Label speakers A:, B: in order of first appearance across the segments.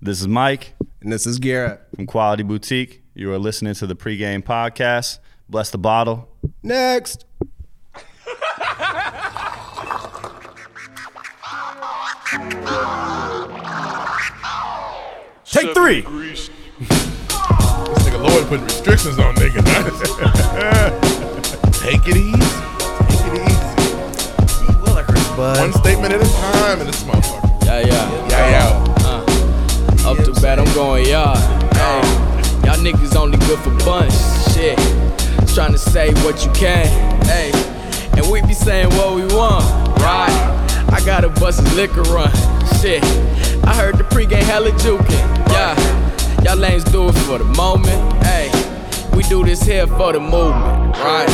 A: This is Mike
B: And this is Garrett.
A: from Quality Boutique. You are listening to the pregame podcast. Bless the bottle.
B: Next.
A: Take three.
C: This nigga Lloyd putting restrictions on niggas. Take it easy. Take it easy. One statement at a time in this motherfucker.
D: Yeah, yeah. Uh,
C: Yeah, yeah.
D: Up to bat, I'm going yard. Hey, y'all niggas only good for bunch. Shit, trying to say what you can. Hey, and we be saying what we want. Right? I got a bus's liquor run. Shit, I heard the pregame hella jukin'. Yeah, y'all lanes do it for the moment. Hey, we do this here for the movement. Right?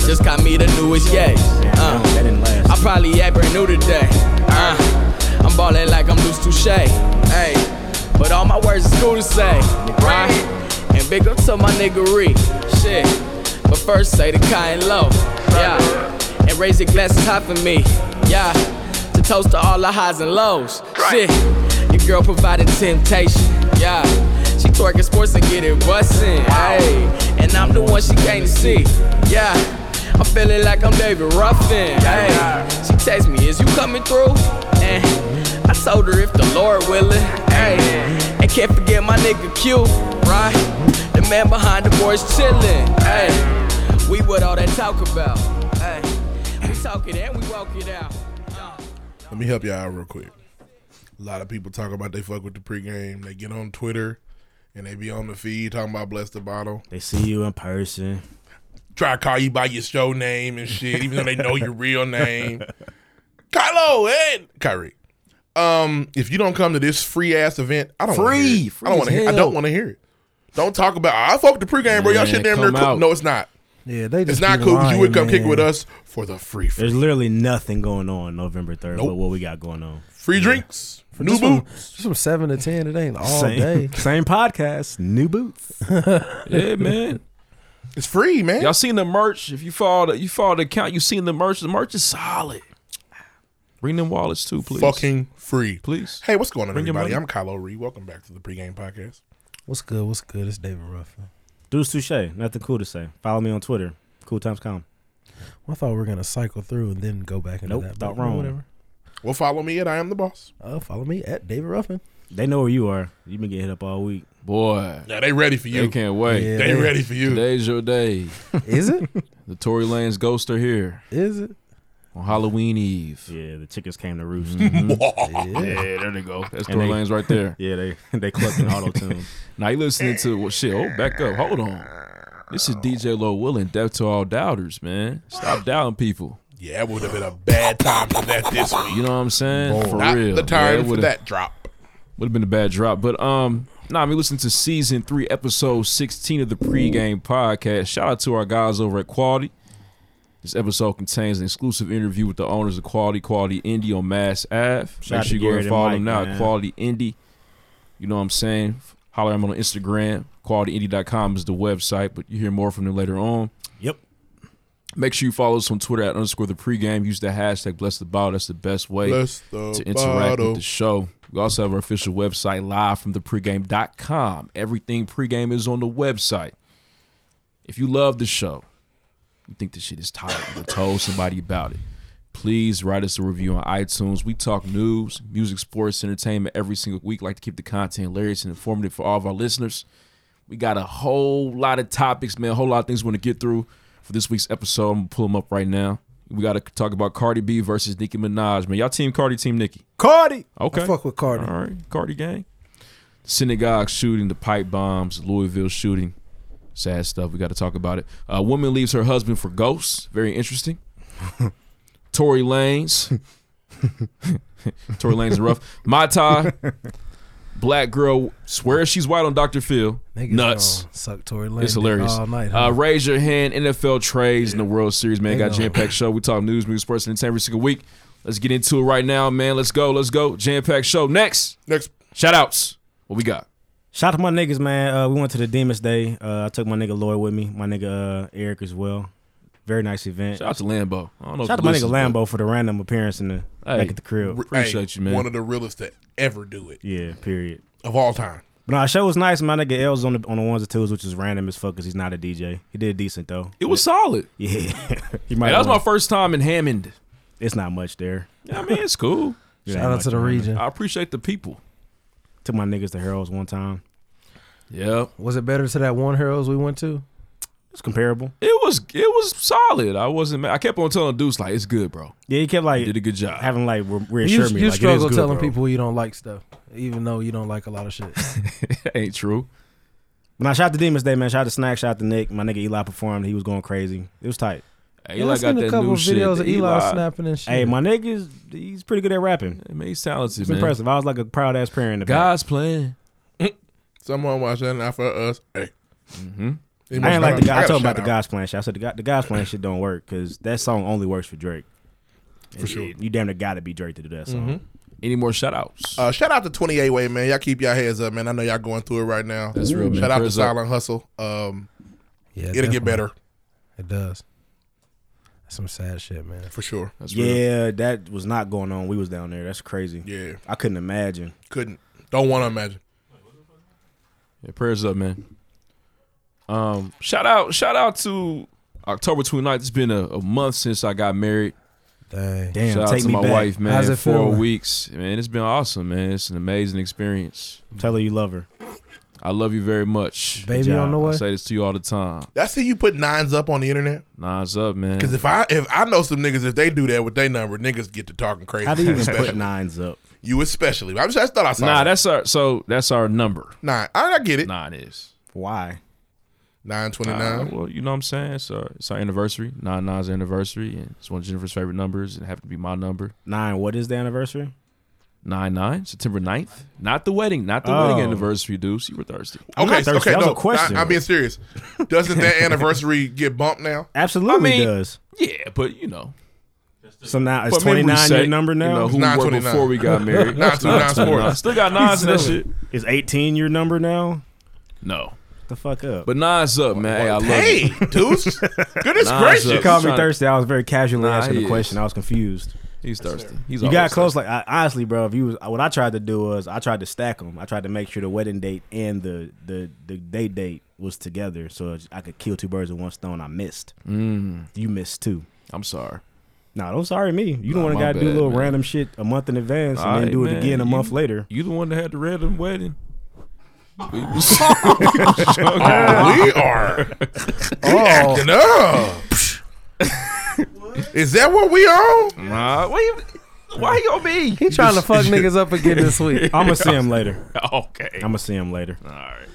D: Just got me the newest yes. Uh, that didn't last. I probably act brand new today. Uh, I'm ballin' like I'm loose touche. Hey, but all my words is cool to say. Right? And big up to my niggery. Shit. But first say the kind low. Yeah. And raise your glasses high for me. Yeah. To toast to all the highs and lows. Shit. Your girl provided temptation. Yeah. She twerking sports and get it bustin'. Hey. And I'm the one she came to see. Yeah. I'm feeling like I'm David Ruffin. Hey, she text me, is you coming through? And I told her if the Lord willing. Hey, and can't forget my nigga Q, right? The man behind the boys chillin'. Hey, we what all that talk about. Hey, we talk it and we walk it out.
C: Let me help y'all out real quick. A lot of people talk about they fuck with the pregame. They get on Twitter and they be on the feed talking about bless the bottle.
E: They see you in person.
C: Try to call you by your show name and shit, even though they know your real name. Kylo and Kyrie. Um, if you don't come to this free ass event, I don't wanna
E: Free,
C: hear it.
E: free
C: I don't want to
E: as
C: hear. I
E: hell.
C: don't want to hear it. Don't talk about I fuck with the pregame, bro. Y'all
E: Man,
C: shit damn near
E: come
C: cool.
E: out.
C: No, it's not.
E: Yeah, they
C: It's not cool because you would come kick it with us for the free free,
E: There's literally nothing going on November 3rd
C: Nope.
E: but what we got going on.
C: free drinks, new
B: Just from,
C: boot.
B: just from seven to ten, it ain't all
E: same,
B: day.
E: same podcast, new boots.
F: Yeah, man.
C: It's free, man.
F: Y'all seen the merch? If you follow the you follow the account, you seen the merch. The merch is solid. Bring them wallets too, please.
C: Fucking free.
F: please.
C: Hey, what's going on,
F: Bring your
C: everybody?
F: money.
C: I'm Kylo Ree. Welcome back to the pregame podcast.
B: What's good? What's good? It's David Ruffin.
E: Deuce Touche, nothing cool to say. Follow me on Twitter, cool times calm.
B: Well, I thought we were gonna cycle through and then go back into
E: Nope,
B: that.
E: thought
B: but
E: wrong.
B: Whatever.
C: Mm. Well, follow me at I am the boss.
B: Uh, follow me at David Ruffin.
E: They know where you are. You've been getting hit up all week.
F: Boy,
C: Yeah, they ready for you.
F: they can't wait.
B: Yeah.
C: They ready for you.
F: Today's your day.
B: Is it?
F: The Tory Lane's ghosts are here
B: Is it?
F: on Halloween Eve.
E: Yeah, the chickens came to roost.
F: Yeah, there they go. That's
E: And
F: Tory
E: they-
F: Lane's right there.
E: Yeah, they they clucked in auto tune.
F: Now you listening to what shit? Oh, back up. Hold on. This is DJ Low Will and Death to All Doubters, man. Stop doubting people.
C: Yeah, it would have been a bad time for that this week.
F: You know what I'm saying? For
C: Not
F: real.
C: the time for
F: would
C: that drop.
F: have been a bad drop. But um, nah, I mean, listen to season three, episode sixteen of the pregame podcast. Shout out to our guys over at Quality. This episode contains an exclusive interview with the owners of Quality Quality Indie on Mass Ave.
E: Shout
F: Make
E: out to
F: sure you go
E: Garrett
F: and
E: and
F: follow
E: Mike,
F: them now.
E: man.
F: at Quality Indie. You know what I'm saying? Holler at them on Instagram. QualityIndie.com is the website, but you hear more from them later on.
E: Yep.
F: Make sure you follow us on Twitter at underscore the pregame. Use the hashtag bless the bottle. That's the best way
C: Bless the
F: to interact
C: bottle.
F: with the show. We also have our official website live from the pregame.com. Everything pregame is on the website. If you love the show, you think this shit is tight, you told somebody about it. Please write us a review on iTunes. We talk news, music, sports, entertainment every single week. Like to keep the content hilarious and informative for all of our listeners. We got a whole lot of topics, man. A whole lot of things we want to get through for this week's episode. I'm gonna pull them up right now. We got to talk about Cardi B versus Nicki Minaj, man. Y'all team Cardi, team Nicki.
E: Cardi.
F: Okay.
B: I fuck with Cardi.
F: All right, Cardi gang. Synagogue shooting, the pipe bombs, Louisville shooting. Sad stuff. We got to talk about it. A woman leaves her husband for ghosts. Very interesting. Tory Lanez. Tory Lanez is rough. My tie. Black girl swears she's white on Dr. Phil.
B: Niggas
F: Nuts.
B: gonna Suck Tory Lane.
F: It's hilarious.
B: All night.
F: uh,
B: huh?
F: raise your hand. NFL trades in the World Series, man.
B: They
F: Got
B: know.
F: Jam Pack Show. We talk news, music, sports, and entertainment every single week. Let's get into it right now, man. Let's go. Let's go. Jam Pack Show. Next.
C: Next.
F: Shout outs. What we got?
E: Shout out to my niggas, man. Uh, we went to the Demons Day. Uh, I took my nigga Lloyd with me, my nigga uh, Eric as well. Very nice event.
F: Shout out to Lambo. I don't know. if
E: Shout out to
F: he
E: my nigga
F: listens, but
E: Lambo for the random appearance in the
F: Hey.
E: back at the crib.
F: Appreciate you, man.
C: One of the realest to ever do it
E: Yeah, period.
C: of all time.
E: But no, the show was nice. My nigga L's on the on the ones and twos, which is random as fuck because he's not a DJ. He did decent though.
F: It was solid.
E: Yeah, he might.
F: Hey, that was
E: wanna-
F: my first time in Hammond.
E: It's not much there.
F: Yeah, I mean, it's cool.
E: It ain't
B: Shout out
E: much
B: to the
E: around
B: region.
F: I appreciate the people.
E: there. Took my niggas to Harold's one time.
F: Yeah,
B: Was it better to that one Heroes we went to?
E: It's comparable.
F: it was it was solid. I wasn't. mad. I kept on telling Deuce like, "It's good, bro.
E: Yeah, he kept
F: You
E: like
F: did a good job."
E: having like re-
B: You,
E: reassure me.
B: you
E: like, it is
B: struggle
E: good,
B: telling
E: bro.
B: people you don't like stuff, even though you don't like a lot of shit.
F: That ain't true.
E: But I shout out to Demons Day, man. Shout out to Snack. Shout out to Nick. My nigga Eli performed. He was going crazy. It was tight.
F: Hey,
B: Yeah, I
F: Eli got
B: seen
F: that
B: a couple
F: new
B: of
F: shit.
B: videos
F: that
B: of Eli, snapping and shit.
E: Hey, my niggas, he's pretty good at rapping.
F: I mean, he's
E: It's
F: talented, man.
E: impressive. I was like a proud ass parent. in the back.
F: God's plan.
C: Someone watch that not for us. Hey. Mm-hmm.
E: I ain't like the guy. I told him about the God's plan shit. I said the, God, the God's plan shit don't work because that song only works for Drake.
C: For sure.
E: You damn near gotta be Drake to do that song.
F: Mm-hmm. Any more shout outs?
C: Uh, shout out to 28 Way, man. Y'all keep your heads up, man. I know y'all going through it right now.
F: That's real, man.
C: Shout out to
F: Prayers up.
C: Silent Hustle. Um,
B: yeah,
C: it'll
B: definitely.
C: get better
B: It does. That's some sad shit, man.
C: for sure.
F: That's real.
E: Yeah, that was not going on. We was down there. That's crazy.
C: Yeah.
E: I couldn't imagine.
C: Couldn't. Don't want to imagine.
F: Yeah, prayers up, man. Um, shout out, shout out to October 29th. It's been a, a month since I got married.
B: Dang.
E: Damn,
F: shout out
E: take
F: to
E: me
F: my
E: back.
F: wife, man.
B: How's it
F: Four
B: feeling?
F: weeks, man. It's been awesome, man. It's an amazing experience.
E: Tell her you love her.
F: I love you very much.
B: Baby on the
F: I
B: way.
F: say this to you all the time.
C: That's how you put nines up on the internet.
F: Nines up,
C: Because
F: man.
C: if I if I know some niggas, if they do that with their number, niggas get to talking crazy.
E: How do you even put
C: Especially-
E: nines up?
C: You especially. I just, I just thought I saw.
F: Nah,
C: that.
F: that's our so that's our number.
C: nine. I, I get it.
F: Nine is.
E: Why?
C: Nine twenty
F: Uh,
C: nine.
F: well, you know what I'm saying? It's our, it's our anniversary. Nine nine's our anniversary, and it's one of Jennifer's favorite numbers, and it happened to be my number.
E: Nine, what is the anniversary?
F: Nine nine, September 9th. Not the wedding, not the wedding
E: Oh.
F: anniversary, Deuce. You were thirsty.
E: I'm
C: Okay,
E: not thirsty.
C: okay,
E: That was
C: no,
E: a question.
C: I, am being serious. Doesn't that anniversary get bumped now?
E: Absolutely
F: I mean-
E: does.
F: Yeah, but you know,
E: So now it's
F: But maybe
E: twenty
F: we
E: nine
F: say,
E: your number
F: You know
E: now?
F: who we were
C: 929.
F: before we got married?
C: Nine two nine sports.
F: Still got nines and that shit.
E: is eighteen your number now?
F: No,
E: The fuck up.
F: but nines up, man. Hey, I love it.
C: Hey, Deuce. Goodness
F: Nines
C: gracious.
E: you
F: up.
E: called me
F: tryna-
E: thirsty. I was very casually
F: Nah,
E: asking
F: he
E: the
F: is.
E: question. I was confused.
F: He's thirsty. He's
E: You
F: always
E: got close, like I, honestly, bro. If you was, what I tried to do was I tried to stack them. I tried to make sure the wedding date and the the the day date was together, so I could kill two birds with one stone. I missed.
F: Mm,
E: You missed too.
F: I'm sorry.
E: Nah, don't sorry me. You
F: Nah,
E: don't want
F: my
E: to gotta do
F: bad,
E: little
F: man.
E: random shit a month in advance and
F: Alright,
E: then do it
F: man,
E: again a
F: you-
E: month later.
F: You the one that had the red and wedding. We was-
C: Oh, we are. We
E: Oh.
C: acting up. Is that what we on?
F: nah, why you, why you on me?
B: He trying to fuck niggas up again this week.
E: I'm gonna see him later.
F: Okay.
E: I'm gonna see him later.
F: All right.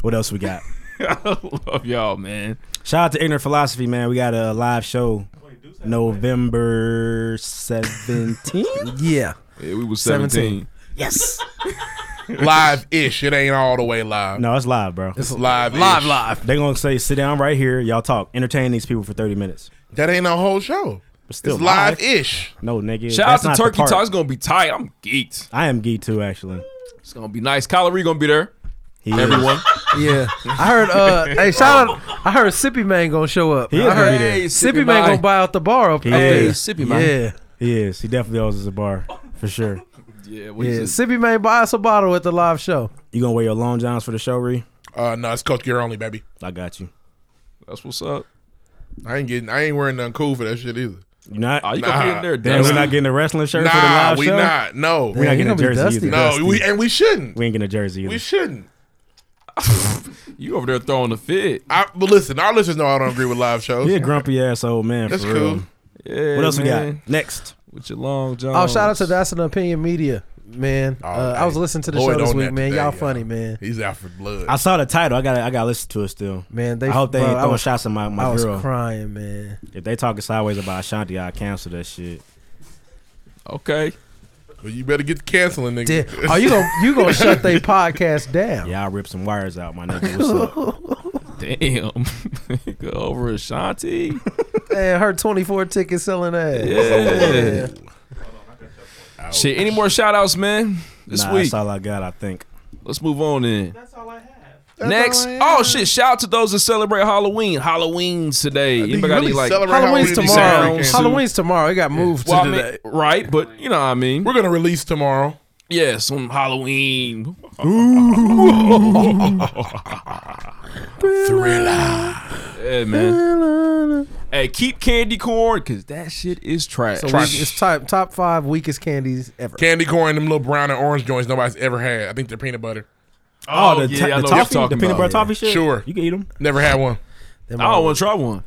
E: What else we got?
F: I love y'all, man.
E: Shout out to Ignorant Philosophy, man. We got a live show November 17th.
B: Yeah.
F: Yeah, we was
B: 17.
F: 17.
E: yes.
C: Live ish. It ain't all the way live.
E: Uh, No, it's live, bro.
C: It's live. Live. Live.
E: They're gonna say, sit down right here, y'all talk. Entertain these people for 30 minutes.
C: That ain't a whole show.
E: But still
C: It's live ish.
E: No, nigga.
F: Shout
E: that's
F: out
E: not
F: to
E: the
F: Turkey
E: part.
F: Talk. It's gonna be tight. I'm geeked.
E: I am geek too, actually.
F: It's gonna be nice. Kyler gonna be there.
E: He is.
F: Everyone.
B: Yeah. I heard uh hey shout out I heard Sippy Man gonna show up.
E: He is
B: I heard
E: gonna be there.
B: Sippy, Man gonna buy out the bar up, up
F: Hey,
B: there.
F: Sippy
B: Yeah.
F: man.
B: Yeah.
E: He is. He definitely owes us a bar, for sure.
F: Yeah, what is it?
B: Sippy Man buy us a bottle at the live show.
E: You gonna wear your long johns for the show, Ree?
C: Uh, no, it's Coach Gear only, baby.
E: I got you.
F: That's what's up.
C: I ain't getting. I ain't wearing nothing cool for that shit either.
E: You not?
F: Oh, you gonna be in there,
E: Damn, we're
F: Dusty.
E: not getting a wrestling shirt for the
C: Nah,
E: live
C: we
E: show?
C: not.
E: We're
C: No,
E: not
B: Damn, you
E: getting a
B: gonna be
E: jersey
B: dusty.
E: either.
C: no, we and we shouldn't.
E: We ain't getting a jersey either.
C: We shouldn't.
F: You over there throwing a fit.
C: I but listen. Our listeners know I don't agree with live shows.
E: He a grumpy ass old man.
C: That's
E: for real.
C: cool.
F: Yeah,
E: What else we
F: man.
E: got? Next.
F: With your long john.
B: Oh, shout out to That's an Opinion Media, man. uh, I was listening to the
C: Lloyd
B: show this
C: on
B: week,
C: that
B: man.
C: today, y'all.
B: y'all funny, man.
C: He's out for blood.
E: I saw the title. I got. I got to listen to it still.
B: Man, they
E: I hope they
B: bro,
E: ain't
B: I
E: throwing
B: was,
E: shots at my,
B: I
E: my
B: was
E: girl.
B: crying, man.
E: If they talking sideways about Ashanti, I cancel that shit.
F: Okay.
C: Well, you better get to canceling, nigga.
B: Damn. Oh, you gonna you gonna shut their podcast down?
E: Yeah, I rip some wires out, my nigga. What's up?
F: Damn. Go over Ashanti.
B: And her twenty four ticket selling ass.
F: Yeah. Shit, any more shout outs, man? This
E: nah,
F: week.
E: that's all I got. I think.
F: Let's move on in. Next, oh shit! Shout out to those that celebrate Halloween. Halloween's today.
C: Do you
F: Anybody
C: really
F: like
C: celebrate
B: Halloween's
C: Halloween?
B: tomorrow.
F: Sounds-
B: Halloween's tomorrow. It got moved
F: Well, I
B: to
F: mean,
B: today.
F: right? But you know what I mean.
C: We're gonna release tomorrow.
F: Yes, on Halloween. Thriller. Yeah, man. Hey, keep candy corn because that shit is trash.
B: So we, it's top top five weakest candies ever.
C: Candy corn, them little brown and orange joints nobody's ever had. I think they're peanut butter.
F: Oh,
E: the,
F: yeah,
E: ta- the
F: I know what you're
E: toffee, the
F: talking
E: peanut butter
F: about.
E: toffee shit.
C: Sure.
E: you can eat them.
C: Never had one.
B: Them
F: I
B: all-
F: want to try one.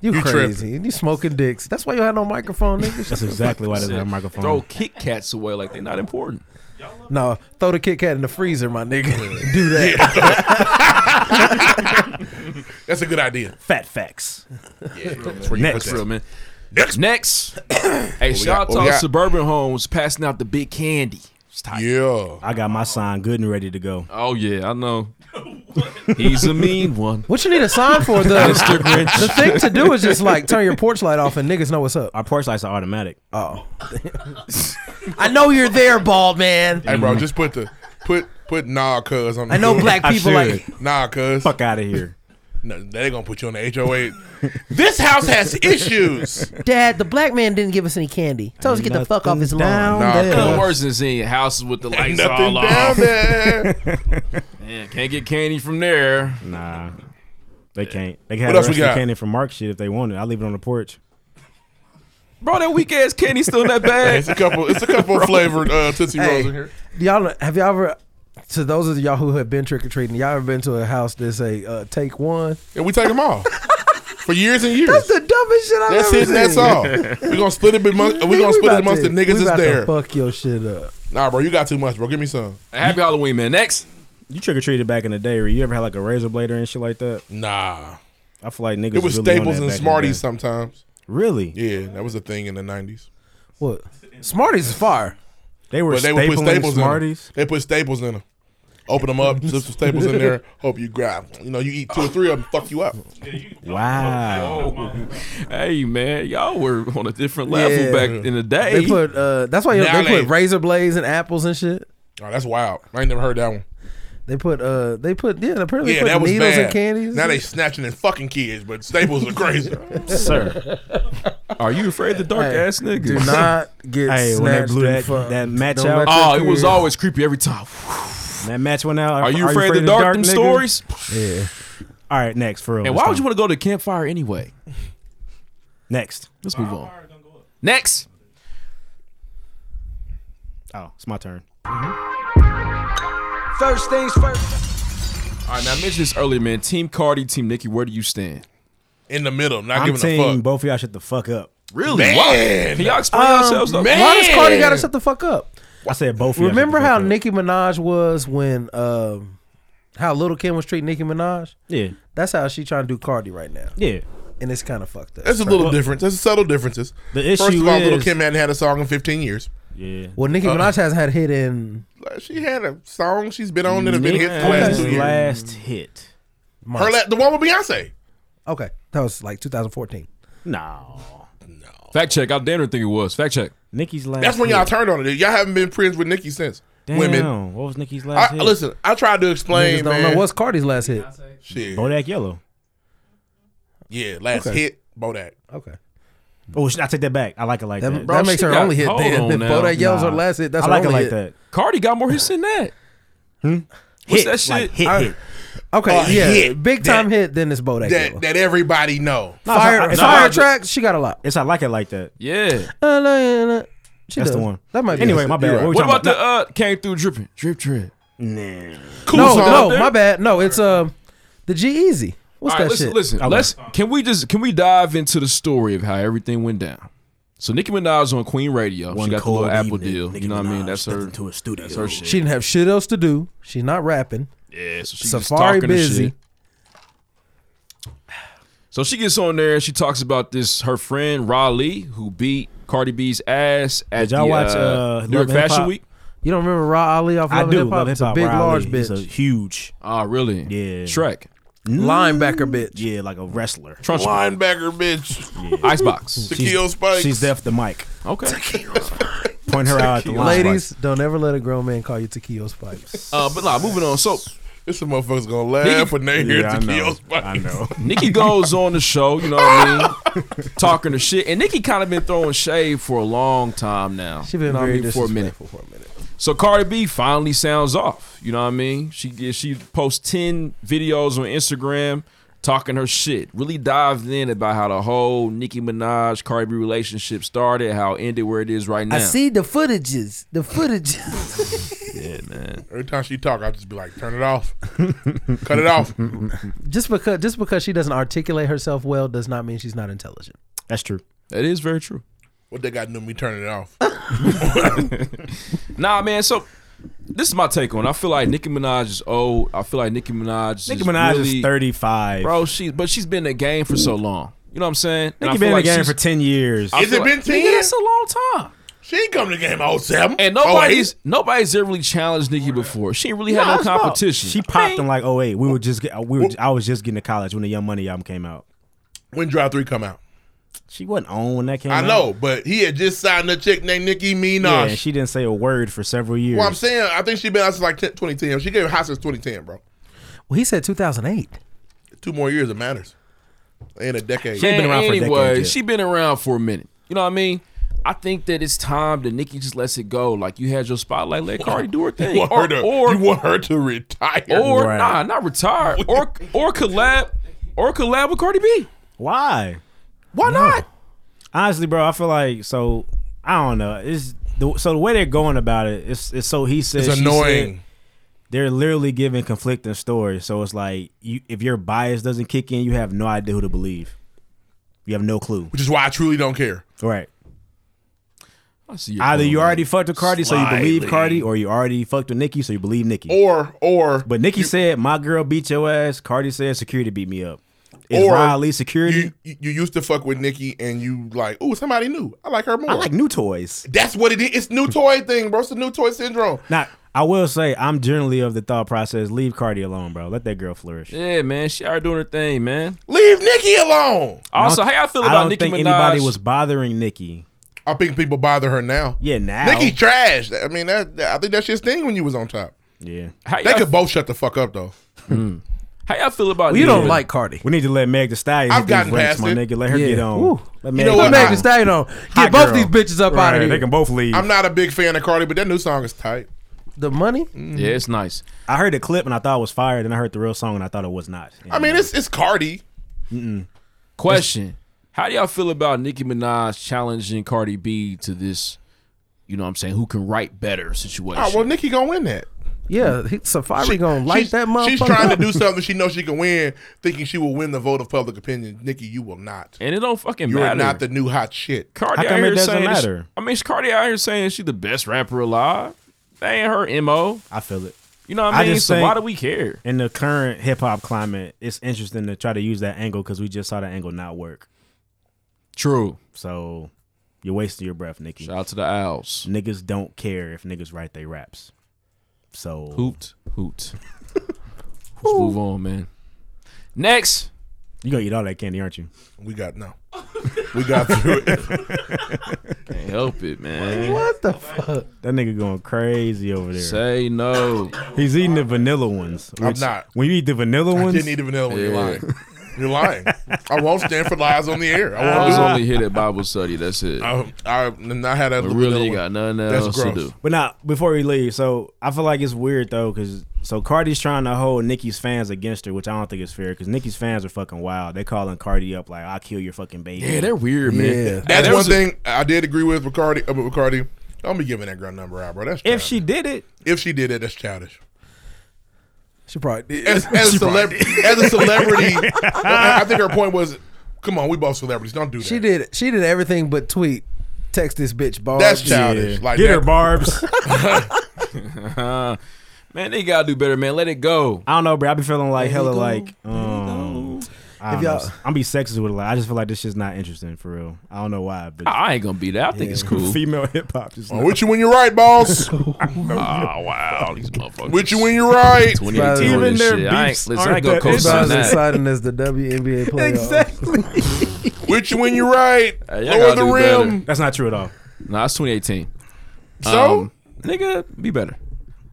B: you
C: you
B: crazy. You smoking dicks. That's why you had no microphone,
E: That's
B: nigga.
E: exactly why there's a microphone.
F: Throw Kit Kats away like they're not important.
B: no, throw the Kit Kat in the freezer, my nigga. Do that.
C: That's a good idea.
E: Fat facts.
C: Yeah, that's where you
F: Next,
C: put that.
F: real man.
C: Next.
F: Next. hey,
C: got? What
F: shout out to
C: we
F: all
C: got?
F: suburban homes passing out the big candy. It's tight.
C: Yeah.
E: I got my sign good and ready to go.
F: Oh yeah, I know. He's a mean one.
B: What you need a sign for though?
F: Mr. Grinch.
B: the thing to do is just like turn your porch light off and niggas know what's up.
E: Our porch lights are automatic.
B: Oh, I know you're there, bald man.
C: Hey, bro, just put the put put nah, cuz on. The
B: I know
C: door.
B: black
E: I
B: people
E: should.
B: like
C: Nah, cuz
E: Fuck out of here.
C: no, they gonna put you on the HOA. this house has issues.
B: Dad. The black man didn't give us any candy. Tell us to get the fuck off his lawn.
C: Nah,
F: The
C: cuz.
F: worst is seeing houses with the
C: Ain't
F: lights
C: nothing
F: all
C: down
F: off.
C: there.
F: Man, can't get candy from there.
E: Nah, they can't. They can have
C: What else
E: the rest
C: we
E: of the
C: got?
E: candy from Mark shit if they want it. I leave it on the porch.
F: Bro, that weak ass candy still in that
C: it's
F: bag.
C: a couple. It's a couple of flavored uh, tootsie rolls in here.
B: Do y'all know- have y'all ever? To those of y'all who have been trick or treating, y'all ever been to a house that's a uh, take one?
C: And we take them all for years and years.
B: That's the dumbest shit I've
C: That's
B: ever
C: it.
B: seen.
C: That's all. We gonna split it amongst. We gonna split it amongst the niggas that's there.
B: Fuck your shit up.
C: Nah, bro, you got too much, bro. Give me some.
F: Happy Halloween, man. Next.
E: You trick or treated back in the day, or you ever had like a razor blade or and shit like that?
C: Nah,
E: I feel like niggas.
C: it was
E: really on
C: Staples
E: that
C: and
E: back in the
C: Smarties
E: day.
C: sometimes.
E: Really?
C: Yeah, that was a thing in the nineties.
B: What? Smarties is fire.
E: They were
C: But they would
E: stapling
C: put staples
E: Smarties.
C: in. Them. They put staples in them. Open them up, put some staples in there. Hope you grab. 'em. You know, you eat two or three of them, fuck you up.
E: Wow.
F: Hey man, y'all were on a different level
B: Yeah.
F: back in the day.
B: They put uh, that's why
C: Now
B: they
C: they-
B: put razor blades and apples and shit.
C: Oh, that's wild. I ain't never heard that one.
B: They put uh they put yeah apparently
C: Yeah,
B: they
C: that
B: put
C: was
B: needles
C: bad.
B: and candies.
C: now they snatching and fucking kids, but staples are crazy.
E: Sir.
F: Are you afraid of the dark
B: Hey,
F: ass niggas?
B: do not get
E: Hey,
B: snatched
E: when they blew
B: and
E: that-
B: fucked.
E: that match
B: Don't
E: out-
B: let
F: Oh,
B: your
F: it was
B: kids-
F: always creepy every time.
E: That match went out.
F: Are you, afraid, of the dark, them
E: nigga?
F: stories?
B: yeah.
E: All right, next for real.
F: And
E: Let's
F: why would you
E: go.
F: want to go to campfire anyway?
E: next?
F: Let's move on. Next.
E: Oh, it's my turn.
D: First things first.
F: All right, now I mentioned this earlier, man. Team Cardi, Team Nikki, where do you stand?
C: In the middle, not
E: I'm
C: giving a
E: team.
C: fuck.
E: Both of y'all shut the fuck up.
F: Really?
C: Man.
F: Why? Can y'all explain yourselves? Though?
C: man.
B: Why does Um, Cardi gotta shut the fuck up?
E: I said both. of y'all shut
B: Remember
E: the
B: how
E: fuck up.
B: Nicki Minaj was when um how Little Kim was treating Nicki Minaj?
E: Yeah,
B: That's how she trying to do Cardi right now,
E: yeah.
B: and it's kind of fucked up.
C: That's a little difference. That's subtle differences.
E: The issue
C: First of all,
E: is,
C: Little Kim hadn't had a song in 15 years.
E: yeah.
B: well, Nicki
C: Uh-uh.
B: Minaj hasn't had a hit in
C: Like, She had a song she's been on that has been hit for the last
E: Nicki's
C: two years.
E: last hit.
C: Her
B: months.
C: la- the one with Beyonce.
B: okay, that was like 2014.
E: No,
F: Fact check. I damn near think it was. Fact check.
E: Nicki's last.
C: That's when y'all
E: hit.
C: turned on it. Y'all haven't been friends with Nicki since.
E: Damn,
C: Women.
E: What was Nicki's last
C: I,
E: hit?
C: listen, I tried to
B: Niggas
C: explain,
B: don't
C: man.
B: know what's Cardi's last hit.
C: Shit.
E: Bodak Yellow.
C: Yeah, last
B: Okay.
C: hit, Bodak.
B: Okay,
E: Oh, shit, I take that back. I like it like
B: that,
E: that.
B: that
F: Bro,
B: makes
F: she
B: her
F: got-
B: only hit.
F: hold
B: Then
F: on
B: if
F: now.
B: Bodak Yellow's her
E: Nah,
B: last hit, that's
E: I
B: her
E: like it
B: only
E: like
B: hit. Hmm?
E: that.
F: Cardi got more hits than that.
E: Hit,
F: that shit?
E: Like, hit,
B: I-
E: hit.
B: Okay,
C: a
B: yeah,
C: hit
B: big time
C: Oh, that-
B: hit. Then it's Bodak. Yellow.
C: That that everybody know.
E: No, it's
B: fire,
E: not- it's not
B: fire
E: like-
B: tracks. She got a lot.
E: It's I like it like that.
F: Yeah.
B: Uh, She
E: That's
B: does.
E: the one.
B: That might be
E: Anyway,
B: it.
E: my bad.
C: You're right.
E: What, we
F: What
E: talking
F: about the uh came through dripping? Mm. Drip drip.
C: Cool
B: uh, No,
C: song.
B: no,
F: there?
B: my bad. No, it's um the G Easy. What's
F: All right,
B: that
F: listen,
B: shit?
F: listen.
E: Okay.
F: Let's can we just can we dive into the story of how everything went down? So Nicki Minaj on Queen Radio. she got the little Apple deal. you know what I mean? That's her.
E: To a studio.
F: That's her shit.
B: um, She didn't have shit else to do. She's not rapping.
F: yeah. So she's
B: Safari busy.
F: So she gets on there and she talks about this her friend Raleigh who beat Cardi B's ass at
E: Did y'all
F: the,
E: watch,
F: uh,
E: uh,
F: New York
E: Love and Hip
F: Fashion
E: Hop?
F: Week.
B: You don't remember Ra Ali off
E: I
B: Love and
E: do
B: Hip Hop?
E: love hip
B: It's a
E: hop.
B: big,
E: Riley.
B: large
E: He's a
B: bitch.
E: huge.
F: Oh, really?
E: Yeah.
F: Shrek,
B: Linebacker bitch.
E: Yeah, like a wrestler.
F: Trunch,
C: Linebacker bitch.
F: Icebox.
C: Shaquille Spikes.
E: She's deaf the mic.
F: Okay.
E: Point her out at the line.
B: Ladies, don't ever let a grown man call you Tequila Spikes.
F: Uh, but nah, moving on. So
C: This some motherfuckers gonna laugh when they hear
E: Yeah, I know.
C: Tequila
E: I
C: Spikes.
E: know.
F: Nikki goes on the show, you know what I mean, talking the shit, and Nikki kind of been throwing shade for a long time now.
B: She
F: you
B: been
F: know what I
B: very
F: mean, for a minute.
B: disrespectful for a minute.
F: So Cardi B finally sounds off. You know what I mean? She she posts ten videos on Instagram talking her shit. Really dived in about how the whole Nicki Minaj Cardi B relationship started, how it ended where it is right now.
G: I see the footages. The footages.
F: Yeah, man.
C: Every time she talk, I just be like, turn it off, cut it off.
B: Just because just because she doesn't articulate herself well does not mean she's not intelligent.
E: That's true.
F: That is very true.
C: What they got to do? Me turning it off.
F: Nah, man. So this is my take on. it. I feel like Nicki Minaj is old. I feel like Nicki Minaj.
E: Nicki
F: is
E: Minaj
F: really,
E: is 35.
F: bro. She but she's been in the game for so long. You know what I'm saying? And I
E: Nicki
F: feel
E: been in
F: like
E: the game
F: she's-
E: for 10 years.
F: I
C: Is
F: feel
C: it been 10
F: nigga, That's a long time.
C: She ain't come to the game oh seven.
F: And nobody's nobody's ever really challenged
C: Oh,
F: Nikki before. She ain't really had no competition.
E: She
F: I
E: popped
F: mean,
E: in like 08. We were just get, we were, I was just getting to college when the Young Money album came out.
C: when Drive Three come out.
E: She wasn't on when that came out.
C: I know, but he had just signed a chick named Nicki
E: Yeah,
C: Minaj.
E: and she didn't say a word for several years.
C: well, I'm saying I think she been out since like 10, 2010. She gave hot since 2010, bro.
B: Well, he said 2008.
C: Two more years it matters. In a decade.
E: She ain't been around for a decade
F: anyway,
E: yet.
F: she been around for a minute. You know what I mean? I think that it's time that Nikki just lets it go. Like you had your spotlight, let Cardi do her thing,
C: you, want
F: or
C: her to,
F: or,
C: you want her to retire.
F: or
E: Right.
F: nah, not retire, or or collab, or collab with Cardi B.
E: Why?
F: Why not?
E: Honestly, bro, I feel like so. I don't know. It's the, so the way they're going about it. It's it's so he said
C: it's
E: she
C: annoying.
E: said, they're literally giving conflicting stories. So it's like you, if your bias doesn't kick in, you have no idea who to believe. You have no clue.
C: which is why I truly don't care.
E: Right.
F: I see your
E: Either
F: point,
E: you
F: man.
E: already fucked with Cardi, so you believe Cardi, or you already fucked with Nicki, so you believe Nicki.
C: Or or
E: but Nicki said, "My girl beat your ass." Cardi said, "Security beat me up." Is
C: Or
E: Riley security?
C: you, you you used to fuck with Nikki and you like, ooh, somebody new. I like her more.
E: I like new toys.
C: That's what it is. It's new toy thing, bro. It's the new toy syndrome.
E: Now, I will say, I'm generally of the thought process: leave Cardi alone, bro. Let that girl flourish.
F: Yeah, man, she already doing her thing, man.
C: Leave Nikki alone.
F: Also, how y'all feel
E: I
F: about
E: don't
F: Nicki
E: think
F: Minaj?
E: anybody was bothering Nicki.
C: I think people bother her now.
E: Yeah, now.
C: Nikki trash. I mean, that, that- I think that's your thing when you was on top.
E: Yeah. Hmm.
F: how
C: They
F: y'all,
C: could both shut the fuck up though.
F: how y'all feel about?
B: Well, you
F: Nicki
B: don't
F: Minaj?
B: like Cardi.
E: We need to let Meg the Stallion
C: I've
E: hit these
C: gotten
E: ranks,
C: past
E: my
C: it.
E: nigga. Let her
B: Yeah.
E: get on.
B: Ooh.
E: Let
C: You know what?
B: Let Meg
C: I-
B: Thee Stallion on. Get both these bitches up out of here.
E: They can both leave.
C: I'm not a big fan of Cardi, but that new song is tight.
B: the money?
F: Yeah, it's nice.
E: I heard the clip and I thought it was fire. Then I heard the real song and I thought it was not.
C: I mean, it's it's Cardi.
F: Question: How do y'all feel about Nicki Minaj challenging Cardi B to this? You know, what I'm saying who can write better situation?
C: Oh well, Nikki gonna win that.
B: Yeah, he, Safari gonna
C: she's,
B: light that motherfucker.
C: She's trying to
B: up.
C: do something she knows she can win, thinking she will win the vote of public opinion. Nikki, you will not.
F: and it don't fucking
C: You
F: matter.
C: are not the new hot shit.
F: Cardi
E: How
F: out
E: come it
F: here
E: doesn't
F: saying that she-
E: matter?
F: I mean, Cardi out here saying she's the best rapper alive. That ain't her mo.
E: I feel it.
F: You know what
E: I
F: I mean?
E: just
F: so
E: think-
F: why do we care?
E: In the current hip hop climate, it's interesting to try to use that angle because we just saw that angle not work.
F: True.
E: So you're wasting your breath, Nikki.
F: Shout out to the Owls.
E: Niggas don't care if niggas write their raps. So
F: Hoot hoot. Let's move on, man. Next,
E: you gonna eat all that candy, aren't you?
C: We got no. We got through it.
F: can't help it, man.
B: What the fuck?
E: That nigga going crazy over there.
F: Say no.
E: He's eating the vanilla ones.
C: I'm
E: which-
C: not.
E: When you eat the vanilla
C: I
E: ones,
C: didn't even know when you're
F: Yeah.
C: lying. You're lying. I won't stand for lies on the air. I
F: I
C: won't
F: was
C: do it.
F: only hit at Bible study. That's it.
C: Uh, I, I, I had that
F: But
C: little
F: really,
C: vanilla
F: ain't got nothing
C: That's
F: else to
C: gross.
F: do.
E: But now, before we leave, so I feel like it's weird though, because so Cardi's trying to hold Nicki's fans against her, which I don't think is fair, because Nicki's fans are fucking wild. They calling Cardi up like, "I'll kill your fucking baby."
F: Yeah, they're weird, man.
B: Yeah.
F: Hey,
C: That's
F: there
C: one
F: was a-
C: thing I did agree with Ricardi. Uh, with Ricardi, don't be giving that girl number out, bro. That's
E: if
C: childish.
E: she did it,
C: if she did it, that's childish.
B: She probably did.
C: As, as a celebrity, as a celebrity, I I think her point was, come on, we both celebrities. Don't do that.
B: She did. She did everything but tweet, text this bitch. Ball.
C: That's childish. Like
E: get
C: that-
E: her barbs.
F: man, they gotta do better, man. Let it go.
E: I don't know, bro. I be feeling like hella like. Um, I
B: If
E: don't know.
B: y'all-
E: I'm be sexist with it. Like, I just feel like this shit's not interesting for real. I don't know why, but
F: I ain't gonna be that. I think it's cool.
E: female hip hop just.
C: I'm with you when you're right, boss.
F: Ah, wow, these motherfuckers.
C: with you when you're right.
F: 2018
E: Even
F: on this
E: their
F: shit. I ain't,
E: beefs
F: listen, I ain't
E: aren't
F: gonna
E: that
F: coach
E: interesting.
F: on
B: As
F: that.
B: exciting as the WNBA playoffs.
C: with you when you're right.
F: Hey, y'all
C: Lower
F: gotta
C: the
F: do
C: rim.
E: That's not true at all.
F: Nah, it's 2018.
C: So?
F: nigga, be better.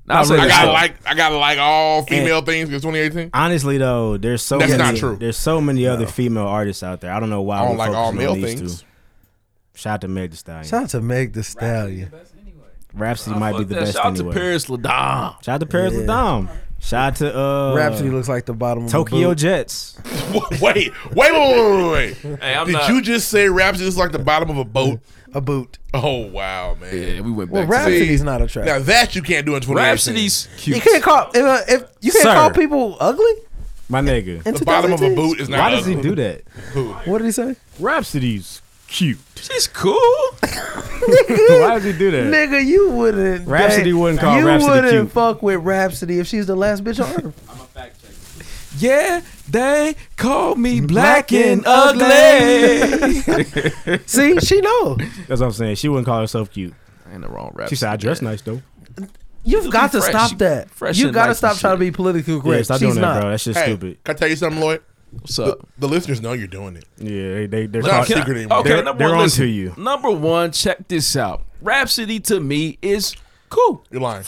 F: Nah,
C: I
F: um, I'll say this,
C: gotta
F: though.
C: like I gotta like all female things in 2018.
E: Honestly though, there's so
C: That's
E: many,
C: not true.
E: There's so many other female artists out there. I don't know why
C: I don't
E: we're
C: like all
E: focusing on
C: male
E: these
C: things.
E: two. Shout out to Meg Thee Stallion.
B: Shout out to Meg the Stallion.
E: Rhapsody might be
F: Ah, Fuck
E: the
F: that.
E: best
F: Shout out
E: anyway.
F: to Paris Ladon.
E: Shout out to Paris
B: Yeah.
E: Ladom. Shout out to uh,
B: Rhapsody looks like the bottom of
E: Tokyo
B: A boot.
E: Jets.
C: wait, wait, wait, wait, wait, wait.
F: Hey, I'm
C: Did
F: not-
C: you just say Rhapsody is like the bottom of a boat?
B: A boot.
C: Oh wow, man.
F: Yeah, we went
B: Well,
F: back. to
B: Rhapsody's not a
C: Now
B: trap.
C: that you can't do in 2018.
F: Rhapsody's cute.
B: You can't call if, uh, if you can't
E: Sir.
B: call people ugly.
E: My nigga.
B: In
C: the bottom of a
B: 2010?
C: boot is not.
E: Why does he
C: ugly.
E: do that?
B: What did he say?
E: Rhapsody's cute.
F: She's cool.
E: Why does he do that?
B: Nigga, you wouldn't.
E: Rhapsody
B: date-
E: wouldn't call
B: you
E: Rhapsody
B: wouldn't
E: cute.
B: fuck with Rhapsody if she's the last bitch on earth.
F: Yeah, they call me
B: Black
F: black
B: and
F: and ugly.
B: See, she know.
E: That's what I'm saying. She wouldn't call herself cute.
F: I ain't the wrong rap.
E: She said, "I dress nice though."
B: You've got to
F: fresh.
B: stop that.
F: Fresh
B: you
F: and
B: got to
F: nice
B: stop
F: and
B: trying to
F: shit.
B: be politically correct.
E: Yeah, stop
B: she's
E: doing
B: not.
E: that, bro. That shit's
C: Hey,
E: stupid.
C: can I tell you something, Lloyd?
F: What's up?
C: The listeners know you're doing it.
E: Yeah, they, they they're
C: Look,
E: caught-
C: can I- secret anymore.
F: Okay,
E: They're-
F: number
E: they're
F: one,
E: on
F: listen.
E: to you.
F: Number one, check this out. Rhapsody to me is cool.
C: You're lying.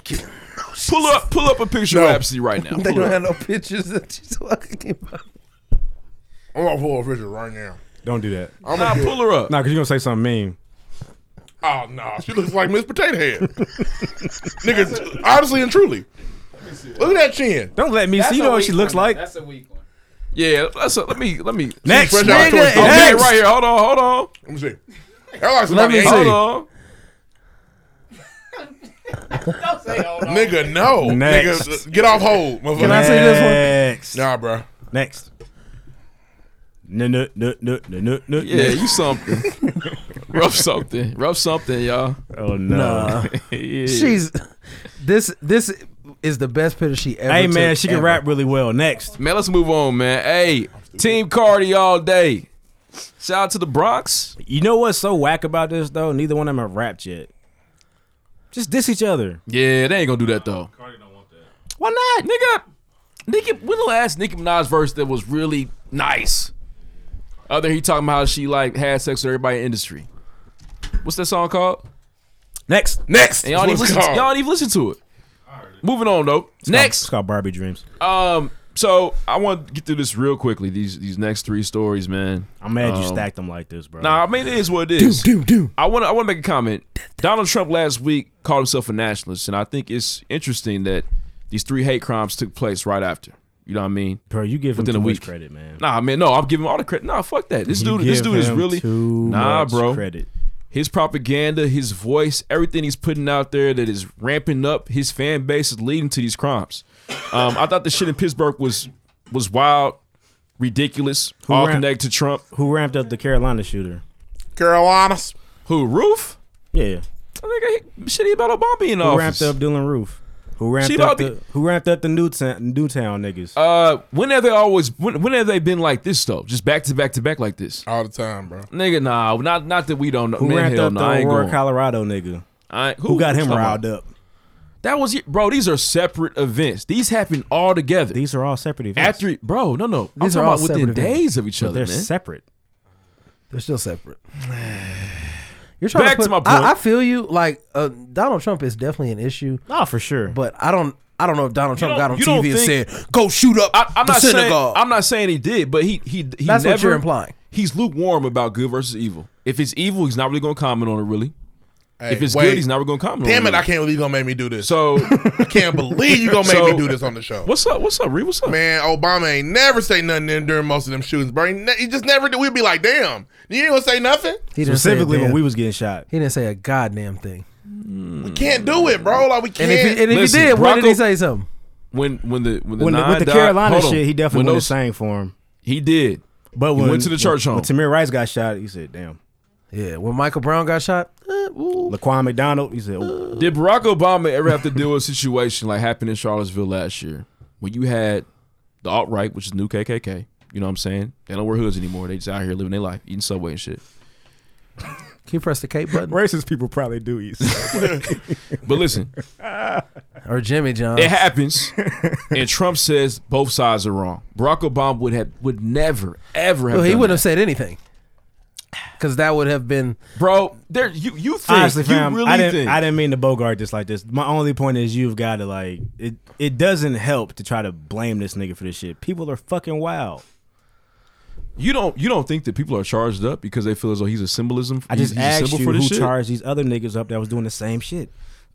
F: Pull up, pull up a picture
C: No.
F: of Rhapsody right now.
B: They
F: Pull
B: don't
F: up.
B: have no pictures that she's talking about.
C: I'm gonna pull a picture right now.
E: Don't do that.
C: I'm
F: Nah,
C: gonna do it.
F: pull her up.
E: Nah, cause you're gonna say something mean.
C: Oh no, she looks like Miss Potato Head. Niggas, honestly and truly. Look at that chin.
E: Don't let me see. You know what she looks like.
D: a weak one.
F: Yeah, let's, let me let me.
E: Next,
C: Fresh
E: nigga.
C: out the
F: Okay,
C: store.
E: Next.
F: right here. Hold on, hold on,
C: Oh, Let me see. That like somebody
B: me
C: ate-
B: see.
F: hold on.
C: Nigga, no.
E: Next.
C: Nigga, get off hold. motherfucker.
B: Can I see this one?
E: Next.
C: Nah, bro.
E: Next. No, no, no, no, no, no, no.
F: Yeah, you something. rough something, rough something, y'all.
E: Oh no.
F: Yeah.
B: She's this. This is the best picture she ever.
E: Hey man,
B: took,
E: she can
B: ever.
E: rap really well. Next.
F: Man, let's move on, man. Hey, Team Cardi all day. Shout out to the Bronx.
E: You know what's so whack about this though? Neither one of them have rapped yet. Just diss each other.
F: Yeah, they ain't gonna do that though.
E: Why not?
F: Nigga, Nicki, when the last Nicki Minaj verse that was really nice? Other than he talking about how she like had sex with everybody in the industry. What's that song called?
E: Next.
C: Next.
F: And
C: That's
F: y'all, didn't
C: what it's
F: listen,
C: called.
F: y'all didn't even listen to it. Moving on though.
E: It's
F: Next.
E: called Barbie Dreams.
F: Um, so I want to get through this real quickly. These these next three stories, man.
E: I'm mad you
F: Um,
E: stacked them like this, bro.
F: Nah, I mean it is what it is. I want to I want to make a comment. Donald Trump last week called himself a nationalist, and I think it's interesting that these three hate crimes took place right after. You know what I mean?
E: bro, you give him
F: Within
E: too
F: a
E: much
F: week.
E: credit, man.
F: Nah, man, no, I'm giving him all the credit. Nah, fuck that. This
E: You
F: dude, this
E: give
F: dude is
E: him
F: really
E: too
F: nah,
E: much
F: bro.
E: Credit.
F: His propaganda, his voice, everything he's putting out there that is ramping up his fan base is leading to these crimes. Um, I thought the shit in Pittsburgh was was wild, ridiculous, all
E: ran-
F: connected to Trump.
E: Who ramped up the Carolina shooter?
C: Carolinas.
F: Who Roof?
E: Yeah.
F: I think he, shit, he about Obama being
E: Who ramped
F: office.
E: up Dylan Roof? Who ramped
F: She
E: up
F: about
E: the,
F: to-
E: Who ramped up the Newtown, Newtown niggas?
F: Uh, when have they always? When, when have they been like this though? Just back to back to back like this?
C: All the time, bro.
F: Nigga, nah, not not that we don't know.
E: who
F: Man,
E: ramped
F: hell
E: up
F: no,
E: the
F: I ain't
E: Aurora,
F: going.
E: Colorado nigga?
F: I ain't-
E: Who got him
F: Come on.
E: riled up?
F: That was it, bro. These are separate events. These happen all together.
E: These are all separate events.
F: after, bro, no, no.
B: These are
F: I'm
B: all
F: talking about within
B: separate events.
F: days of each
E: But
F: other,
E: they're
F: man.
E: separate.
B: They're still separate. You're trying
F: Back
B: put,
F: to my
B: I,
F: point.
B: I feel you. Like uh, Donald Trump is definitely an issue,
E: Oh, for sure.
B: but I don't. I don't know if Donald Trump
F: don't-
B: got on
F: you don't
B: TV and
F: think-
B: said, "Go shoot up
F: I, I'm
B: the
F: not saying
B: synagogue."
F: I'm not saying he did, but he he he
B: That's what
F: never.
B: you're implying.
F: He's lukewarm about good versus evil. If it's evil, he's not really going to comment on it. Really,
C: Hey,
F: if it's
C: wait.
F: good, he's not really going to comment.
C: Damn it,
F: on it.
C: I
F: really.
C: can't believe you're gonna make me do this.
F: So
C: I can't believe you're gonna make
F: So-
C: me do this on the show.
F: What's up? What's up, Reed? What's up?
C: Man, Obama ain't never say nothing in- during most of them shootings, bro. He, ne- he just never did. We'd be like, damn, you ain't gonna say nothing?
B: he didn't say a
E: Specifically when
B: damn-
E: we was getting shot.
B: He didn't say a goddamn thing.
C: We can't do it, bro. Like, we
B: And
C: can't.
B: if he, and if
F: Hmm. Listen,
B: he did, why did he
F: Bronco-
B: say something?
F: When when the when the,
E: When the,
F: nine
E: with the
F: died-
E: Carolina
F: hold on.
E: shit, he definitely
F: When
E: would have
F: those-
E: sang for him.
F: He did.
E: But when
F: went to the church
E: when,
F: home.
E: when Tamir Rice got shot, he said, "Damn."
B: Yeah, when Michael Brown got shot, eh, ooh.
E: Laquan McDonald, he said, "Ooh."
F: Did Barack Obama ever have to deal with a situation like happened in Charlottesville last year when you had the alt right, which is new KKK? You know what I'm saying? They don't wear hoods anymore. They just out here living their life, eating Subway and shit.
B: can you press the K button
E: "Racist people probably do eat."
F: But listen,
B: or Jimmy John?
F: it happens, and Trump says both sides are wrong. Barack Obama would have would never ever have.
B: Well, he
F: done
B: wouldn't have
F: that.
B: said anything. because that would have been
F: bro. There, you you think
E: Honestly, fam,
F: you really
E: I didn't.
F: think
E: I didn't mean to bogart this like this. My only point is you've got to like it. It doesn't help to try to blame this nigga for this shit. People are fucking wild.
F: you don't you don't think that people are charged up because they feel as though he's a symbolism.
E: I just
F: he's, he's a
E: asked
F: symbol
E: you
F: for
E: who
F: this shit?
E: charged these other niggas up that was doing the same shit.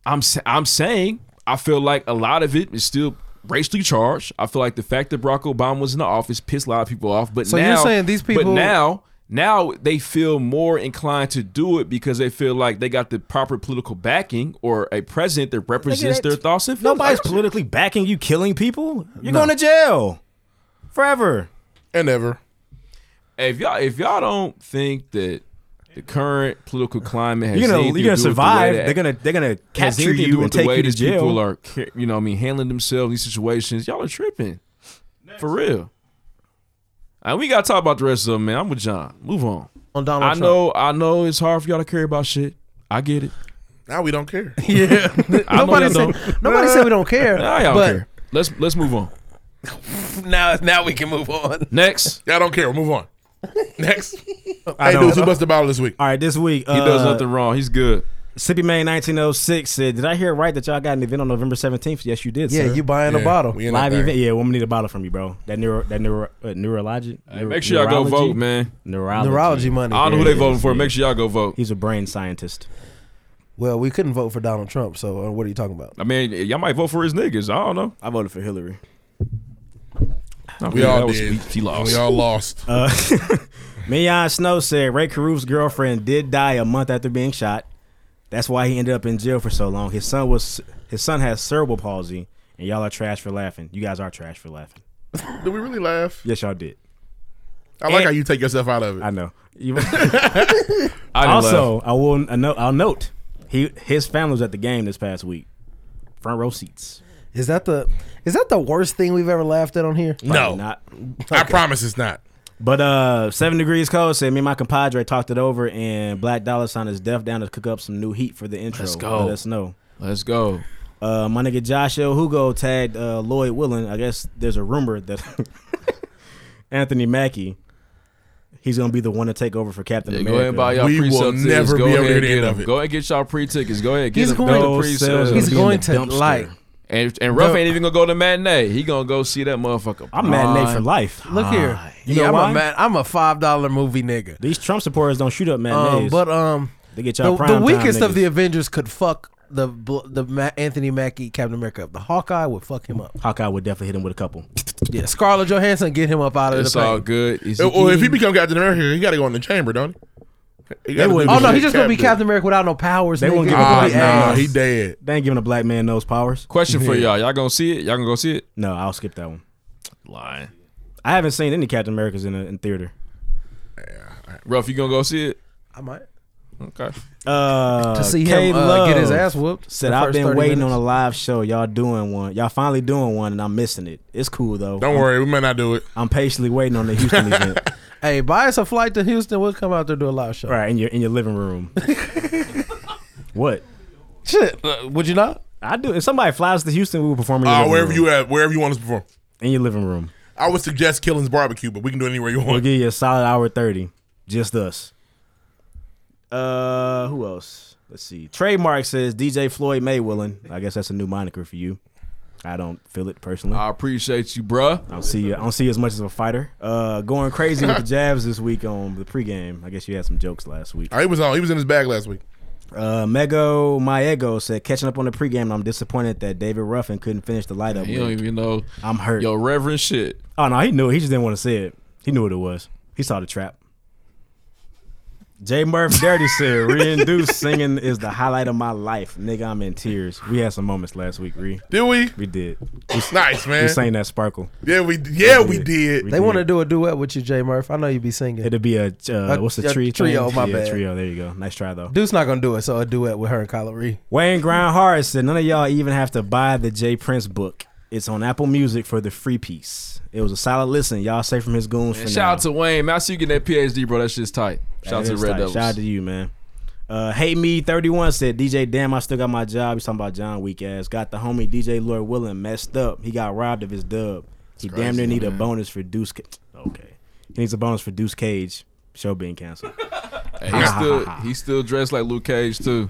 F: I'm sa- I'm saying I feel like a lot of it is still racially charged. I feel like the fact that Barack Obama was in the office pissed a lot of people off. But
B: So you're
F: now,
B: saying these people-
F: But now, now they feel more inclined to do it because they feel like they got the proper political backing or a president that represents
E: that-
F: their thoughts and feelings.
E: Nobody's politically backing you killing people. You're going to jail forever.
C: And ever.
F: if y'all if y'all don't think that the current political climate has
E: You're gonna
F: anything
E: you're gonna
F: to do with the way
E: survive.
F: that-
E: they're gonna they're gonna
F: has
E: capture
F: anything to do
E: you
F: with
E: and
F: the
E: take
F: way
E: you to
F: these people
E: jail.
F: are, ca- you know, what I mean, handling themselves in these situations. Y'all are tripping, for real. And we gotta talk about the rest of them, man. I'm with John. Move on.
B: on Donald
F: I
B: Trump.
F: know, I know, it's hard for y'all to care about shit. I get it.
C: Now we don't care.
B: Yeah,
F: I know y'all
B: nobody
F: don't.
B: said nobody said we don't care.
F: Nah, y'all
B: but
F: care. Let's let's move on.
B: now now we can move on.
F: Next,
C: Y'all don't care. We'll move on. Next.
E: I
C: hey,
E: don't-
C: dudes, who busted bottle this week?
E: All right, this week
F: he does
E: uh,
F: nothing wrong. He's good.
E: Sippy Man 1906 said, "Did I hear right that y'all got an event on November 17th? Yes, you did.
B: Yeah,
E: sir.
B: you buying
C: Yeah,
B: a bottle.
C: we in that
E: live
C: thing.
E: event. Yeah, woman need a bottle from you, bro. That neuro that neuro uh, neurologic.
F: Hey, make sure y'all go vote, man.
E: Neurology.
B: Neurology money.
F: I don't know who
E: Yeah,
F: they voting for.
E: yeah.
F: Make sure y'all go vote.
E: He's a brain scientist.
B: Well, we couldn't vote for Donald Trump, so uh, what are you talking about?
F: I mean, y'all might vote for his niggas. I don't know.
E: I voted for Hillary.
C: We
F: Yeah,
C: all
F: that was
C: did.
F: weak. He lost.
C: We all lost.
E: Uh, Mignon Snow said Ray Caruth's girlfriend did die a month after being shot. That's why he ended up in jail for so long. His son was his son has cerebral palsy, and y'all are trash for laughing. You guys are trash for laughing.
C: Did we really laugh?
E: Yes, y'all did.
C: I like
E: And-
C: how you take yourself out of it.
E: I know. You-
F: I didn't laugh.
E: also, I will. I know, I'll note he his family was at the game this past week, front row seats.
B: Is that the is that the worst thing we've ever laughed at on here?
C: no,
E: not.
C: I promise it's not.
E: But uh, seven degrees cold said me and my compadre talked it over, and Black Dollar signed his deaf down to cook up some new heat for the intro.
F: Let's go.
E: Let us know.
F: Let's go.
E: Uh, my nigga Josh El Hugo tagged uh, Lloyd Willen. I guess there's a rumor that Anthony Mackie, he's gonna be the one to take over for Captain
F: Yeah,
E: America.
F: go ahead and buy y'all
C: We
F: pre
C: will
F: tickets.
C: never
F: go
C: be able
F: ahead
C: to
F: and
C: hear the
F: get
C: end
F: them.
C: of it.
F: Go ahead and get y'all pre tickets. Go ahead, get
B: He's
F: them.
B: going-
F: Go
E: Those sales
F: pre-sales.
E: will
B: He's
E: be in
B: going
E: the
B: to
E: dumpster.
B: like-
F: And, and Ruff
B: No.
F: ain't even gonna go to matinee. He gonna go see that motherfucker.
E: I'm mad Nate for life. Ah,
B: Look here.
E: You
B: Ah, yeah,
E: know
B: I'm
E: why?
B: a man, I'm a five dollar movie nigga.
E: These Trump supporters don't shoot up
B: Um,
E: matinees.
B: but um,
E: they get
B: the,
E: y'all
B: the
E: prime
B: weakest of the
E: niggas.
B: Avengers could fuck the bl- the Ma- Anthony Mackie Captain America up. The Hawkeye would fuck him up.
E: Hawkeye would definitely hit him with a couple.
B: Yeah, Scarlett Johansson get him up out of
F: It's
B: the
F: all
B: pain.
F: good. Is
C: Or or if he
F: be
C: become Captain America, he got to go in the chamber, don't he? he gotta
E: wouldn't
C: do
B: Oh
C: the
B: no,
C: shit
B: he's just gonna be Captain America without no powers.
E: They
B: nigga.
E: won't give a
C: Ah,
E: Black
C: nah,
E: man.
C: he dead.
E: They ain't giving a black man those powers.
F: question for y'all. Y'all gonna see it? Y'all gonna go see it?
E: No, I'll skip that one.
F: Lying.
E: I haven't seen any Captain Americas in a, in theater.
F: Ruff, you gonna go see it?
B: I might
F: Okay.
E: Uh,
B: to see
E: K
B: him uh, get his
E: Love.
B: ass whooped.
E: Said
B: the
E: I've
B: first
E: been
B: 30
E: waiting
B: minutes.
E: on a live show. Y'all doing one. Y'all finally doing one, and I'm missing it. It's cool though.
C: Don't worry, we might not do it.
E: I'm patiently waiting on the Houston event.
B: Hey, buy us a flight to Houston. We'll come out there do a live show.
E: All right, in your in your living room. what?
B: Shit, uh, would you not?
E: I do. If somebody flies to Houston, we will perform. In your
C: Uh,
E: living
C: wherever
E: room.
C: you at, wherever you want us to perform.
E: in your living room.
C: I would suggest Killing's Barbecue, but we can do it anywhere you
E: We'll
C: want.
E: give you a solid hour thirty, just us. Uh, who else? Let's see. Trademark says DJ Floyd Maywillen. I guess that's a new moniker for you. I don't feel it personally.
F: I appreciate you, bruh.
E: I don't see you. I don't see you as much as a fighter. Uh, going crazy with the jabs this week on the pregame. I guess you had some jokes last week.
C: Oh, he was on. He was in his bag last week.
E: Uh, Mego Maego said, catching up on the pregame. I'm disappointed that David Ruffin couldn't finish the light up.
F: You don't
E: wig.
F: even know
E: I'm hurt.
F: your reverend shit.
E: Oh no, he knew. It. He just didn't want to say it. He knew what it was. He saw the trap. J. Murph Dirty said, "Reinduce singing is the highlight of my life, nigga. I'm in tears. We had some moments last week. Re,
C: Did we?
E: we did.
C: Nice man.
E: We sang that sparkle.
C: Yeah, we. Yeah, we
E: did.
C: did.
E: We
B: They
E: did.
B: want to do a duet with you, J Murph. I know you be singing.
E: It'll be a uh,
B: A-
E: what's the
B: a
E: tree
B: trio,
E: thing?
B: my
E: yeah,
B: bad.
E: Trio. There you go. Nice try though.
B: Dude's not gonna do it, so a duet with her and Kyler Ree.
E: Wayne Grindhard said none of y'all even have to buy the J Prince book. It's on Apple Music for the free piece. It was a solid listen. Y'all say from his goons for
F: And
E: now.
F: shout out to Wayne. Man, I see you getting that PhD, bro. That shit's tight. Shout out
E: That
F: to the
E: is
F: Red
E: tight.
F: Devils.
E: Shout out to you, man. Uh, hey me 31 said DJ damn I still got my job. He's talking about John weak ass. Got the homie DJ Lord Willing messed up. He got robbed of his dub. He damn near need a bonus for Deuce. Ca- okay, he needs a bonus for Deuce Cage. Show being canceled.
F: Hey, he's still he's still dressed like Luke Cage too.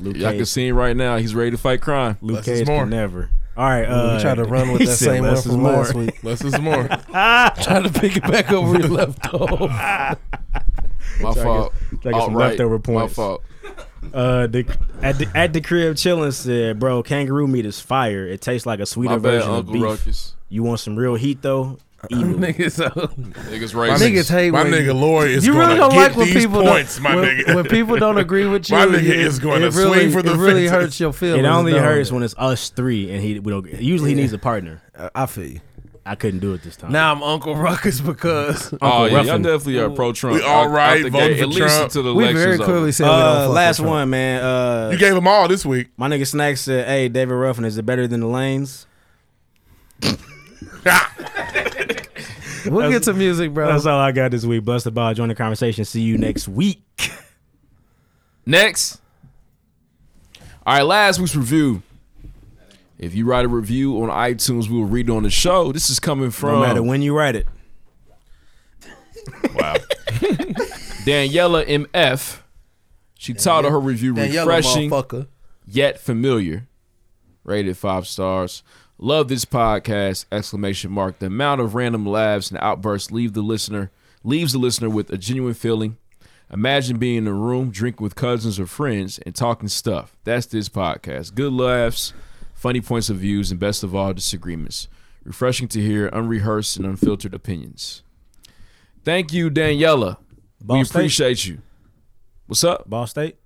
E: Luke
F: Y'all can
E: Cage,
F: see him right now. He's ready to fight crime.
E: Luke
C: is
E: Cage
C: more.
E: can never. All right, uh,
B: we tried to run with
E: he
B: that
E: said
B: same one
E: less is
B: from
E: more.
B: last week.
C: Less is more.
G: Trying to pick it back up where he left off.
F: My fault.
E: try to get some
F: Alright,
E: leftover
F: My
E: points.
F: fault.
E: Uh, the, at the at the crib chilling said, "Bro, kangaroo meat is fire. It tastes like a sweeter
F: My bad,
E: version of
F: Uncle
E: beef.
F: Ruckus.
E: You want some real heat though? Eat it.
G: Nigga, so
F: Niggas
C: My
F: racist.
G: niggas hate
C: my
G: when
C: nigga Lloyd is
G: you
C: going
G: really
C: to
G: don't
C: get
G: like when
C: these
G: people
C: points,
G: don't,
C: my
G: when,
C: nigga.
G: when people don't agree with you.
C: My
G: it-
C: nigga is going
G: it
C: to swing
G: really-
C: for the
G: It really
C: fences.
G: hurts your feelings.
E: It only
G: don't
E: hurts
G: it?
E: when it's us three, and he we don't. Usually he needs a partner.
B: I- I feel you.
E: I couldn't do it this time.
G: Now I'm Uncle Ruckus because
F: Oh yeah, y'all
E: Ruffin.
F: definitely are pro Trump.
C: We all right, voted for
F: At least
C: Trump.
F: until the
B: We very
F: election's
B: clearly said we don't
E: uh,
B: fuck with
E: last
B: Trump.
E: one, man. Uh,
C: You gave them all this week.
E: my nigga Snack said, "Hey, David Ruffin, is it better than the lanes?"
B: We'll get to music, bro.
E: That's all I got this week. Blessed by join the conversation. See you next week.
F: Next. All right, last week's review. If you write a review on iTunes, we'll read it on the show. This is coming
E: No
F: from
E: matter when you write it.
F: Daniela MF. She titled her review
G: That yellow
F: refreshing
G: motherfucker.
F: yet familiar. Rated five stars. Love this podcast! Exclamation mark. The amount of random laughs and outbursts leave the listener leaves the listener with a genuine feeling. Imagine being in a room, drinking with cousins or friends, and talking stuff. That's this podcast. Good laughs, funny points of views, and best of all, disagreements. Refreshing to hear unrehearsed and unfiltered opinions. Thank you, Daniela. we
E: Ball State?
F: appreciate you. What's up?
E: Ball State?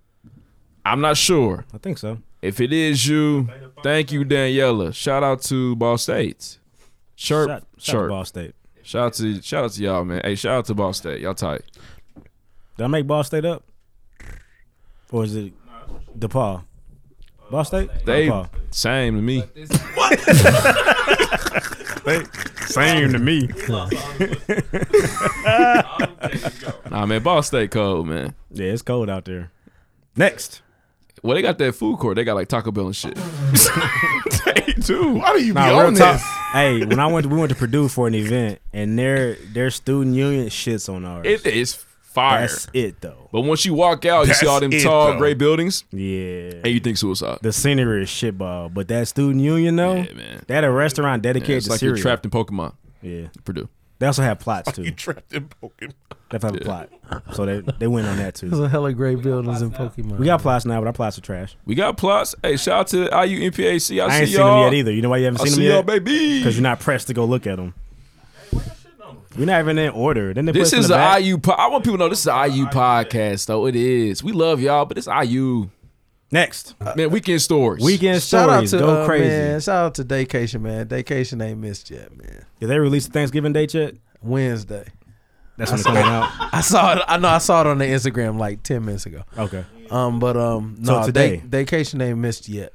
F: I'm not sure.
E: I think so.
F: If it is you, thank you, Daniela. Shout out to Ball State.
E: Shout,
F: Sharp,
E: shout out to
F: sharp.
E: Ball State.
F: shout out to shout out to y'all, man. Hey, shout out to Ball State. Y'all tight.
E: Did I make Ball State up? Or is it DePaul? Ball State?
F: They
E: DePaul.
F: same to me.
E: Same to me.
F: Nah, man, Ball State cold, man.
E: Yeah, it's cold out there.
A: Next.
F: Well, they got that food court. They got like Taco Bell and shit.
C: Dude, why do you be
E: Nah,
C: on
E: real talk.
C: this?
E: hey, when I went, we went to Purdue for an event, and their their student union shits on ours.
F: It is fire.
E: That's it though.
F: but once you walk out, you see
C: That's
F: all them
C: it,
F: tall,
C: though.
F: gray buildings,
E: Yeah.
F: and you think suicide.
E: The scenery is shitball, but that student union though,
F: Yeah, man.
E: that a restaurant dedicated
F: It's
E: to
F: like you're
E: cereal.
F: trapped in Pokemon.
E: yeah,
F: Purdue.
E: they also have plots
C: You
E: too.
C: trapped in Pokemon.
E: They have a plot, so they they went on that
B: There's
E: too.
B: a hella great buildings in Pokemon.
E: We got plots now, but our plots are trash.
F: We got plots. Hey, shout out to IU NPAC. I,
E: I,
F: see
E: ain't seen
F: y'all.
E: them yet either. You know why you haven't
F: I
E: seen
F: see
E: them
F: y'all,
E: yet?
F: baby.
E: Because you're not pressed to go look at them. We're not even in order. Then they put
F: This
E: us in
F: is
E: the
F: the
E: back.
F: IU. Po- I want people to know this is the IU podcast, though. It is. We love y'all, but it's IU.
E: Next
F: Man, weekend stories.
E: weekend
B: Shout out
E: stories
B: to
E: go
B: uh,
E: crazy.
B: Man, shout out to Daycation, man. Daycation ain't missed yet, man.
E: Did they release the Thanksgiving date yet?
B: Wednesday.
E: That's when it's coming out.
B: I saw it. I know. I saw it on the Instagram like ten minutes ago.
E: Okay,
B: Um, but um,
E: So
B: no,
E: today.
B: Day, Daycation ain't missed yet.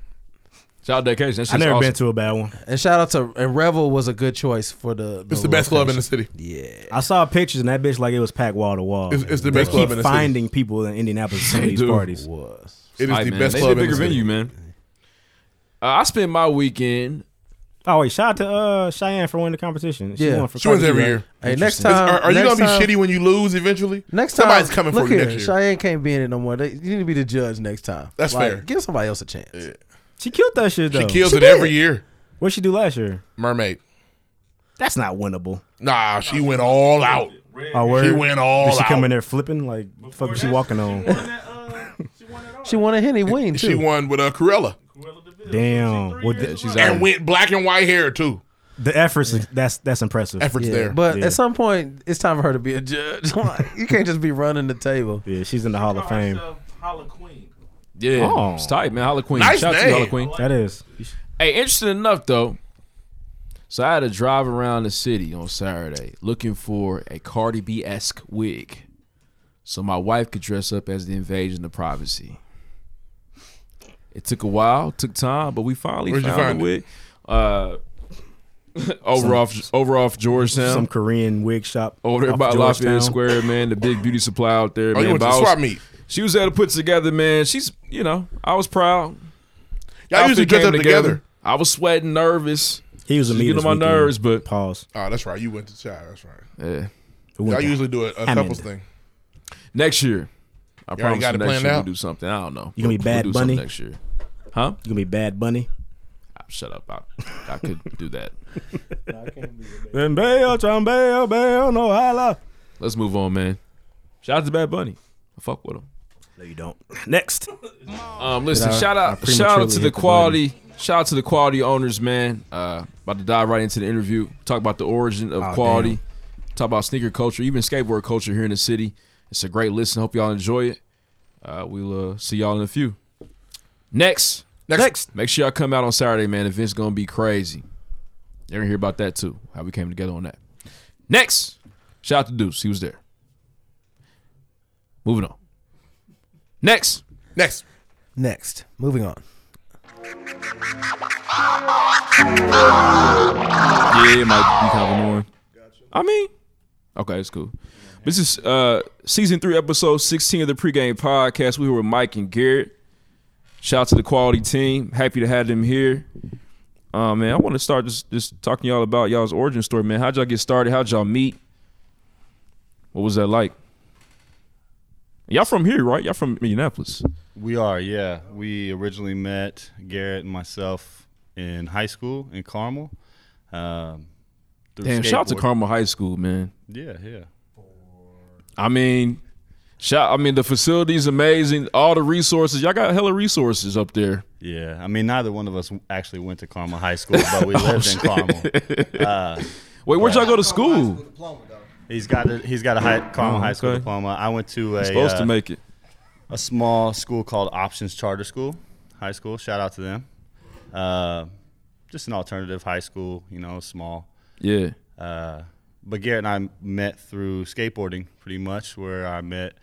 F: Shout out to Vacation. That
E: I
F: shit's
E: never
F: awesome.
E: been to a bad one.
B: And shout out to and Revel was a good choice for the.
C: It's the best club in the
B: location.
C: city.
B: Yeah,
E: I saw pictures and that bitch like it was packed wall to wall.
C: It's, it's the
E: They
C: best club in
E: keep
C: the city.
E: finding people in Indianapolis to
F: They
E: these
F: do.
E: parties.
B: was.
C: It is
F: Aight,
C: the
F: man.
C: best
F: They
C: club in
F: need a
C: the
F: bigger venue,
C: city.
F: man. Uh, I spent my weekend.
E: Oh wait, shout out to uh, Cheyenne for winning the competition. She
B: Yeah.
E: won for
C: She wins
E: Cardi B,
C: every
E: right?
C: year.
B: Hey, next
E: Interesting.
B: time,
C: Are, are you
B: next
C: gonna be
B: time-
C: shitty when you lose eventually?
B: Next time,
C: somebody's coming
B: look
C: for you
B: here,
C: next year.
B: Cheyenne can't be in it no more. They, you need to be the judge next time.
C: That's
B: Like,
C: fair.
B: Give somebody else a chance.
E: She killed that shit though.
C: She kills it every year.
E: What'd she do last year?
C: Mermaid.
E: That's not winnable.
C: Nah, she went all out.
E: Oh, where
C: She went all
E: Did she
C: out.
E: come in there flipping like fuck? was she walking on?
B: She won a Henny Wing too.
C: She won with a Corella
E: Damn. Well, the,
F: She's
C: and
F: out.
C: went black and white hair too.
E: the efforts is- that's that's impressive.
C: Efforts
B: Yeah,
C: there.
B: but
E: Yeah.
B: at some point, it's time for her to be a judge. Like, you can't just be running the table.
E: Yeah, she's in the Hall of Fame.
F: Yeah,
E: Oh.
F: it's tight, man. Holla Queen.
C: Nice
F: Shout out to
C: name.
F: you, Holla Queen.
E: That is.
F: Hey, interesting enough though. So I had to drive around the city on Saturday looking for a Cardi B esque wig, so my wife could dress up as the invasion of privacy. It took a while, took time, but we finally
C: Where'd you
F: found
C: find
F: the
C: it?
F: wig. Uh, over off over off Georgetown,
E: Some Korean wig shop
F: over there
E: off
F: by
E: Georgetown.
F: Lafayette Square, man. The big beauty supply out there,
C: Oh,
F: man.
C: you went to
F: But
C: the
F: I was-
C: swap meet.
F: She was able to put it together, man. She's, you know, I was proud.
C: Y'all usually
F: Outfit
C: dress
F: came
C: up together.
F: I was sweating, nervous.
E: He was a
F: She's
E: meeting
F: getting on my nerves, but
E: Pause.
C: Ah, Oh, that's right. You went to Cheyenne. That's right.
F: yeah.
E: Who
C: Y'all
E: went down?
C: usually do a, a
E: Hammond.
C: couples thing.
F: Next year, I promise
C: got
F: you
C: it
F: next
C: planned
F: year
C: out?
F: we'll do something. I don't know.
E: You gonna be
F: We'll
E: Bad
F: do something
E: Bunny?
F: next year? Huh?
E: You gonna be Bad Bunny?
F: Ah, Shut up. I, I could do that.
E: Then bail, John bail, bail, no holla.
F: Let's move on, man. Shout out to Bad Bunny. I fuck with him.
E: No, you don't. Next.
F: Um, listen,
G: I-
F: shout
G: I
F: out,
G: prematurely
F: shout out to
G: hit
F: the
G: the
F: quality, shout out to the quality owners, man. Uh, about to dive right into the interview. Talk about the origin
G: Oh,
F: of quality. Talk about sneaker culture, even skateboard culture here in the city. It's a great listen. Hope y'all enjoy it. Uh, we'll uh, see y'all in a few. Next,
C: Next.
F: make sure y'all come out on Saturday, man. The event's gonna be crazy. You're gonna hear about that too. How we came together on that. Next, shout out to Deuce. He was there. Moving on. Next.
C: Next.
B: Next, moving on.
F: Yeah, it might be kind of annoying. I mean, okay, it's cool. This is uh season three, episode sixteen of the pregame podcast. We were with Mike and Garrett. Shout out to the quality team. Happy to have them here. Uh, man, I want to start just just talking to y'all about y'all's origin story, man. How'd y'all get started? How'd y'all meet? What was that like? Y'all from here, right? Y'all from Indianapolis.
A: We are, yeah. We originally met Garrett and myself in high school in Carmel. Um, through
F: Damn, shout out to
A: skateboard-
F: Carmel High School, man.
A: Yeah, yeah.
F: I mean, shout. I mean, the facility's amazing. All the resources. Y'all got hella resources up there.
A: Yeah, I mean, neither one of us actually went to Carmel High School, but we lived in Carmel.
F: Oh,
A: Uh,
F: Wait, where'd y'all go to school? Oh,
A: He's got a, he's got a high, Carmel High School
F: okay.
A: diploma. I went to a
F: Supposed
A: uh,
F: to make it.
A: a small school called Options Charter School High School. Shout out to them. Uh, just an alternative high school, you know, small.
F: Yeah.
A: Uh, but Garrett and I met through skateboarding, pretty much, where I met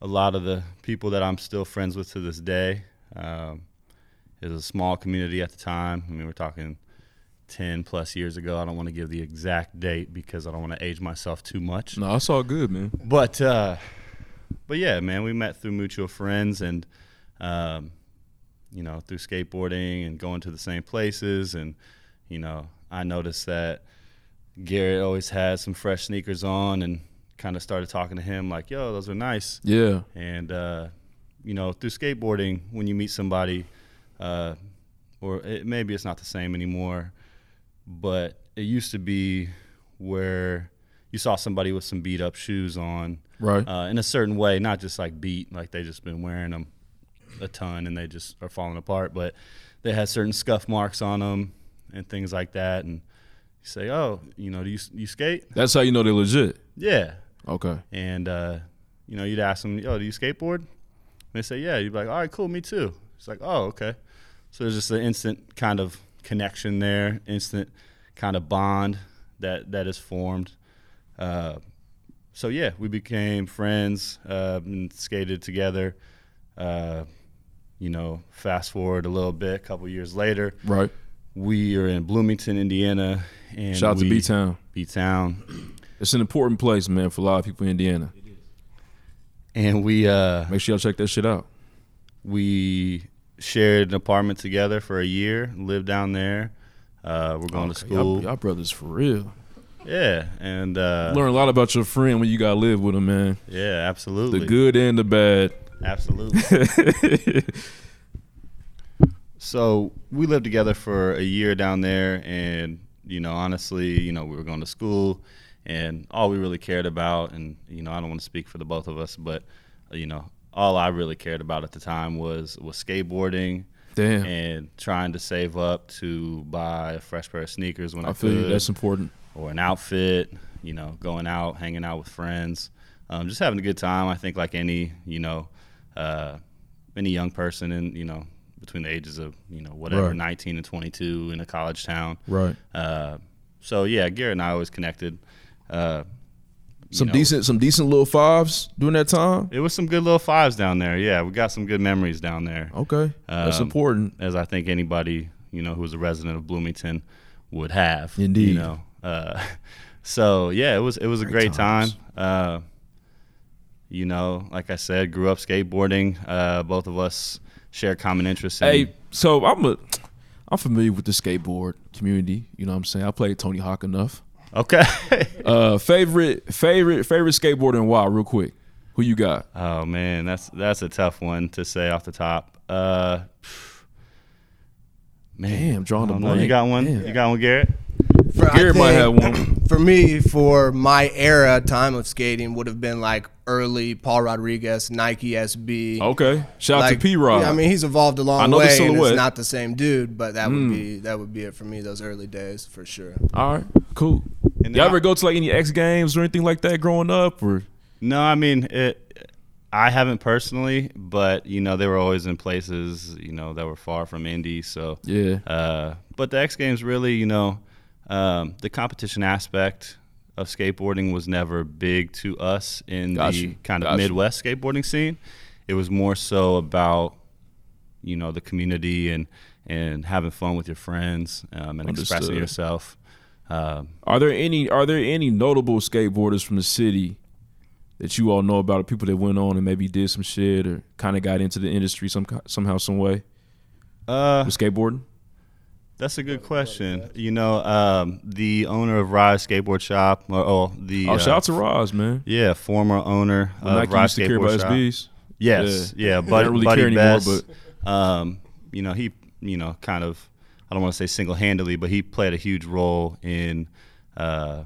A: a lot of the people that I'm still friends with to this day. Um, it was a small community at the time. I mean, we're talking 10 plus years ago. I don't want to give the exact date because I don't want to age myself too much.
F: No, it's all good, man.
A: But uh, but yeah, man, we met through mutual friends and um, you know through skateboarding and going to the same places and you know I noticed that Garrett always had some fresh sneakers on and kind of started talking to him like, "Yo, those are nice."
F: Yeah.
A: And uh, you know through skateboarding, when you meet somebody, uh, or it, maybe it's not the same anymore, but it used to be where you saw somebody with some beat up shoes on
F: Right.
A: uh, in a certain way, not just like beat, like they just been wearing them a ton and they just are falling apart, but they had certain scuff marks on them and things like that. And you say, oh, you know, do you, you skate?
F: That's how you know they're legit.
A: Yeah.
F: Okay.
A: And, uh, you know, you'd ask them, oh, do you skateboard? And they say, yeah. You'd be like, all right, cool, me too. It's like, oh, okay. So there's just an instant kind of connection there, instant kind of bond that, that is formed. Uh, so yeah, we became friends uh, and skated together. Uh, you know, fast forward a little bit, a couple years later,
F: Right.
A: we are in Bloomington, Indiana, and
F: Shout out to
A: we-
F: B Town.
A: B Town,
F: It's an important place, man, for a lot of people in Indiana.
A: and we uh,
F: Make sure y'all check that shit out.
A: we shared an apartment together for a year, lived down there. Uh, we're going to
F: Okay,
A: school,
F: Y'all, y'all brothers for real.
A: yeah, and uh,
F: Learn a lot about your friend when you gotta live with him, man.
A: yeah,
F: The
A: absolutely,
F: good and the bad.
A: absolutely. so we lived together for a year down there and you know honestly you know we were going to school and all we really cared about and you know i don't want to speak for the both of us but you know all i really cared about at the time was was skateboarding
F: Damn.
A: and trying to save up to buy a fresh pair of sneakers when i,
F: I feel you.
A: could
F: That's important.
A: or an outfit, you know, going out, hanging out with friends, um, just having a good time. I think like any, you know, uh, any young person in, you know, between the ages of, you know, whatever,
F: Right.
A: 19 and 22 in a college town.
F: Right.
A: Uh, so yeah, Garrett and I always connected. Uh, you
F: Some
A: know,
F: decent, some decent little fives during that time.
A: It was some good little fives down there. Yeah, we got some good memories down there.
F: Okay. That's
A: Um,
F: important.
A: as I think anybody you know who's a resident of Bloomington would have.
F: Indeed.
A: You know, uh, so yeah, it was it was a great, time.
F: times.
A: Uh, you know, like I said, grew up skateboarding. Uh, both of us share common interests. In,
F: Hey, so I'm a, I'm familiar with the skateboard community. You know what I'm saying? I played Tony Hawk enough.
A: Okay.
F: Uh, favorite, favorite, favorite skateboarder and why? Real quick, who you got?
A: oh man, that's that's a tough one to say off the top. Uh, man,
F: Damn, drawing
A: I
F: the
A: don't know.
F: blank.
A: You got one?
F: Damn.
A: You got one, Garrett?
H: For, I
F: Garrett might have
H: think-
F: one.
H: For me, for my era, time of skating would have been like early Paul Rodriguez, Nike SB.
F: Okay, shout out
H: Like,
F: to P Rod.
H: yeah, I mean, he's evolved a long
F: I know the
H: way, and
F: silhouette. Hmm.
H: it's not the same dude. But that would be that would be it for me. Those early days, for sure.
F: all right, cool.
A: And
F: Y'all
A: then
F: ever
A: I-
F: go to like any X Games or anything like that growing up, or
A: No, I mean it. I haven't personally, but you know they were always in places you know that were far from Indy. So
F: Yeah.
A: Uh, but the X Games really, you know, um, the competition aspect of skateboarding was never big to us in
F: Gotcha,
A: the kind of
F: gotcha.
A: Midwest skateboarding scene. It was more so about you know the community and and having fun with your friends um, and
F: Understood.
A: expressing yourself. Um,
F: Are there any are there any notable skateboarders from the city that you all know about, or people that went on and maybe did some shit or kind of got into the industry some somehow, some way
A: uh,
F: with skateboarding?
A: That's a good question. You know, um, the owner of Rise Skateboard Shop, or oh, the
F: Oh,
A: uh,
F: shout out to Roz, man.
A: yeah, former owner
F: When
A: of
F: Nike
A: Rise
F: used to care
A: Skateboard
F: about
A: Shop.
F: SBs.
A: Yes, yeah,
F: I
A: Buddy,
F: don't really
A: Buddy
F: care anymore,
A: Best. um, you know, he, you know, kind of, I don't want to say single-handedly, but he played a huge role in, uh,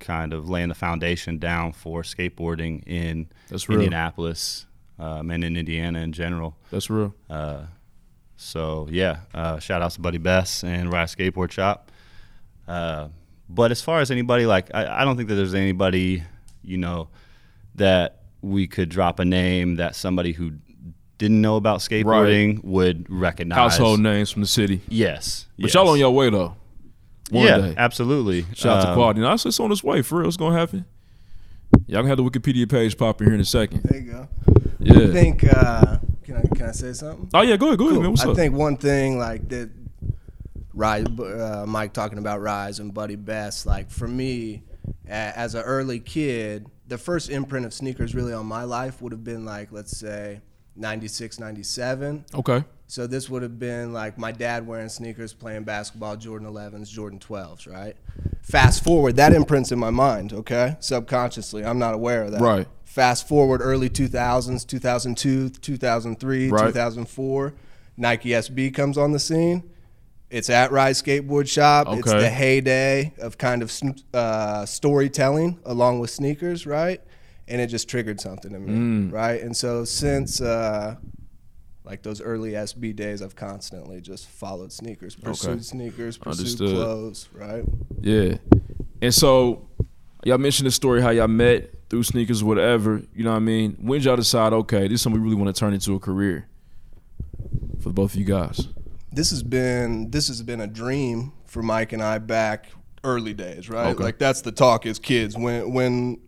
A: kind of laying the foundation down for skateboarding in
F: That's real.
A: Indianapolis um, and in Indiana in general. Uh,
F: That's real.
A: So yeah, uh, shout outs to Buddy Bess and Rise Skateboard Shop. Uh, but as far as anybody, like I, I don't think that there's anybody, you know, that we could drop a name that somebody who didn't know about skateboarding would recognize.
F: Household names from the city.
A: yes.
F: But y'all on your way though. One
A: yeah,
F: day.
A: absolutely.
F: Shout out to
A: Um,
F: quality. Now it's it's on its way. For real, it's gonna happen. Y'all gonna have the Wikipedia page popping here in a second.
H: There you go. I
F: Yeah.
H: think. Uh, can I can I say something?
F: Oh yeah, go ahead, go ahead, man. What's
H: I
F: up?
H: think one thing like that, Rise, uh, Mike talking about Rise and Buddy Best. Like for me, a- as an early kid, the first imprint of sneakers really on my life would have been like let's say 96, 97.
F: okay.
H: So this would have been like my dad wearing sneakers, playing basketball, Jordan 11s, Jordan 12s, right? Fast forward, that imprints in my mind, okay? Subconsciously, I'm not aware of that.
F: Right.
H: Fast forward early 2000s, 2002, 2003,
F: Right.
H: 2004, Nike SB comes on the scene. It's at Rise Skateboard Shop. It's
F: Okay.
H: the heyday of kind of sn- uh, storytelling along with sneakers, right? And it just triggered something in
F: Mm.
H: me, right? And so since uh, like those early SB days, I've constantly just followed sneakers, pursued sneakers, pursued
F: Understood.
H: clothes, right?
F: Yeah. And so y'all mentioned the story how y'all met through sneakers, whatever. You know what I mean? When did y'all decide, okay, this is something we really want to turn into a career for both of you guys?
H: This has been this has been a dream for Mike and I back early days, right?
F: Okay.
H: Like that's the talk as kids when when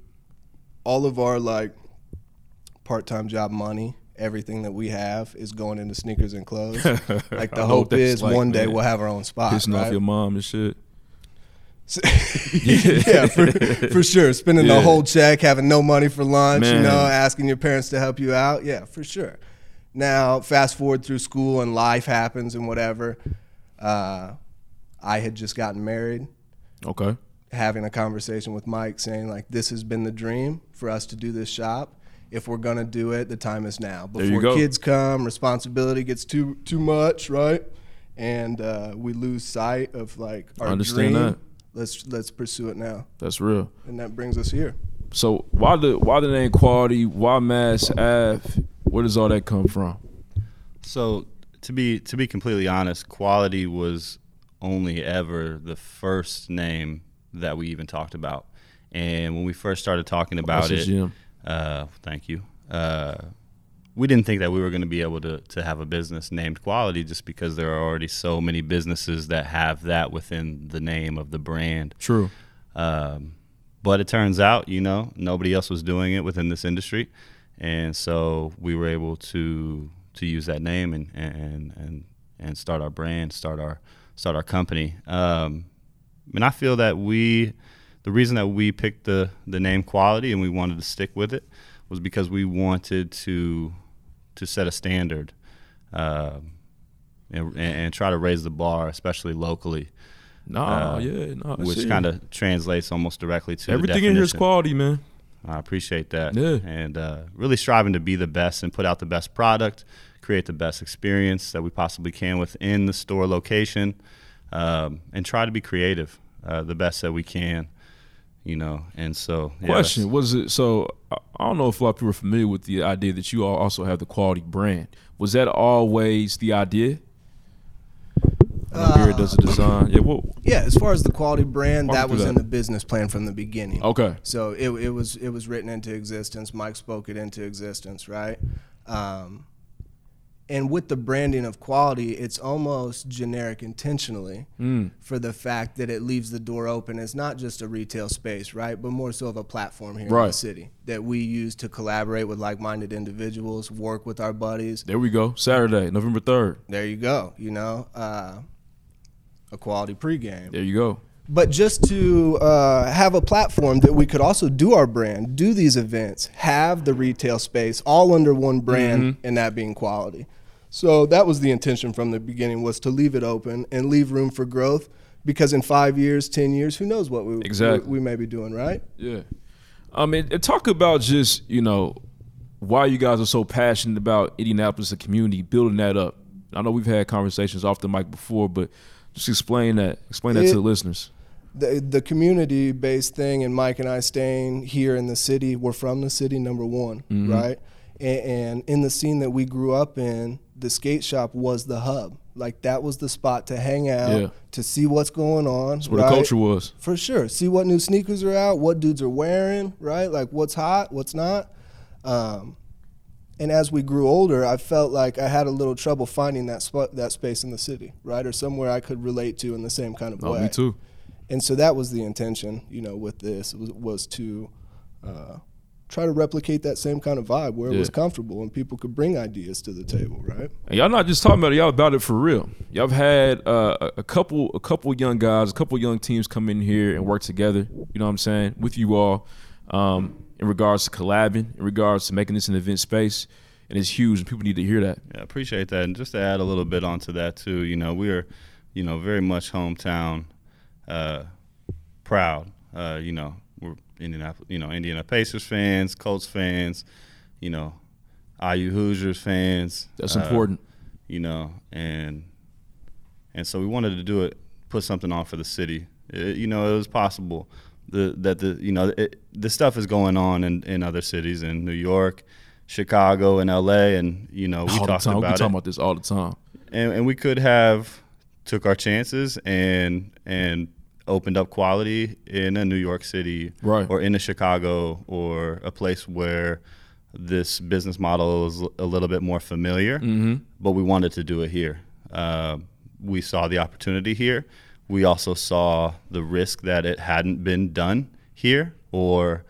H: all of our like part-time job money, everything that we have is going into sneakers and clothes. like
F: I know
H: the hope
F: what that's
H: is
F: like,
H: one day
F: man.
H: we'll have our own spot,
F: Pissing off
H: right?
F: your mom and shit.
H: yeah, for, for sure. Spending
F: Yeah.
H: the whole check, having no money for lunch,
F: Man.
H: you know, asking your parents to help you out. Yeah, for sure. Now, fast forward through school and life happens and whatever. Uh, I had just gotten married,
F: Okay.
H: having a conversation with Mike saying, like, this has been the dream for us to do this shop. If we're going to do it, the time is now.
F: you
H: Before
F: go.
H: kids come, responsibility gets too too much, right? And uh, we lose sight of like our
F: Understand
H: dream.
F: that.
H: Let's let's pursue it now
F: That's real.
H: and that brings us here.
F: So why the why the name quality? Why Mass Ave? Where does all that come from?
A: So to be to be completely honest, quality was only ever the first name that we even talked about. And when we first started talking about
F: That's
A: it,
F: a gem.
A: uh, thank you. Uh, we didn't think that we were going to be able to to have a business named Quality just because there are already so many businesses that have that within the name of the brand.
F: True.
A: Um, but it turns out, you know, nobody else was doing it within this industry, and so we were able to to use that name and and and and start our brand, start our start our company. Um, and I feel that we, the reason that we picked the the name Quality and we wanted to stick with it was because we wanted to to set a standard. Um, and, and, and try to raise the bar, especially locally.
F: No,
A: uh,
F: yeah, no.
A: which kind of translates almost directly to the
F: everything in here is
A: definition.
F: quality, man.
A: I appreciate that.
F: Yeah.
A: And uh, really striving to be the best and put out the best product, create the best experience that we possibly can within the store location, um, and try to be creative uh, the best that we can, you know. And so, yeah, that's-
F: Question was it so? I I don't know if a lot of people are familiar with the idea that you all also have the quality brand. Was that always the idea? Uh, Beard does a design. Yeah. Well,
H: Yeah, as far as the quality brand,
F: Walk me
H: that
F: through
H: was
F: that.
H: in the business plan from the beginning.
F: okay.
H: So it, it was it was written into existence. Mike spoke it into existence, right? Um, and with the branding of quality, it's almost generic intentionally
F: Mm.
H: for the fact that it leaves the door open. It's not just a retail space, right? But more so of a platform here in the
F: Right.
H: city that we use to collaborate with like-minded individuals, work with our buddies.
F: There we go. Saturday, November third.
H: There you go. You know, uh, a quality pregame
F: There you go.
H: but just to uh, have a platform that we could also do our brand, do these events, have the retail space all under one brand, and that being quality. So that was the intention from the beginning was to leave it open and leave room for growth because in five years, ten years, who knows what we
F: Exactly.
H: we, we may be doing, right?
F: Yeah. I mean, and talk about just, you know, why you guys are so passionate about Indianapolis, the community, building that up. I know we've had conversations off the mic before, but just explain that. Explain that
H: It-
F: to the listeners.
H: the the community based thing and Mike and I staying here in the city. We're from the city, number one,
F: Mm-hmm.
H: right? And, and in the scene that we grew up in, the skate shop was the hub. Like that was the spot to hang out,
F: Yeah.
H: to see what's going on.
F: That's what the culture was.
H: For sure. See what new sneakers are out, what dudes are wearing, right? Like what's hot, what's not. Um, and as we grew older, I felt like I had a little trouble finding that spot, that space in the city, right, or somewhere I could relate to in the same kind of
F: Oh,
H: way
F: me too.
H: and so that was the intention you know with this was, was to uh, try to replicate that same kind of vibe where it was
F: Yeah.
H: comfortable and people could bring ideas to the table right
F: And y'all not just talking about it, y'all about it for real. Y'all have had uh, a- a couple a couple young guys, a couple young teams come in here and work together, you know what I'm saying, with you all um, in regards to collabing, in regards to making this an event space. And it's huge, and people need to hear that.
A: Yeah, I appreciate that. And just to add a little bit onto that too, you know, we are, you know, very much hometown uh, proud. Uh, you know, we're Indianapolis, you know, Indiana Pacers fans, Colts fans, you know, IU Hoosiers fans.
F: That's
A: uh,
F: important.
A: You know, and and so we wanted to do it, put something on for the city. It, you know, it was possible the, that the you know it, this stuff is going on in, in other cities in New York, Chicago, and L.A. And you know we
F: all
A: talked
F: the time. we
A: about
F: talking
A: it,
F: about this all the time.
A: and, and we could have took our chances and and opened up quality in a New York City
F: Right.
A: or in a Chicago or a place where this business model is a little bit more familiar,
F: Mm-hmm.
A: but we wanted to do it here. Uh, we saw the opportunity here. We also saw the risk that it hadn't been done here or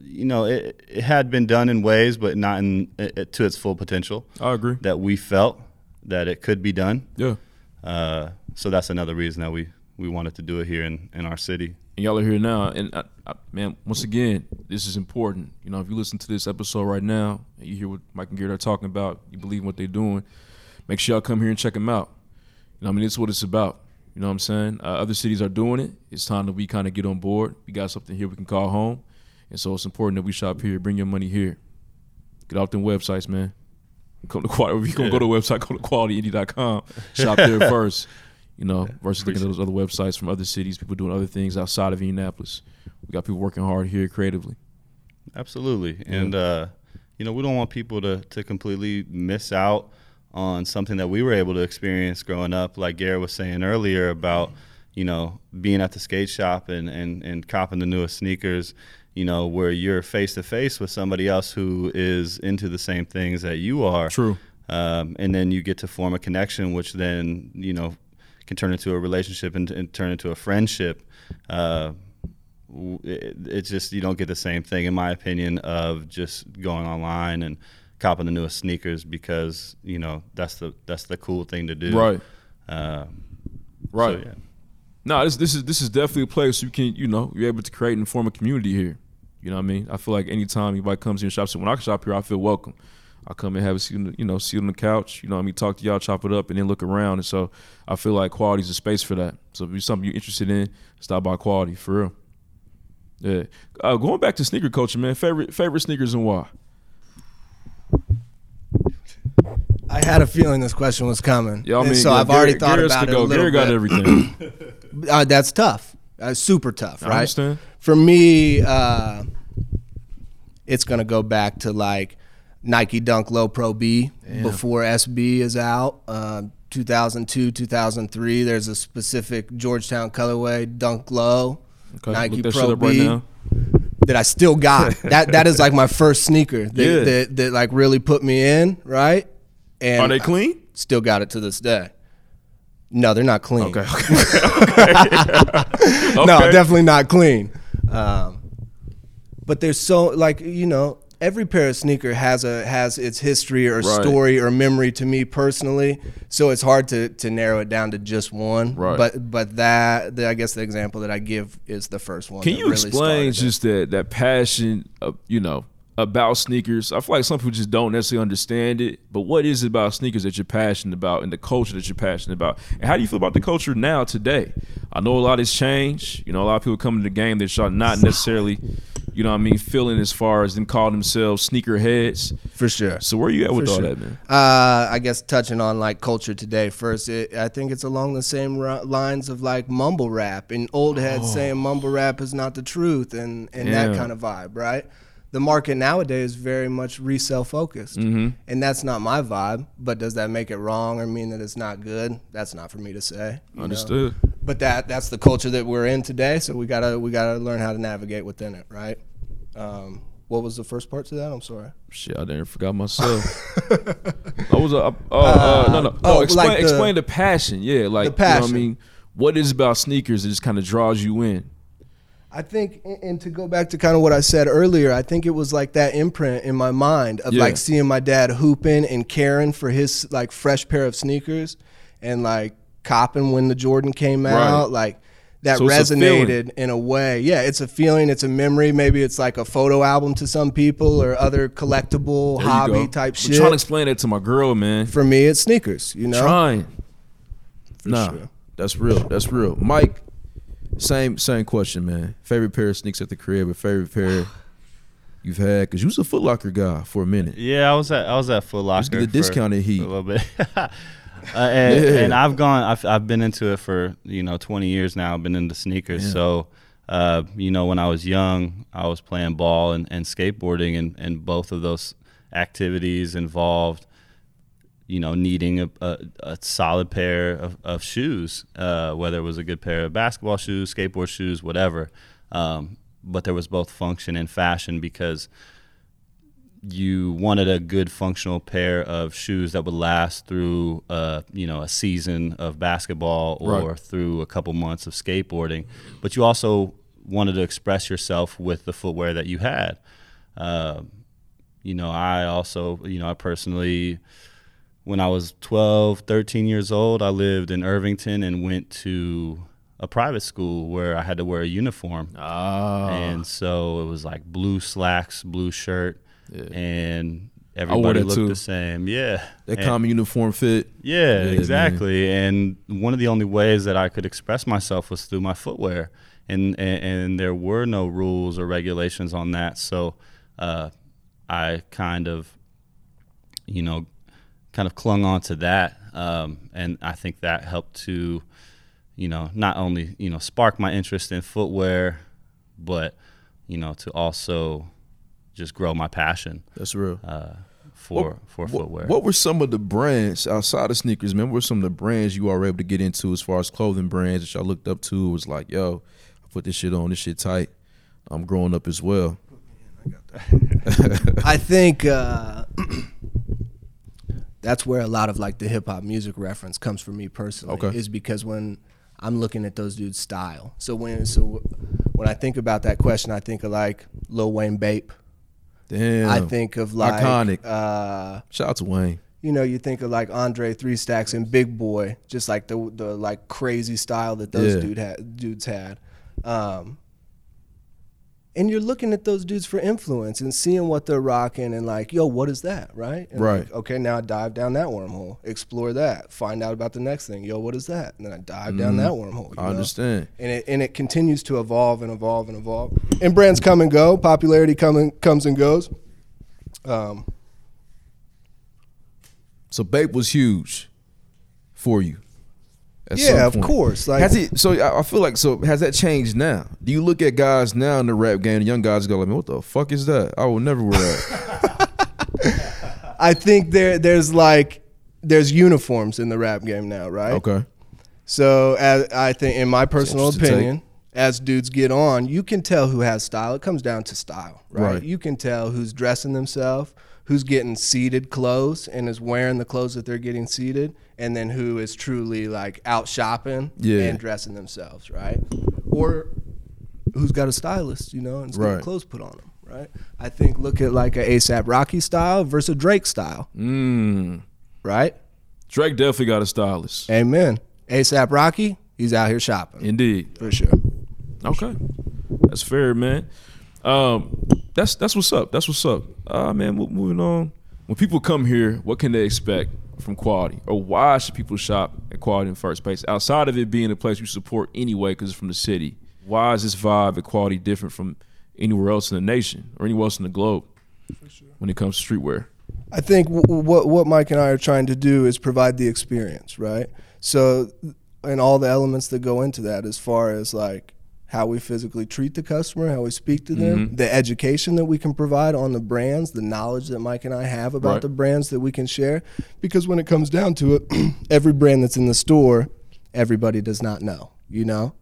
A: you know, it, it had been done in ways, but not in it, to its full potential
F: I agree.
A: that we felt that it could be done.
F: Yeah.
A: Uh, so that's another reason that we, we wanted to do it here in, in our city.
F: and y'all are here now. And I, I, man, once again, this is important. You know, if you listen to this episode right now and you hear what Mike and Garrett are talking about, you believe in what they're doing, make sure y'all come here and check them out. You know, I mean, it's what it's about. You know what I'm saying? Uh, other cities are doing it. It's time that we kind of get on board. We got something here we can call home, and so it's important that we shop here. Bring your money here. Get off them websites, man. Come to quality. If you gonna go to the website, go to qualityindy.com. Shop there first. You know, versus looking at those other websites from other cities, people doing other things outside of Indianapolis. We got people working hard here creatively.
A: Absolutely. And, uh, you know, we don't want people to, to completely miss out on something that we were able to experience growing up. Like Garrett was saying earlier about, you know, being at the skate shop and, and, and copping the newest sneakers, you know, where you're face to face with somebody else who is into the same things that you are.
F: True.
A: um, and then you get to form a connection, which then you know can turn into a relationship and, and turn into a friendship. Uh, w- it, it's just you don't get the same thing, in my opinion, of just going online and copping the newest sneakers because you know that's the that's the cool thing to do.
F: Right.
A: Um,
F: Right.
A: So, yeah.
F: No, this this is this is definitely a place you can you know you're able to create and form a community here. You know what I mean? I feel like anytime anybody comes here and shops, when I shop here, I feel welcome. I come and have a seat, on the- you know, seat on the couch. You know, what I mean, talk to y'all, chop it up, and then look around. And so I feel like quality's a space for that. So if it's something you're interested in, stop by quality for real. Yeah. Uh, going back to sneaker culture, man. Favorite favorite sneakers and why?
H: I had a feeling this question was coming.
F: Yeah, I
H: And
F: mean,
H: so
F: yeah,
H: I've already
F: Gary-
H: thought
F: Gary's
H: about
F: could
H: it a
F: go.
H: little
F: Gary got
H: bit.
F: everything.
H: Uh, that's tough. Uh, super tough,
F: I
H: right?
F: understand.
H: For me, uh, it's gonna go back to like Nike Dunk Low Pro B before SB is out. Uh, 2002, 2003. There's a specific Georgetown colorway Dunk Low
F: Okay,
H: Nike
F: look that
H: Pro
F: shit up
H: B
F: right now.
H: that I still got. that that is like my first sneaker that
F: Yeah.
H: that, that like really put me in, right? And
F: Are they clean?
H: still got it to this day. No, they're not clean.
F: Okay. okay.
H: no,
F: Okay.
H: definitely not clean. Um, but there's so like you know every pair of sneaker has a has its history or story or memory to me personally. So it's hard to to narrow it down to just one.
F: Right.
H: But but that the, I guess the example that I give is the first one.
F: Can
H: that
F: you
H: really started
F: explain
H: it.
F: just that that passion of you know about sneakers? I feel like some people just don't necessarily understand it. But what is it about sneakers that you're passionate about and the culture that you're passionate about? And how do you feel about the culture now today? I know a lot has changed. You know, a lot of people come to the game that y'all not necessarily, you know, what I mean, feeling as far as them calling themselves sneakerheads.
H: for sure?
F: So where you at with
H: For
F: all
H: sure.
F: that, man?
H: Uh, I guess touching on like culture today first, it, I think it's along the same ri- lines of like mumble rap and old heads saying mumble rap is not the truth and, and that
F: Oh. Yeah.
H: kind of vibe, right? The market nowadays is very much resale focused,
F: Mm-hmm.
H: and that's not my vibe. But does that make it wrong or mean that it's not good? That's not for me to say. you know?
F: Understood.
H: But that that's the culture that we're in today, so we gotta we gotta learn how to navigate within it, right? Um, what was the first part to that? I'm sorry.
F: Shit, I didn't forgot myself. I was a uh, uh, no no no.
H: oh,
F: explain,
H: like the-
F: explain the passion. Yeah, like
H: The passion.
F: You know what I mean, what is it about sneakers that just kind of draws you in?
H: I think, and- and to go back to kind of what I said earlier, I think it was like that imprint in my mind of
F: Yeah.
H: like seeing my dad hooping and caring for his like fresh pair of sneakers and like copping when the Jordan came
F: Right.
H: out. Like that
F: So it's a feeling.
H: resonated in a way. Yeah, it's a feeling, it's a memory. Maybe it's like a photo album to some people or other collectible
F: There you go.
H: hobby type
F: I'm
H: shit.
F: Trying to explain that to my girl, man.
H: for me, it's sneakers, you know?
F: Trying. Nah,
H: sure.
F: that's real. That's real. Mike, same same question, man. Favorite pair of sneaks at the crib, or favorite pair you've had? Cause you was a Foot Locker guy for a minute.
A: Yeah, I was at I was at Foot Locker.
F: Let's get the
A: for
F: discounted heat.
A: a little bit. Uh, and,
F: Yeah.
A: and I've gone. I've I've been into it for you know 20 years now. I've been into sneakers. So, uh, you know, when I was young, I was playing ball and, and skateboarding, and and both of those activities involved you know, needing a, a, a solid pair of, of shoes, uh, whether it was a good pair of basketball shoes, skateboard shoes, whatever. Um, but there was both function and fashion because you wanted a good functional pair of shoes that would last through, uh, you know, a season of basketball or through a couple months of skateboarding. But you also wanted to express yourself with the footwear that you had. Uh, you know, I also, you know, I personally when I was 12, 13 years old, I lived in Irvington and went to a private school where I had to wear a uniform.
F: Ah.
A: And so it was like blue slacks, blue shirt, and everybody
F: that
A: looked
F: too.
A: the same. Yeah.
F: That
A: And-
F: common uniform fit.
A: yeah,
F: man.
A: exactly. And one of the only ways that I could express myself was through my footwear, and and, and there were no rules or regulations on that. So uh, I kind of, you know, kind of clung on to that, um, and I think that helped to, you know, not only you know spark my interest in footwear, but you know to also just grow my passion uh,
F: That's real.
A: for for footwear.
F: What were some of the brands outside of sneakers, man? What were some of the brands you all were able to get into as far as clothing brands that y'all looked up to? Was like, yo, I put this shit on, this shit tight. I'm growing up as well.
H: I think uh, that's where a lot of like the hip hop music reference comes for me personally.
F: Okay.
H: Is because when I'm looking at those dudes' style. So when so when I think about that question, I think of like Lil Wayne Bape.
F: Damn.
H: I think of like
F: Iconic.
H: Uh,
F: Shout out to Wayne.
H: you know, you think of like Andre Three Stacks and Big Boy, just like the the like crazy style that those
F: Yeah.
H: dude had dudes had. Um, and you're looking at those dudes for influence and seeing what they're rocking and like, yo, what is that, right? And
F: Right.
H: like, okay, now I dive down that wormhole, explore that, find out about the next thing. Yo, what is that? And then I dive down that wormhole. you
F: Mm-hmm. I
H: know?
F: understand.
H: And it and it continues to evolve and evolve and evolve. And brands come and go, popularity come and, comes and goes. Um,
F: So Bape was huge for you. at some
H: yeah, of
F: point.
H: course. Like
F: Has it? So I I feel like so. Has that changed now? Do you look at guys now in the rap game? The young guys go like, "Man, what the fuck is that? I will never wear that."
H: I think there there's like there's uniforms in the rap game now, right?
F: okay.
H: So as I think, in my personal
F: interesting take.
H: opinion, as dudes get on, you can tell who has style. It comes down to style, right?
F: Right.
H: You can tell who's dressing themselves, who's getting seated clothes, and is wearing the clothes that they're getting seated, and then who is truly like out shopping
F: Yeah.
H: and dressing themselves, right? Or who's got a stylist, you know, and it's got
F: Right.
H: clothes put on them, right? I think look at like a ASAP Rocky style versus Drake style,
F: Mm.
H: right?
F: Drake definitely got a stylist.
H: Amen. ASAP Rocky, he's out here shopping
F: Indeed.
H: for sure.
F: Okay. That's fair, man. Um, that's that's what's up. That's what's up. Uh, man, mo- moving on. When people come here, what can they expect from quality, or why should people shop at quality in the first place? Outside of it being a place you support anyway, because it's from the city. Why is this vibe at quality different from anywhere else in the nation or anywhere else in the globe when it comes to streetwear?
H: I think w- w- what what Mike and I are trying to do is provide the experience, right? So, and all the elements that go into that, as far as like how we physically treat the customer, how we speak to them, the education that we can provide on the brands, the knowledge that Mike and I have about
F: Right.
H: the brands that we can share, because when it comes down to it, every brand that's in the store, everybody does not know, you know.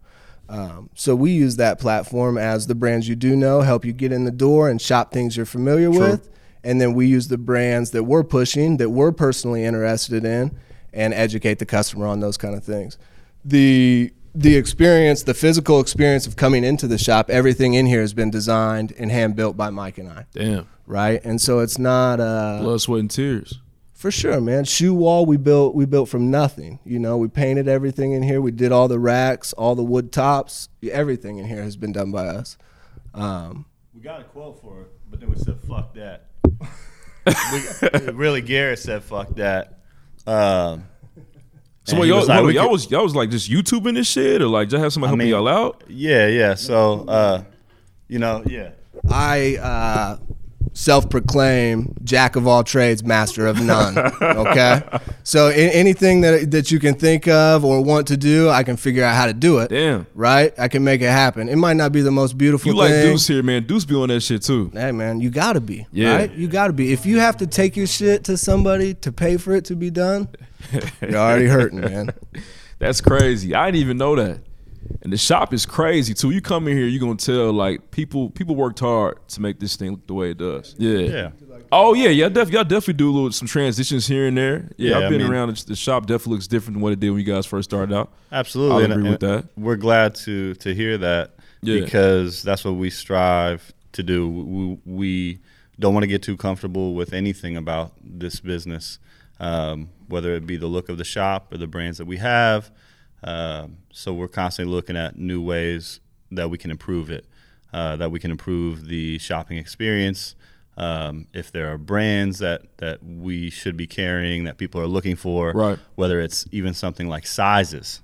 H: Um, so we use that platform as the brands you do know help you get in the door and shop things you're familiar with, and then we use the brands that we're pushing that we're personally interested in and educate the customer on those kind of things. The the experience, the physical experience of coming into the shop, everything in here has been designed and hand built by Mike and I,
F: Damn,
H: right? And so it's not uh,
F: blood, sweat, and tears.
H: for sure, man. Shoe wall we built we built from nothing. You know, we painted everything in here. We did all the racks, all the wood tops. Everything in here has been done by us. Um,
A: We got a quote for it, but then we said, fuck that. we, really, Garrett said, fuck that. Um,
F: So
A: and
F: what,
A: he
F: y'all,
A: was
F: was
A: like, we
F: y'all
A: could-
F: was y'all was like just YouTubing this shit, or like just have somebody helping
A: mean-
F: y'all out?
A: yeah, yeah. So, uh, you know, yeah.
H: I uh, self-proclaim jack of all trades, master of none. Okay, so a- anything that that you can think of or want to do, I can figure out how to do it.
F: Damn.
H: right? I can make it happen. It might not be the most beautiful
F: You like
H: thing.
F: Deuce here, man. Deuce be on that shit too.
H: Hey man, you gotta be.
F: Yeah.
H: Right? You gotta be. If you have to take your shit to somebody to pay for it to be done, you're already hurting, man.
F: That's crazy. I didn't even know that. And the shop is crazy too. You come in here, you're gonna tell like people people worked hard to make this thing look the way it does. Yeah.
A: Yeah.
F: Oh yeah, yeah. Def- y'all definitely do a little, some transitions here and there. Yeah,
A: Yeah,
F: I've
A: I
F: been
A: mean-
F: around. The, the shop definitely looks different than what it did when you guys first started out.
A: Absolutely,
F: I'll
A: and-
F: agree with
A: and
F: that.
A: We're glad to to hear that
F: Yeah.
A: because that's what we strive to do. We, we don't want to get too comfortable with anything about this business, um, whether it be the look of the shop or the brands that we have. Um, so we're constantly looking at new ways that we can improve it, uh, that we can improve the shopping experience. Um, if there are brands that, that we should be carrying that people are looking for,
F: Right.
A: whether it's even something like sizes,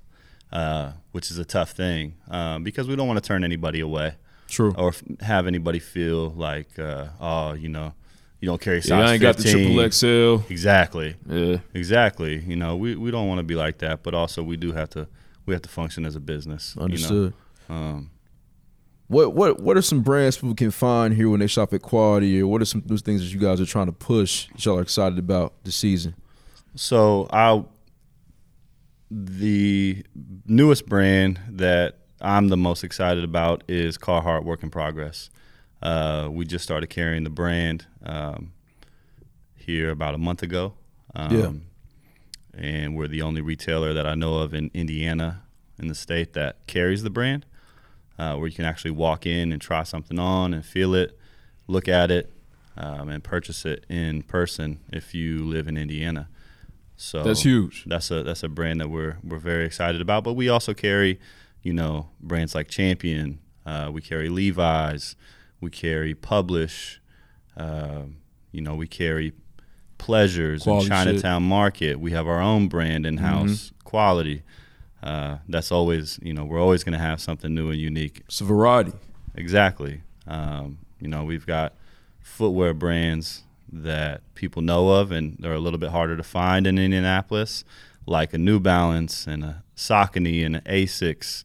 A: uh, which is a tough thing um, because we don't want to turn anybody away
F: True.
A: or f- have anybody feel like, uh, oh, you know, you don't carry size
F: Yeah, I ain't got the
A: 15.
F: triple XL.
A: Exactly,
F: Yeah.
A: exactly. You know, we, we don't want to be like that, but also we do have to we have to function as a business. you know.
F: Understood.
A: Um,
F: What what what are some brands people can find here when they shop at Quality, or what are some new things that you guys are trying to push? That y'all are excited about this season.
A: So I, the newest brand that I'm the most excited about is Carhartt Work in Progress. Uh, we just started carrying the brand um, here about a month ago. Um,
F: Yeah.
A: And we're the only retailer that I know of in Indiana, in the state, that carries the brand, uh, where you can actually walk in and try something on and feel it, look at it, um, and purchase it in person if you live in Indiana. So
F: That's huge.
A: That's a that's a brand that we're we're very excited about. But we also carry, you know, brands like Champion. Uh, we carry Levi's. we carry Publish, um, you know, we carry Pleasures
F: Quality
A: in
F: shit. Mm-hmm.
A: Chinatown Market. We have our own brand in house, quality. Uh, that's always, you know, we're always going to have something new and unique
F: It's a variety.
A: Exactly. Um, you know, we've got footwear brands that people know of and they're a little bit harder to find in Indianapolis, like a New Balance and a Saucony and an Asics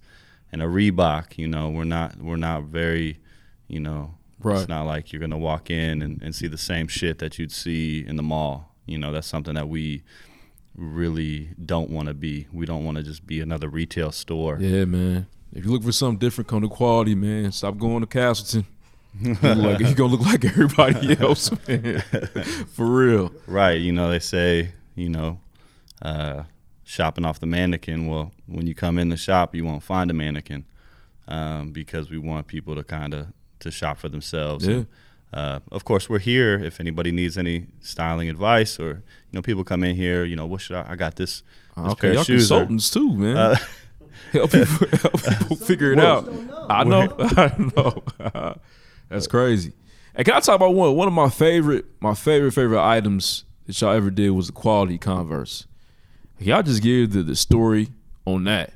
A: and a Reebok. You know, we're not we're not very, you know,
F: Right.
A: it's not like you're gonna walk in and, and see the same shit that you'd see in the mall. You know, that's something that we really don't want to be. We don't want to just be another retail store.
F: Yeah, man. If you look for something different, come to quality, man. Stop going to Castleton. You look like, you're gonna look like everybody else, man. For real.
A: Right. You know, they say, you know, uh, shopping off the mannequin. Well, when you come in the shop, you won't find a mannequin um, because we want people to kind of to shop for themselves.
F: Yeah.
A: And, uh, of course, we're here if anybody needs any styling advice or, you know, people come in here, you know, what should I, I got this, this
F: Ah, Okay,
A: pair
F: y'all
A: of shoes. Uh, or-
F: consultants too, man. help people, help people figure it out. I know, I know. That's crazy. And can I talk about one? One of my favorite, my favorite, favorite items that y'all ever did was the quality Converse. Y'all just give the, the story on that.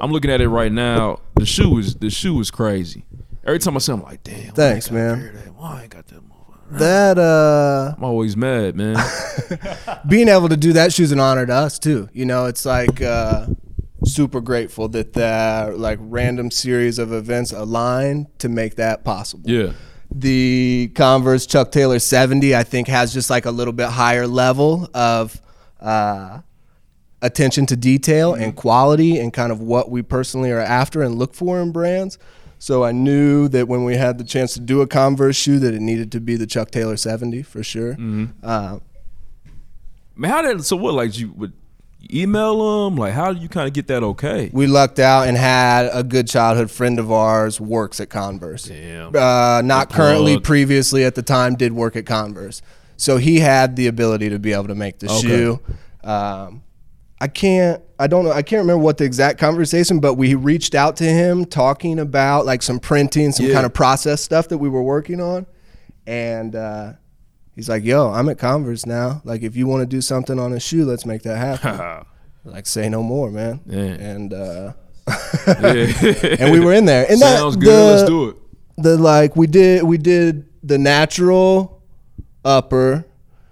F: I'm looking at it right now. The shoe is the shoe is crazy. Every time I see, it, I'm like, damn. why I
H: Thanks,
F: got
H: man.
F: a pair of that? Why I ain't got that? motherfucker?
H: That uh
F: I'm always mad, man.
H: being able to do that shoe's an honor to us too. You know, it's like uh, super grateful that that like random series of events aligned to make that possible.
F: Yeah,
H: The Converse Chuck Taylor 70, I think, has just like a little bit higher level of uh, attention to detail and quality and kind of what we personally are after and look for in brands. So I knew that when we had the chance to do a Converse shoe, that it needed to be the Chuck Taylor 70 for sure. Uh,
F: man. How did so? What like you would you email them? Like how do you kind of get that okay?
H: we lucked out and had a good childhood friend of ours works at Converse.
F: Damn.
H: Uh, not currently,
F: plug.
H: previously at the time, did work at Converse. So he had the ability to be able to make the
F: Okay.
H: shoe. Um, I can't. I don't know. I can't remember what the exact conversation, but we reached out to him talking about like some printing, some
F: Yeah.
H: kind of process stuff that we were working on, and uh, he's like, "Yo, I'm at Converse now. Like, if you want to do something on a shoe, let's make that happen." like, say no more, man.
F: Yeah.
H: And uh,
F: Yeah.
H: and we were in there. And that,
F: Sounds good.
H: The,
F: Let's do it.
H: the like we did we did the natural upper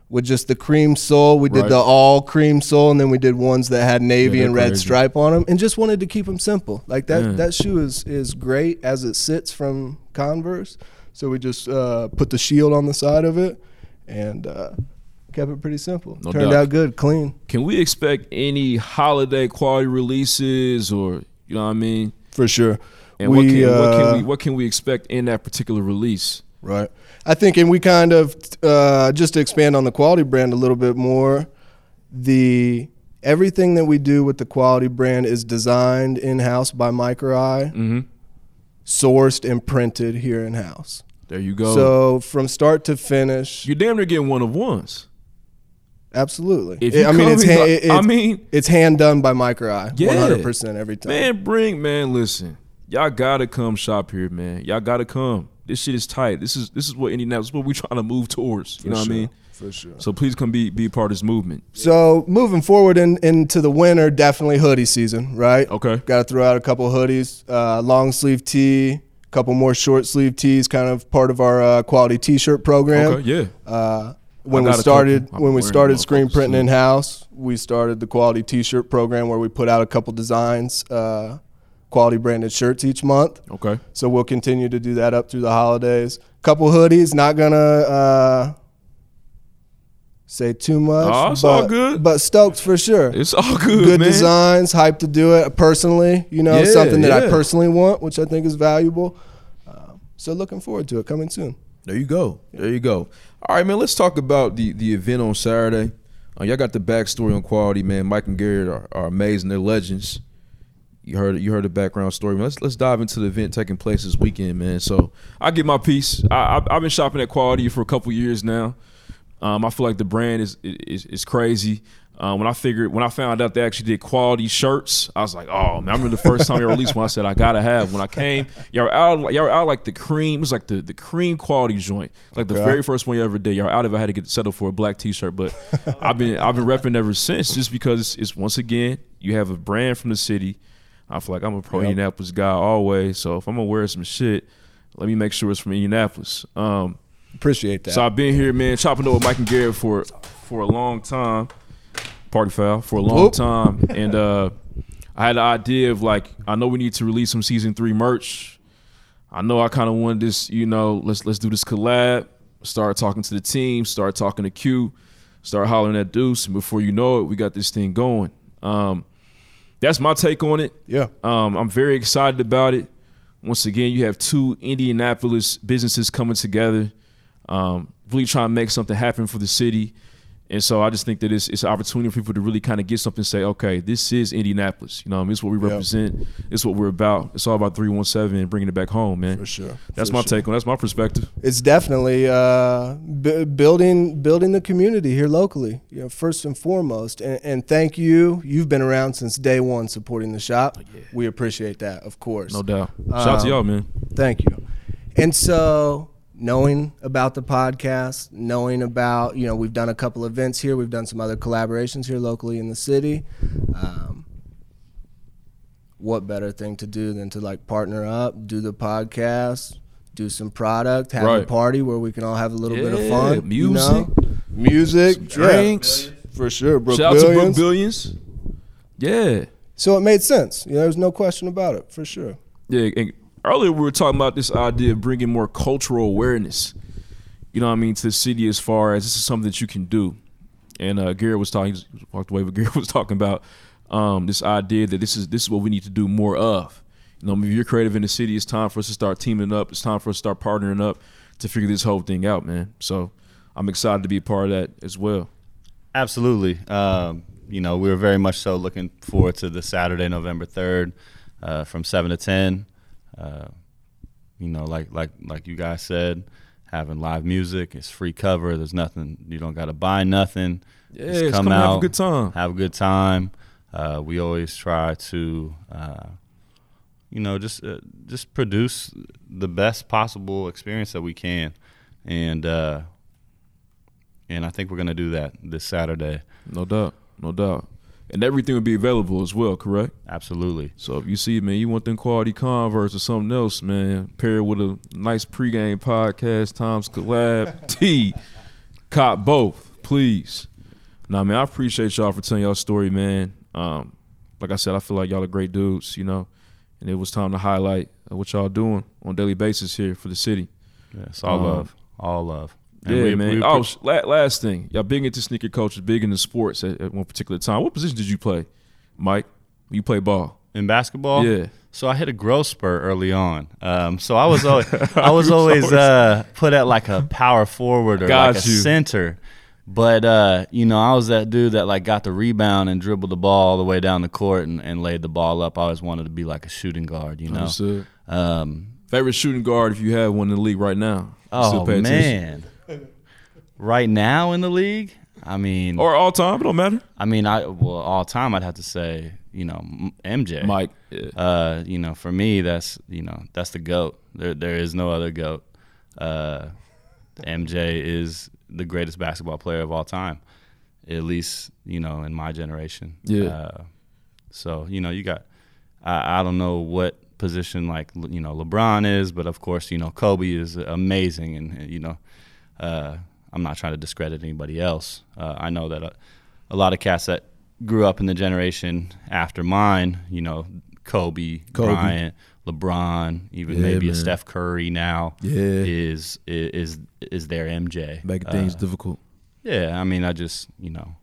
H: with just the cream sole. We did
F: Right.
H: the all cream sole, and then we did ones that had navy
F: Yeah,
H: and
F: they're
H: red
F: crazy.
H: stripe on them, and just wanted to keep them simple. Like that
F: Yeah.
H: that shoe is is great as it sits from Converse. So we just uh, put the shield on the side of it, and uh, kept it pretty simple.
F: No
H: Turned
F: doubt.
H: out good, clean
F: Can we expect any holiday quality releases or you know what I mean?
H: for sure.
F: And what, can, what
H: uh,
F: can we what can we expect in that particular release?
H: Right. I think, and we kind of uh, just to expand on the quality brand a little bit more. The everything that we do with the quality brand is designed in house by MicroEye,
F: Mm-hmm.
H: sourced and printed here in house.
F: There you go.
H: So from start to finish,
F: You're damn near getting one of ones.
H: absolutely.
F: If
H: It-
F: you
H: I mean,
F: come
H: it's,
F: in-
H: hand,
F: I
H: it's,
F: mean-
H: it's hand done by MicroEye,
F: Yeah.
H: one hundred percent every time.
F: Man, bring man, listen. Y'all gotta come shop here, man. Y'all gotta come. This shit is tight. This is this is what Indianapolis what we trying to move towards. You know what I mean?
H: For sure.
F: So please come be be a part of this movement.
H: So moving forward in, into the winter, definitely hoodie season, right?
F: Okay.
H: Got to throw out a couple hoodies, uh, long sleeve tee, couple more short sleeve tees, kind of part of our uh, quality T-shirt program.
F: Okay, yeah.
H: Uh, when
F: I
H: we
F: got a
H: started,
F: couple. I'm
H: when we
F: wearing
H: started
F: motherfuckers
H: screen printing
F: soon.
H: in house, we started the quality T-shirt program where we put out a couple designs, uh, quality branded shirts each month.
F: Okay.
H: So we'll continue to do that up through the holidays. Couple hoodies, not gonna uh, say too much.
F: Oh, it's
H: but,
F: all good.
H: But stoked for sure.
F: It's all good.
H: good
F: man.
H: designs, hype to do it personally. You know,
F: Yeah,
H: something that I
F: yeah.
H: personally want, which I think is valuable. Um, so looking forward to it coming soon.
F: There you go.
G: There you go. All right, man. Let's talk about the the event on Saturday. Uh, y'all got the backstory on quality, man. Mike and Garrett are, are amazing. They're legends. You heard you heard the background story. Let's let's dive into the event taking place this weekend, man. So
F: I get my piece. I, I, I've been shopping at Quality for a couple years now. Um, I feel like the brand is is, is crazy. Uh, when I figured, when I found out they actually did quality shirts, I was like, "Oh man!" I remember the first time y'all released one. I said, "I gotta have." When I came, y'all were out, y'all were out like the cream. It was like the, the cream quality joint, like the very first one you ever did. Y'all out if I had to get settled for a black T-shirt, but I've been I've been repping ever since, just because it's, it's once again you have a brand from the city. I feel like I'm a pro Indianapolis guy always, so if I'm gonna wear some shit, let me make sure it's from Indianapolis. Um,
C: Appreciate that.
F: so I've been here, man, chopping up with Mike and Garrett for for a long time. Party foul for a long
C: Whoop.
F: time, and uh, I had the idea of like, I know we need to release some season three merch. I know I kind of wanted this, you know, let's let's do this collab. Start talking to the team, start talking to Q, start hollering at Deuce, and before you know it, we got this thing going. Um, that's my take on it.
C: yeah.
F: Um, I'm very excited about it. Once again, you have two Indianapolis businesses coming together, um, really trying to make something happen for the city. And so I just think that it's, it's an opportunity for people to really kind of get something and say, okay, this is Indianapolis. You know, what I mean? it's what we represent. It's what we're about. It's all about 317 and bringing it back home, man. For
C: sure.
F: That's my take on it. That's my perspective.
H: it's definitely uh, b- building building the community here locally. You know, first and foremost, and, and thank you. You've been around since day one supporting the shop. We appreciate that, of course.
F: Oh, No doubt. Shout out to
H: Um,
F: y'all, man.
H: Thank you. And so knowing about the podcast, knowing about, you know, we've done a couple events here, we've done some other collaborations here locally in the city. Um, what better thing to do than to like partner up, do the podcast, do some product, have a
F: Right.
H: party where we can all have a little bit of
F: Yeah,
H: fun, you
F: music,
H: know?
C: Music, yeah,
F: Drinks.
C: for sure. Brooke
F: Shout out to Brooke
C: Billions.
F: Billions. Yeah.
H: So it made sense. You know, there's no question about it, for sure.
F: Yeah, and earlier we were talking about this idea of bringing more cultural awareness. You know what I mean to the city as far as this is something that you can do. And uh, Garrett was talking. He just walked away, but Garrett was talking about um, this idea that this is this is what we need to do more of. You know, if you're creative in the city, it's time for us to start teaming up. It's time for us to start partnering up to figure this whole thing out, man. So I'm excited to be a part of that as well.
A: Absolutely. Um, you know, we were very much so looking forward to the Saturday, November third, uh, from seven to ten. Uh, you know, like like like you guys said, having live music. It's free cover. There's nothing. You don't got to buy nothing.
F: Yeah, just come and have a good time.
A: Have a good time. Uh, we always try to, uh, you know, just uh, just produce the best possible experience that we can, and uh, and I think we're gonna do that this Saturday.
F: No doubt, no doubt. And everything will be available as well, correct?
A: Absolutely.
F: So if you see, man, you want them quality Converse or something else, man, pair it with a nice pregame podcast, Tom's collab, T, cop both, please. Nah, man, I appreciate y'all for telling y'all story, man. Um, like I said, I feel like y'all are great dudes, you know, and it was time to highlight uh, what y'all doing on a daily basis here for the city.
A: Yes, all
F: Um,
A: love. All love. And
F: yeah,
A: we-
F: man.
A: we-
F: oh, sh- la- last thing, y'all big into sneaker culture, big into sports at, at one particular time. What position did you play, Mike? You play ball.
A: in basketball.
F: Yeah.
A: So I hit a growth spurt early on. Um, so I was always, I was always uh, put at like a power forward or
F: Got
A: like a
F: you.
A: center. But uh, you know, I was that dude that like got the rebound and dribbled the ball all the way down the court and, and laid the ball up. I always wanted to be like a shooting guard, you know.
F: Understood.
A: Um,
F: Favorite shooting guard if you have one in the league right now? You
A: oh
F: pay attention?
A: man, right now in the league, I mean,
F: Or all time, it don't matter.
A: I mean, I well all time I'd have to say, you know, M- MJ,
F: Mike. Yeah.
A: uh, you know, for me, that's you know, that's the goat. There, there is no other goat. Uh, MJ is the greatest basketball player of all time, at least you know in my generation.
F: Yeah.
A: Uh, so you know, you got. I, I don't know what position like you know LeBron is, but of course you know Kobe is amazing, and, and, you know, uh, I'm not trying to discredit anybody else. Uh, I know that a, a lot of cats that grew up in the generation after mine, you know, Kobe, Bryant, LeBron, even maybe a Steph Curry now is is is their MJ.
F: Making
A: Uh,
F: things difficult.
A: yeah, I mean, I just you know,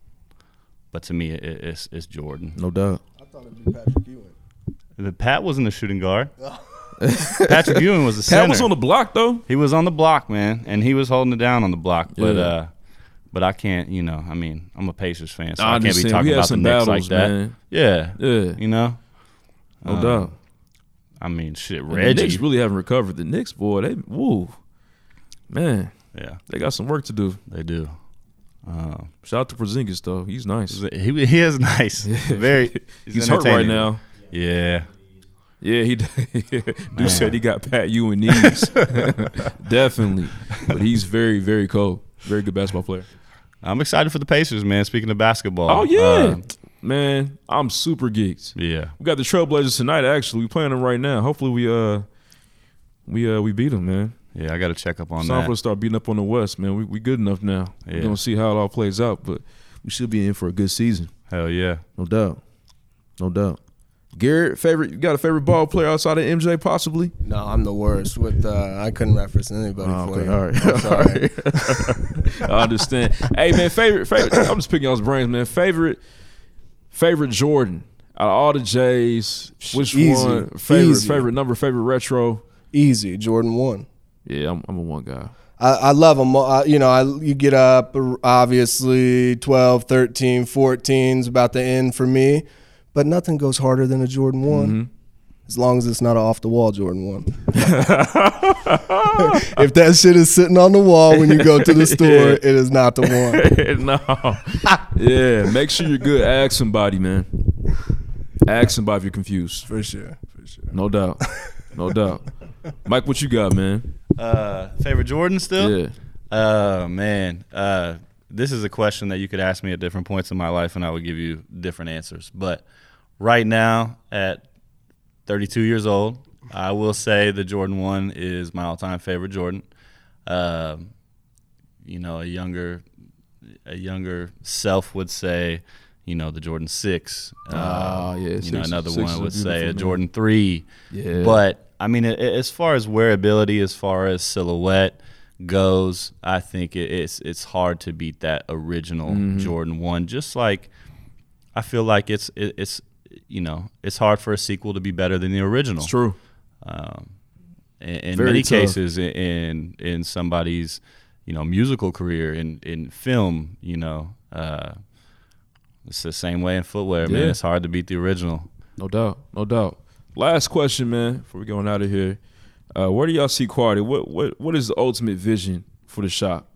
A: but to me, it, it's it's Jordan.
F: No doubt.
H: I thought it'd be Patrick Ewing.
A: The Pat wasn't a shooting guard. Patrick Ewing was a center.
F: Pat was on the block though.
A: he was on the block, man, and he was holding it down on the block. But
F: Yeah.
A: uh, but I can't, you know, I mean, I'm a Pacers fan, so
F: I
A: I, can't be
F: understand.
A: talking
F: We had
A: about the
F: some
A: Knicks
F: battles,
A: like that.
F: man.
A: Yeah,
F: Yeah.
A: you know,
F: No doubt.
A: Um, I mean, shit,
F: And The
A: Reggie.
F: Knicks really haven't recovered. The Knicks, boy, they woo. Man,
A: yeah,
F: they got some work to do.
A: they do. Uh,
F: Shout out to Porzingis though. He's nice.
A: he he is nice. Very.
F: He's, hurt right
A: entertaining.
F: now.
A: Yeah.
F: Yeah, he do said he got Pat Ewing knees. Definitely. But he's very, very cold. Oh, Very good basketball player.
A: I'm excited for the Pacers, man. Speaking of basketball.
F: Oh yeah.
A: Uh,
F: Man, I'm super geeked.
A: yeah.
F: We got the Trailblazers tonight, actually. We playing them right now. Hopefully we uh we uh we beat them, man.
A: Yeah. I got to check up on
F: It's time
A: that.
F: for us to start beating up on the West, man. We we good enough now.
A: Yeah.
F: We're gonna see how it all plays out, but we should be in for a good season.
A: Hell yeah.
G: No doubt. No doubt. Garrett, favorite you got a favorite ball player outside of MJ possibly?
H: No, I'm the worst. With uh, I couldn't reference anybody
F: Oh,
H: for
G: okay.
H: you.
G: All right.
H: I'm sorry.
F: I understand. hey man, favorite favorite I'm just picking y'all's brains, man. Favorite favorite Jordan. Out of all the J's, which
H: Easy.
F: one favorite
H: Easy.
F: favorite number, favorite retro?
H: Easy, Jordan one.
F: Yeah, I'm, I'm a one guy.
H: I, I love them. I, you know, I, you get up obviously 12, 13, 14 is about the end for me, but nothing goes harder than a Jordan one. As long as it's not an off the wall Jordan one. if that shit is sitting on the wall when you go to the store,
F: Yeah.
H: it is not the one.
F: no. yeah, make sure you're good. Ask somebody, man. Ask somebody if you're confused.
H: For sure. For sure.
F: No doubt. No doubt. Mike, what you got, man?
A: Uh, favorite Jordan still?
F: Yeah.
A: Oh man, uh, this is a question that you could ask me at different points in my life, and I would give you different answers. But right now, at 32 years old, I will say the Jordan One is my all-time favorite Jordan. Um, you know, a younger, a younger self would say, you know, the Jordan Six. Uh,
F: Ah, yeah,
A: you know,
F: six-
A: another
F: six is
A: one
F: a
A: would say
F: beautiful
A: a
F: name.
A: Jordan Three.
F: Yeah.
A: But I mean, a- a- as far as wearability, as far as silhouette goes, I think it, it's it's hard to beat that original
F: Mm-hmm.
A: Jordan One. Just like I feel like it's it, it's you know it's hard for a sequel to be better than the original. Um,
F: It's true.
A: In, in
F: Very
A: many
F: tough.
A: cases, i- in in somebody's you know musical career, in in film, you know. Uh, it's the same way in footwear, man.
F: Yeah.
A: It's hard to beat the original.
F: No doubt. No doubt. Last question, man, before we going out of here. Uh, where do y'all see quality? What what what is the ultimate vision for the shop?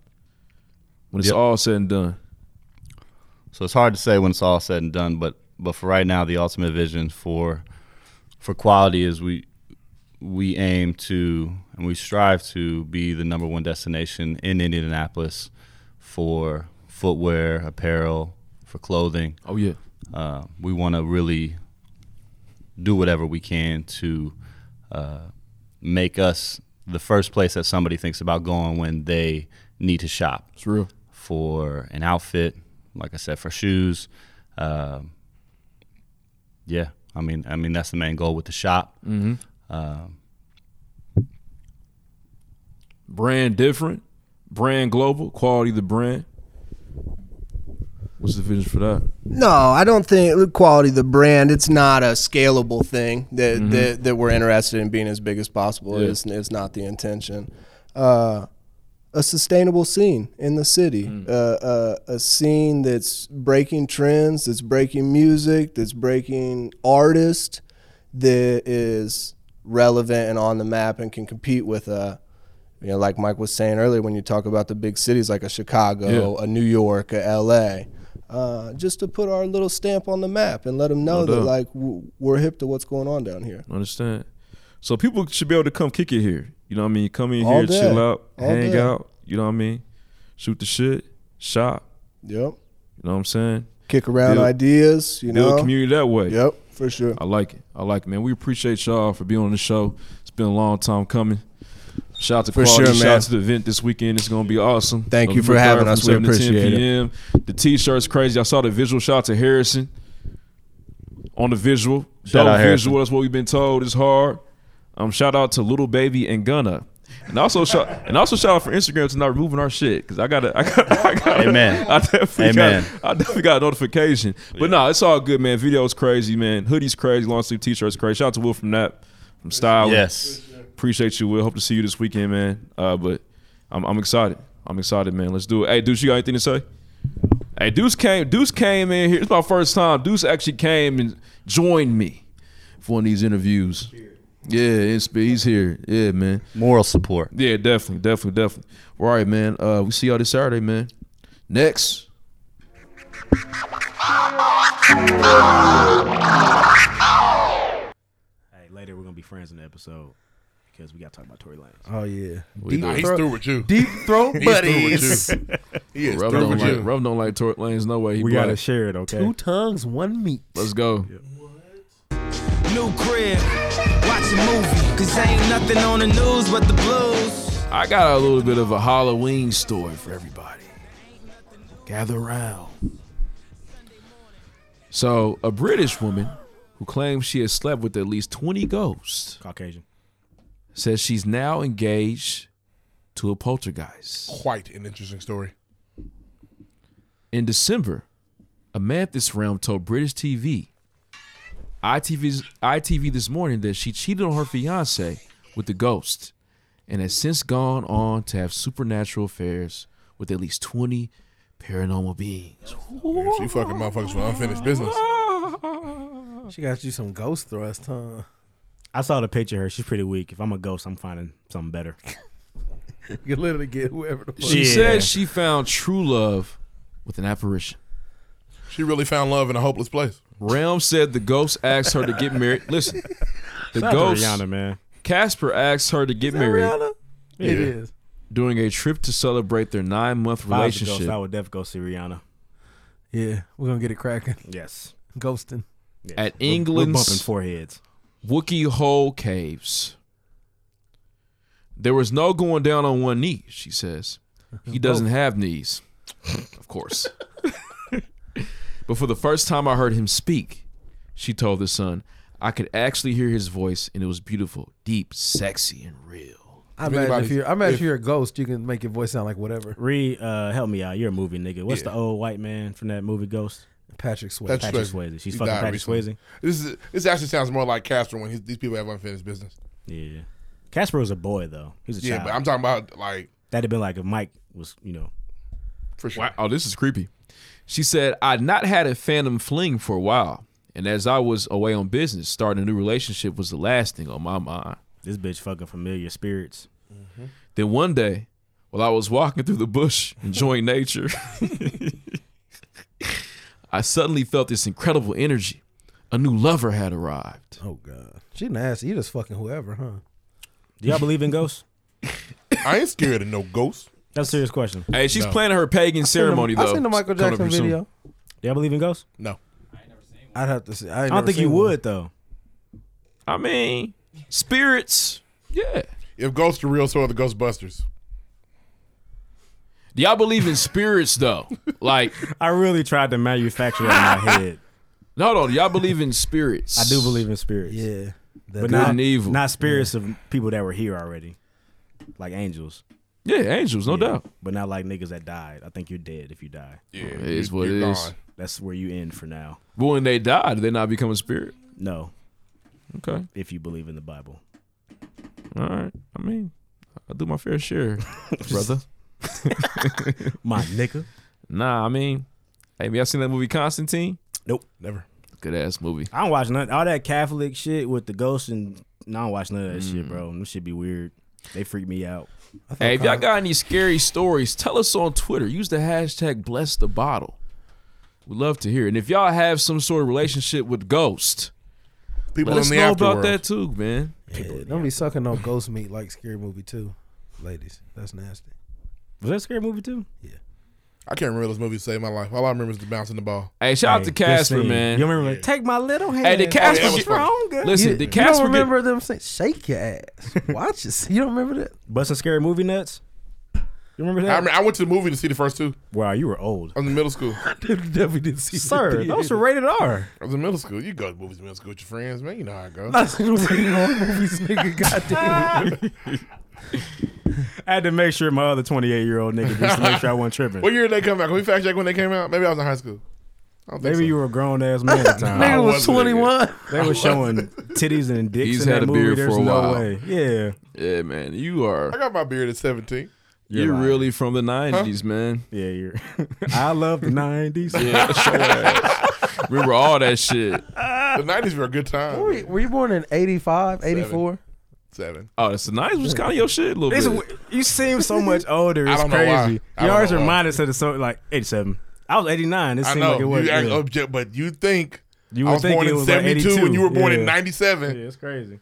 F: When it's
A: Yep.
F: all said and done.
A: So it's hard to say when it's all said and done, but but for right now, the ultimate vision for for quality is we we aim to and we strive to be the number one destination in Indianapolis for footwear, apparel, for clothing.
F: Oh yeah.
A: Uh, we want to really do whatever we can to uh, make us the first place that somebody thinks about going when they need to shop
F: It's real.
A: for an outfit, like I said, for shoes. Um, yeah, I mean, I mean that's the main goal with the shop. Um,
F: Mm-hmm. brand different, brand global, quality of the brand. What's the vision for that?
H: No, I don't think the quality of the brand. It's not a scalable thing that that, that we're interested in being as big as possible.
F: Yeah.
H: It's, it's not the intention. Uh, a sustainable scene in the city, uh, uh, a scene that's breaking trends, that's breaking music, that's breaking artists, that is relevant and on the map and can compete with a. You know, like Mike was saying earlier, when you talk about the big cities like a Chicago, a New York, a L.A., uh, just to put our little stamp on the map and let them know that
F: doubt.
H: like w- we're hip to what's going on down here.
F: Understand? So people should be able to come kick it here. You know what I mean? Come in
H: All
F: here,
H: day.
F: chill out,
H: All
F: hang
H: day.
F: out. You know what I mean? Shoot the shit, shop.
H: Yep.
F: You know what I'm saying?
H: Kick around
F: Build-
H: ideas, you
F: Build
H: know.
F: community that way.
H: Yep, for sure.
F: I like it. I like it, man. We appreciate y'all for being on the show. It's been a long time coming. Shout out to
H: For
F: quality.
H: sure,
F: Shout
H: man.
F: out to the event this weekend. It's gonna be awesome.
H: Thank you for having
F: November 3rd
H: us. We
F: from 7 to 10
H: appreciate it.
F: p.m. The t-shirt's crazy. I saw the visual. Shout out to Harrison on the visual.
A: Shout
F: Dope
A: out, Harrison.
F: visual. That's what we've been told. It's hard. Um, shout out to Little Baby and Gunna. And also shout and also shout out for Instagram to not removing our shit because I gotta I gotta, I gotta
A: Amen.
F: I definitely
A: Amen.
F: got I definitely got a notification. But no, nah, it's all good, man. Video's crazy, man. Hoodies crazy, long sleeve t-shirts crazy. Shout out to Will from that from Style.
A: Yes,
F: Appreciate you, Will. Hope to see you this weekend, man. Uh, but I'm, I'm excited. I'm excited, man. Let's do it. Hey, Deuce, you got anything to say? Hey, Deuce came. Deuce came in here. It's my first time. Deuce actually came and joined me for one of these interviews. Yeah, it's, he's here. Yeah, man.
A: moral support.
F: Yeah, definitely, definitely, definitely.
G: All right, man. Uh we see y'all this Saturday, man.
F: Next.
E: Hey, later we're gonna be friends in the episode because we gotta talk about Tory Lanez.
B: Oh yeah,
F: We
C: Nah,
F: do.
C: he's through with you.
B: deep throat
C: He's through
B: buddies.
C: with you. He is
F: Rev
C: through
F: don't
C: with
F: like
C: you.
F: Rev don't like Tory Lanez. No way. He
E: we
F: black.
E: gotta share it, okay?
B: Two tongues, one meat.
F: Let's go.
D: New crib, watch a movie. Cause ain't nothing on the news but the blues.
F: I got a little bit of a Halloween story for everybody. Gather around. So, a British woman who claims she has slept with at least 20 ghosts
E: Caucasian.
F: says she's now engaged to a poltergeist.
C: Quite an interesting story.
F: In December, a man at this realm told British TV, ITV's, ITV this morning, that she cheated on her fiance with the ghost and has since gone on to have supernatural affairs with at least 20 paranormal beings.
C: Man, she fucking motherfuckers with unfinished business.
B: She got you some ghost thrust, huh?
E: I saw the picture of her. She's pretty weak. If I'm a ghost, I'm finding something better.
B: You can literally get whoever the fuck.
F: She
E: Yeah.
F: said she found true love with an apparition.
C: She really found love in a hopeless place.
F: Realm said the ghost asked her to get married. Listen, the
E: Shout out to
F: ghost,
E: Rihanna, man.
F: Casper asked her to get married
B: Rihanna?
C: Yeah.
B: It is.
F: during a trip to celebrate their nine month
E: If I was a ghost,
F: relationship.
E: I would definitely go see Rihanna.
B: Yeah, we're gonna get it cracking.
E: Yes.
B: Ghosting.
F: at
E: We're bumping
F: England's
E: foreheads.
F: Wookiee Hole Caves. There was no going down on one knee, she says.
E: Oh.
F: He doesn't have knees, of course. but for the first time I heard him speak, she told the son, I could actually hear his voice, and it was beautiful, deep, sexy, and real.
B: I imagine if
C: anybody's-
B: you're, I imagine if
C: if-
B: you're a ghost, you can make your voice sound like whatever.
E: Reed, uh, help me out. You're a movie nigga. What's the old white man from that movie Ghost?
B: Patrick Swayze.
C: That's
E: Patrick
C: Swayze.
E: Swayze. She's
C: He
E: fucking
C: died
E: Patrick
C: recently.
E: Swayze.
C: This is this actually sounds more like Casper when he, these people have unfinished business.
E: Yeah. Casper was a boy though. He was a
C: Yeah,
E: child.
C: but I'm talking about like
E: That'd have been like if Mike was, you know,
C: for sure.
F: Wow, oh, this is creepy. She said, I'd not had a phantom fling for a while, and as I was away on business, starting a new relationship was the last thing on my mind.
E: this bitch fucking familiar spirits.
F: Then one day, while I was walking through the bush enjoying nature, I suddenly felt this incredible energy. A new lover had arrived.
B: oh god, she nasty. You just fucking whoever, huh?
E: Do y'all believe in ghosts?
C: I ain't scared of no ghosts.
E: That's a serious question. Do
F: Hey, she's planning her pagan ceremony
B: I
F: though.
B: seen the Michael
F: Coming up
B: Jackson
F: soon.
B: video.
E: y'all believe in ghosts?
C: No.
B: I'd have to see. I, ain't
E: I don't
B: never
E: think you
B: seen one.
E: would though.
F: I mean, spirits. Yeah.
C: If ghosts are real, so are the Ghostbusters.
F: Do y'all believe in spirits though? Like,
E: I really tried to manufacture that in my head.
F: no, no. Do y'all believe in spirits?
E: I do believe in spirits.
B: Yeah, that
E: But
B: guy-
E: not
F: and evil.
E: Not spirits of people that were here already. Like angels.
F: Yeah, angels, no doubt.
E: But not like niggas that died. I think you're dead if you die.
C: Yeah,
F: It is what it is.
E: That's where you end for now.
F: But when they die, do they not become a spirit?
E: No,
F: Okay.
E: if you believe in the Bible.
F: All right. I mean, I do my fair share, brother.
E: My nigga.
F: Nah, I mean, hey, y'all seen that movie Constantine?
C: Never.
F: Good ass movie.
E: I don't watch none all that Catholic shit with the ghosts and no, I don't watch none of that shit, bro. This should be weird. They freak me out.
F: Hey, if y'all got any scary stories, tell us on Twitter. Use the hashtag bless the bottle. We'd love to hear. it. And if y'all have some sort of relationship with Ghost,
C: People
F: let
C: in
F: us
C: the
F: know
C: afterworld.
F: about that too, man.
B: Yeah, don't be sucking no ghost meat like Scary Movie Two, ladies. That's nasty.
E: Was that a scary movie too?
C: I can't remember this movie to save my life. All I remember is the bouncing the ball.
F: Hey, shout out
E: Hey,
F: to
E: good
F: Casper,
E: scene.
F: man.
E: You remember? like, Take my little hand.
F: hey, did Casper
C: that was
F: get-
E: stronger.
F: Listen,
B: you,
F: did
B: you
F: Casper
B: don't
F: get-
B: remember them saying "shake your ass"? Watch this. You don't remember that?
E: Busting scary movie nuts. You remember
C: I,
E: that?
C: remember, I went to the movie to see the first two.
E: wow, you were old,
C: I was in middle school. I
B: Definitely didn't see
E: sir. Those are rated R.
C: was in middle school. You go to movies in middle school with your friends, man. You know how it goes.
B: I seen them fucking horror movies, nigga. Goddamn.
E: I had to make sure my other twenty-eight year old nigga just to make sure I wasn't tripping.
C: What year did they come out? Can we fact check when they came out? Maybe I was in high school. I don't think
E: Maybe
C: so.
E: you were a grown ass man at the time.
B: Nigga was
C: wasn't it, yeah.
B: twenty one.
E: they were showing titties and dicks
F: He's
E: in
F: had
E: that
F: a
E: movie.
F: beard
E: There's
F: for a
E: no
F: while.
E: way. Yeah,
F: Yeah, man, you are.
C: I got my beard at 17.
F: You're,
E: lying.
F: really from the '90s, man.
E: yeah. You're. I love the nineties.
F: Yeah, show ass. Remember all that shit.
C: The 90s were a good time.
B: Were you, were you born in 85, 84?
C: seven.
F: Oh, that's nice. It's kind of your shit a little
E: It's,
F: bit.
E: you seem so much older.
C: I
E: It's
C: don't know why.
E: crazy.
C: I
E: You
C: don't
E: always
C: know why.
E: remind us of the so like '87. I was '89. It
C: I
E: seemed
C: know
E: like it was.
C: you act
E: yeah.
C: object, but you think
E: You
C: I
E: would
C: was
E: think
C: born
E: it
C: in
E: was like
C: '72 and you were born in
E: yeah.
C: '97.
E: Yeah, it's crazy.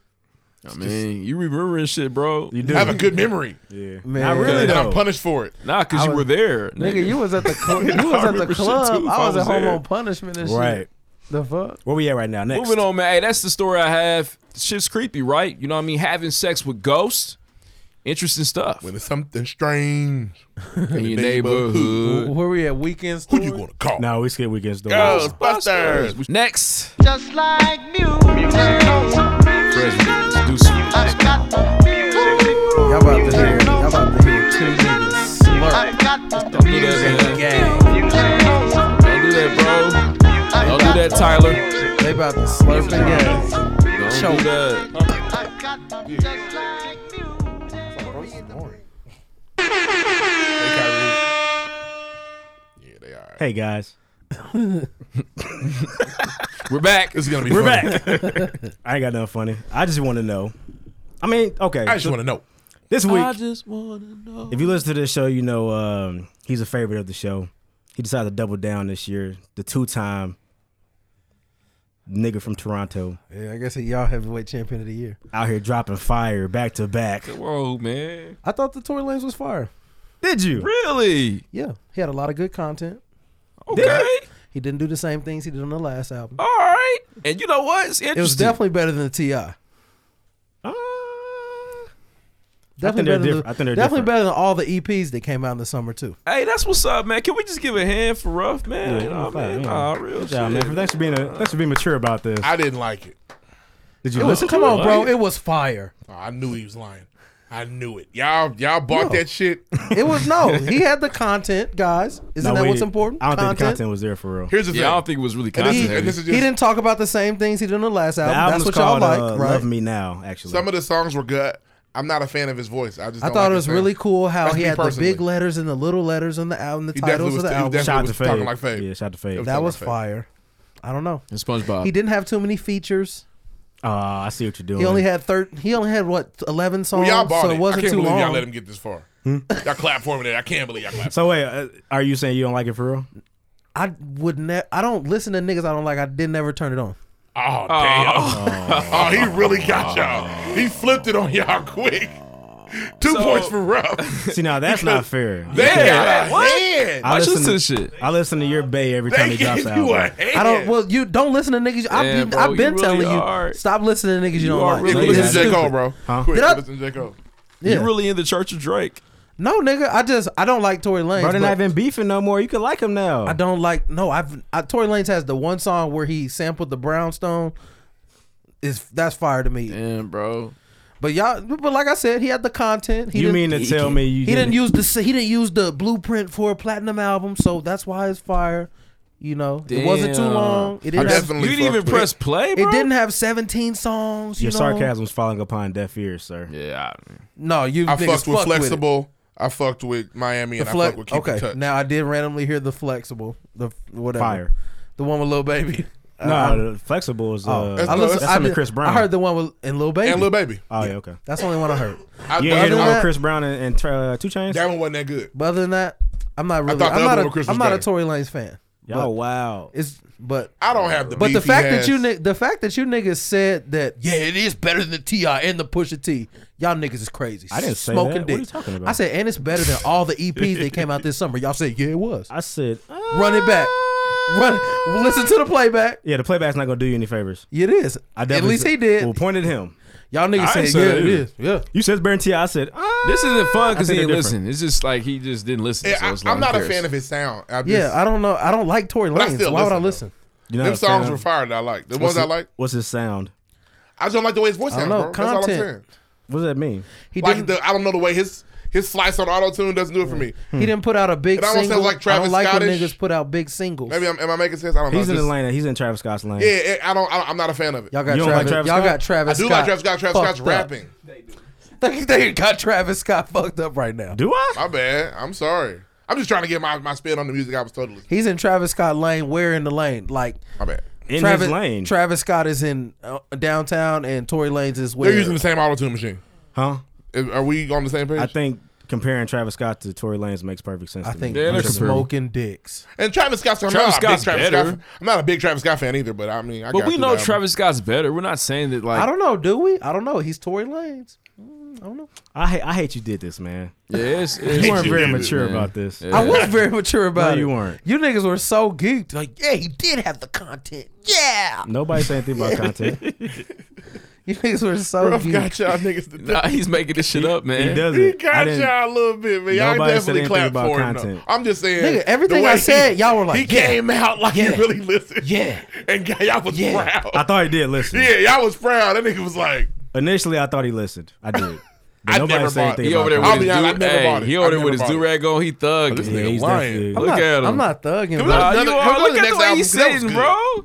F: I mean, you remembering shit, bro.
E: You
C: I
E: do.
C: have a good memory,
E: yeah.
B: Man.
E: Not really
C: and
E: though.
C: I'm punished for it.
F: Nah, cause you
B: was-
F: were there,
B: Nigga, you was at the cl- you was at
F: remember
B: the
F: shit
B: club.
F: too, if
B: I was, at home
F: there.
B: on punishment and shit.
E: Right.
B: The fuck?
E: Where we at right now? Next.
F: Moving on, man. Hey, that's the story I have. Shit's creepy, right? You know what I mean? Having sex with ghosts, interesting stuff.
C: When it's something strange,
F: in your
C: neighborhood.
F: neighborhood.
B: Where we at? Weekends.
C: who you gonna call?
E: No, we skip weekends though.
C: Ghostbusters.
F: Next.
I: Just like music.
F: Let's do some.
I: I've got the music.
B: Y'all about to hear? Y'all about to hear two niggas slurp.
I: I've got the
F: Don't do that, man.
B: Gang.
F: Don't do that, bro. Don't do that, Tyler.
B: They about to slurp again.
F: Don't do that.
I: I've got the just like music.
C: Yeah, they all right.
E: Hey guys,
F: We're back.
C: This is gonna be.
E: we're
C: fun.
E: back. I ain't got nothing funny. I just want to know. I mean, okay.
C: I just want to know.
E: this week,
F: just wanna know.
E: if you listen to this show, you know um, he's a favorite of the show. He decided to double down this year. The two-time nigga from Toronto
B: Yeah, I guess he y'all heavyweight champion of the year.
E: out here dropping fire back to back.
F: Whoa, man.
B: I thought the Tory Lanez was fire.
E: Did you?
F: Really?
B: Yeah, he had a lot of good content.
F: Okay.
B: He didn't do the same things he did on the last
E: Oh,
B: album.
F: All right. And you know what? It's interesting.
B: It was definitely better than the Ti.
E: Uh,
B: Definitely
E: they're
B: better. Than
E: diff- I think they're
B: definitely
E: different.
B: better than all the EPs that came out in the summer too.
F: Hey, that's what's up, man. Can we just give a hand for Ruff, man?
E: Yeah,
F: you know what I
E: fine,
F: mean?
E: yeah.
F: Nah, real shit.
E: yeah, man. Thanks for being a, thanks for being mature about this.
C: I didn't like it.
E: Did you
B: It was-
E: listen?
B: come on, bro. It was fire.
C: Oh, I knew he was lying. I knew it. Y'all, y'all bought
B: No.
C: that shit.
B: It was no. He had the content, guys. Isn't
E: No,
B: that
E: wait.
B: what's important?
E: I don't think the content was there for real.
C: Here's the
F: Yeah, I don't
C: thing.
F: think it was really
C: And this, is,
F: content.
C: and this is
B: He
C: just
B: didn't talk about the same things he did on the last
E: The
B: album.
E: album's
B: That's what y'all
E: called
B: like,
E: uh,
B: right?
E: Love Me Now, actually.
C: some of the songs were good. I'm not a fan of his voice. I just
B: I
C: don't
B: thought
C: like
B: it
C: his
B: was
C: sound.
B: really cool how
C: That's
B: he
C: me
B: had the big
C: personally.
B: letters and the little letters on the album, the
C: He definitely
B: titles
C: was-
B: of
C: he
B: the
C: was
B: album.
C: definitely-
E: shout out to
C: was
E: Fave.
C: talking like Fave.
E: Yeah, shout out to Fave.
C: was
B: That
C: talking
B: was
C: about Fave.
B: fire. I don't know.
F: and SpongeBob.
B: He didn't have too many features.
E: Uh, I see what you're doing.
B: He only had thir- He only had what eleven songs,
C: Well, y'all bought
B: so
C: it.
B: it wasn't
C: I can't
B: too
C: believe
B: long.
C: y'all let him get this far.
E: Hmm?
C: y'all clap for him there. I can't believe y'all clap.
E: so wait, uh, are you saying you don't like it for real?
B: I would never. I don't listen to niggas I don't like. I did never turn it on.
C: Oh, damn. Oh. he really got y'all. He flipped it on y'all quick. Two points for rough.
E: See, now that's not fair.
C: They
F: Yeah,
C: got a hand.
E: I
F: I listen
E: listen
F: to this shit.
E: I listen to your bay every time
C: They
E: he drops
C: gave
E: an
C: you a
E: album.
C: hand.
B: I don't. Well, you don't listen to niggas. I've
F: Yeah,
B: been,
F: bro,
B: I've been
F: you
B: telling
F: really
B: you,
F: are.
B: stop listening to niggas you, don't
F: are
B: like.
F: really
B: Like,
C: listen
B: it's
C: to J.
B: stupid.
C: Cole, bro. Quick,
B: Did I-
C: listen to J. Cole.
B: Yeah.
F: You really in the Church of Drake?
B: no, nigga. I just I don't like Tory Lanez.
E: Bro, they're
B: but
E: not even beefing no more. You can like him now.
B: I don't like. No, I've. I, Tory Lanez has the one song where he sampled the brownstone. Is that's fire to me.
F: Damn, bro.
B: But y'all. But like I said, he had the content. He
E: you mean
B: didn't-
E: to tell me you
B: he
E: didn't,
B: didn't use the s- he didn't use the blueprint for a platinum album, so that's why it's fire. You know, it wasn't too
F: Damn.
B: long. It
C: I
B: didn't have,
C: definitely
F: You didn't even
C: fucked with
F: press
C: it.
F: play, bro.
B: it didn't have seventeen songs. You
E: your
B: know?
E: sarcasm's falling upon deaf ears, sir?
F: Yeah. I-
B: No, you
C: I
B: niggas
C: fucked with
B: fuck it.
C: Flexible. I fucked with Miami
B: The
C: and I
B: flex.
C: fucked with Keep
B: okay,
C: in Touch.
B: now I did randomly hear the flexible, the f- whatever,
E: Fire.
B: the one with Lil Baby. Uh,
E: no, the flexible is. Uh,
B: oh,
C: That's-
B: I,
C: no,
B: listened-
E: that's
B: I,
E: from the
B: did-
E: Chris Brown.
B: I heard the one with and Lil Baby.
C: and Lil Baby.
E: oh, yeah, okay.
B: That's the only one I heard.
C: I,
E: You ain't
C: I,
E: hear the one
B: that-
E: with Chris Brown and, and uh, Two Chains?
C: that one wasn't that good.
B: But other than that, I'm not really.
C: thought the
B: I'm
C: other
B: not
C: one
B: a,
C: with Chris
B: I'm
C: was
B: not a
C: better.
B: Tory Lanez fan.
E: Oh, wow.
B: It's but
C: I don't have the
B: But the
C: beef he
B: fact that
C: has.
B: you ni- the fact that you niggas said that yeah it is better than Ti and the Pusha T, y'all niggas is crazy.
E: I didn't say
B: Smoking
E: that. What
B: dick.
E: are you talking about?
B: I said and it's better than all the EPs that came out this summer. Y'all said yeah it was.
E: I said. "Ah." uh,
B: Run it back. Run. Listen to the playback.
E: yeah, the playback's not going to do you any favors.
B: Yeah, It is.
E: I
B: At
E: definitely
B: least
E: said-
B: he did.
E: Well, point at him.
B: y'all niggas
F: I
B: said
F: didn't say
B: yeah
F: that
B: it
F: either.
B: is. Yeah.
E: You said it's better than T.I. I said, ah.
F: This isn't fun because
E: I
F: he
E: think
F: ain't
E: they're
F: listen. It's just like he just didn't listen.
C: Yeah,
F: so
C: I,
F: it's like,
C: I'm not
F: who
C: a
F: cares?
C: fan of his sound. I just,
B: Yeah. I don't know. I don't like Tory
C: But I
B: Lanez.
C: still
B: Why would I
C: listen,
B: listen?
E: You know
C: them
E: what I'm
C: songs
E: saying?
C: were fire that I like. The
E: What's
C: ones I
E: his-
C: like.
E: What's his sound?
C: I just don't like the way his voice
B: I
C: sounds,
B: don't
C: bro.
B: know,
C: That's all I'm
B: content.
C: saying.
E: What does that mean?
B: He
C: Like
B: didn't.
C: the, I don't know the way his his slice on auto tune doesn't do it for me.
E: Hmm.
B: he didn't put out a big
C: It almost sounds
B: single.
C: like
B: I
C: Travis
B: don't like when
C: Scottish.
B: niggas put out big singles.
C: Maybe I'm, am I making sense? I don't know.
E: He's in
C: Just-
E: the lane. He's in Travis Scott's lane.
C: Yeah, it, I don't. I don't- I'm not a fan of it.
B: Y'all got
E: You don't
B: Travis.
E: like Travis
B: y'all
E: Scott?
B: got Travis.
C: I do
B: Scott
C: like Travis Scott. Travis
B: fucked
C: Scott's
B: up.
C: rapping.
B: They, they got Travis Scott fucked up right now.
E: Do I?
C: My bad. I'm sorry. I'm just trying to get my, my spin on the music I was told to listen.
B: He's in Travis Scott lane. Where in the lane? Like
C: My bad.
E: in
B: Travis,
E: his lane.
B: Travis Scott is in uh, downtown, and Tory Lanez is where
C: They're using the same auto tune machine.
E: huh?
C: Is- Are we on the same page?
E: I think comparing Travis Scott to Tory Lanez makes perfect sense.
B: I
E: to
B: think
E: me.
F: Yeah, they're
B: smoking dicks.
C: and Travis Scott's. I'm
F: Travis
C: not a big
F: Scott's
C: Travis
F: better.
C: Scott. I'm not a big Travis Scott fan either, but I mean, I
F: But
C: got
F: we
C: through
F: know
C: that.
F: Travis Scott's better. We're not saying that like
B: I don't know. Do we? I don't know. He's Tory Lanez. Mm, I don't know.
E: I hate, I hate you did this, man.
F: Yeah, it's,
C: Hate
E: You weren't
C: you
E: very
C: did it,
E: mature
F: man.
E: about this.
F: Yeah.
B: I was very mature about
E: No, you
B: it.
E: weren't.
B: You niggas were so geeked. Like, yeah, he did have the content. Yeah,
E: Nobody say anything about content. he
B: you niggas were so
C: Ruff
B: geeked.
C: got y'all niggas. To
F: nah, he's making this shit up, man.
E: doesn't.
C: He
E: I
C: got
E: didn't-
C: y'all a little bit, man. Y'all
E: Nobody said
C: definitely
E: anything
C: clapped
E: about
C: for him.
E: content.
C: though. I'm just saying,
B: Nigga, everything
C: the
B: I
C: way
B: said, y'all were like,
C: he
B: yeah.
C: came out like
B: Yeah.
C: he really listened.
B: Yeah.
C: and got- y'all was
B: Yeah.
C: proud.
E: I thought he did listen.
C: yeah, y'all was proud. That nigga was like,
E: Initially, I thought he listened. I did. But
C: I
E: nobody
C: never
E: said
C: bought-
E: anything
F: He
E: about
F: over there with
C: I'll
E: content.
F: his
C: be honest,
F: do-
C: I never bought
F: hey,
C: it.
F: he
C: I
F: over there
C: never
F: with his
C: bought it.
F: do rag on. He thugging.
C: this
F: Yeah,
C: nigga
F: he's
C: lying.
F: definitely-
E: I'm
F: Look
B: I'm not,
F: at him.
B: I'm not thugging.
C: Give
B: bro.
C: it
F: Nah,
C: Another-
F: you
C: go
F: are.
C: to
F: Look
C: the
F: at
C: next
F: the way
C: album,
F: he
C: 'cause that was
F: sitting,
C: good.
F: bro.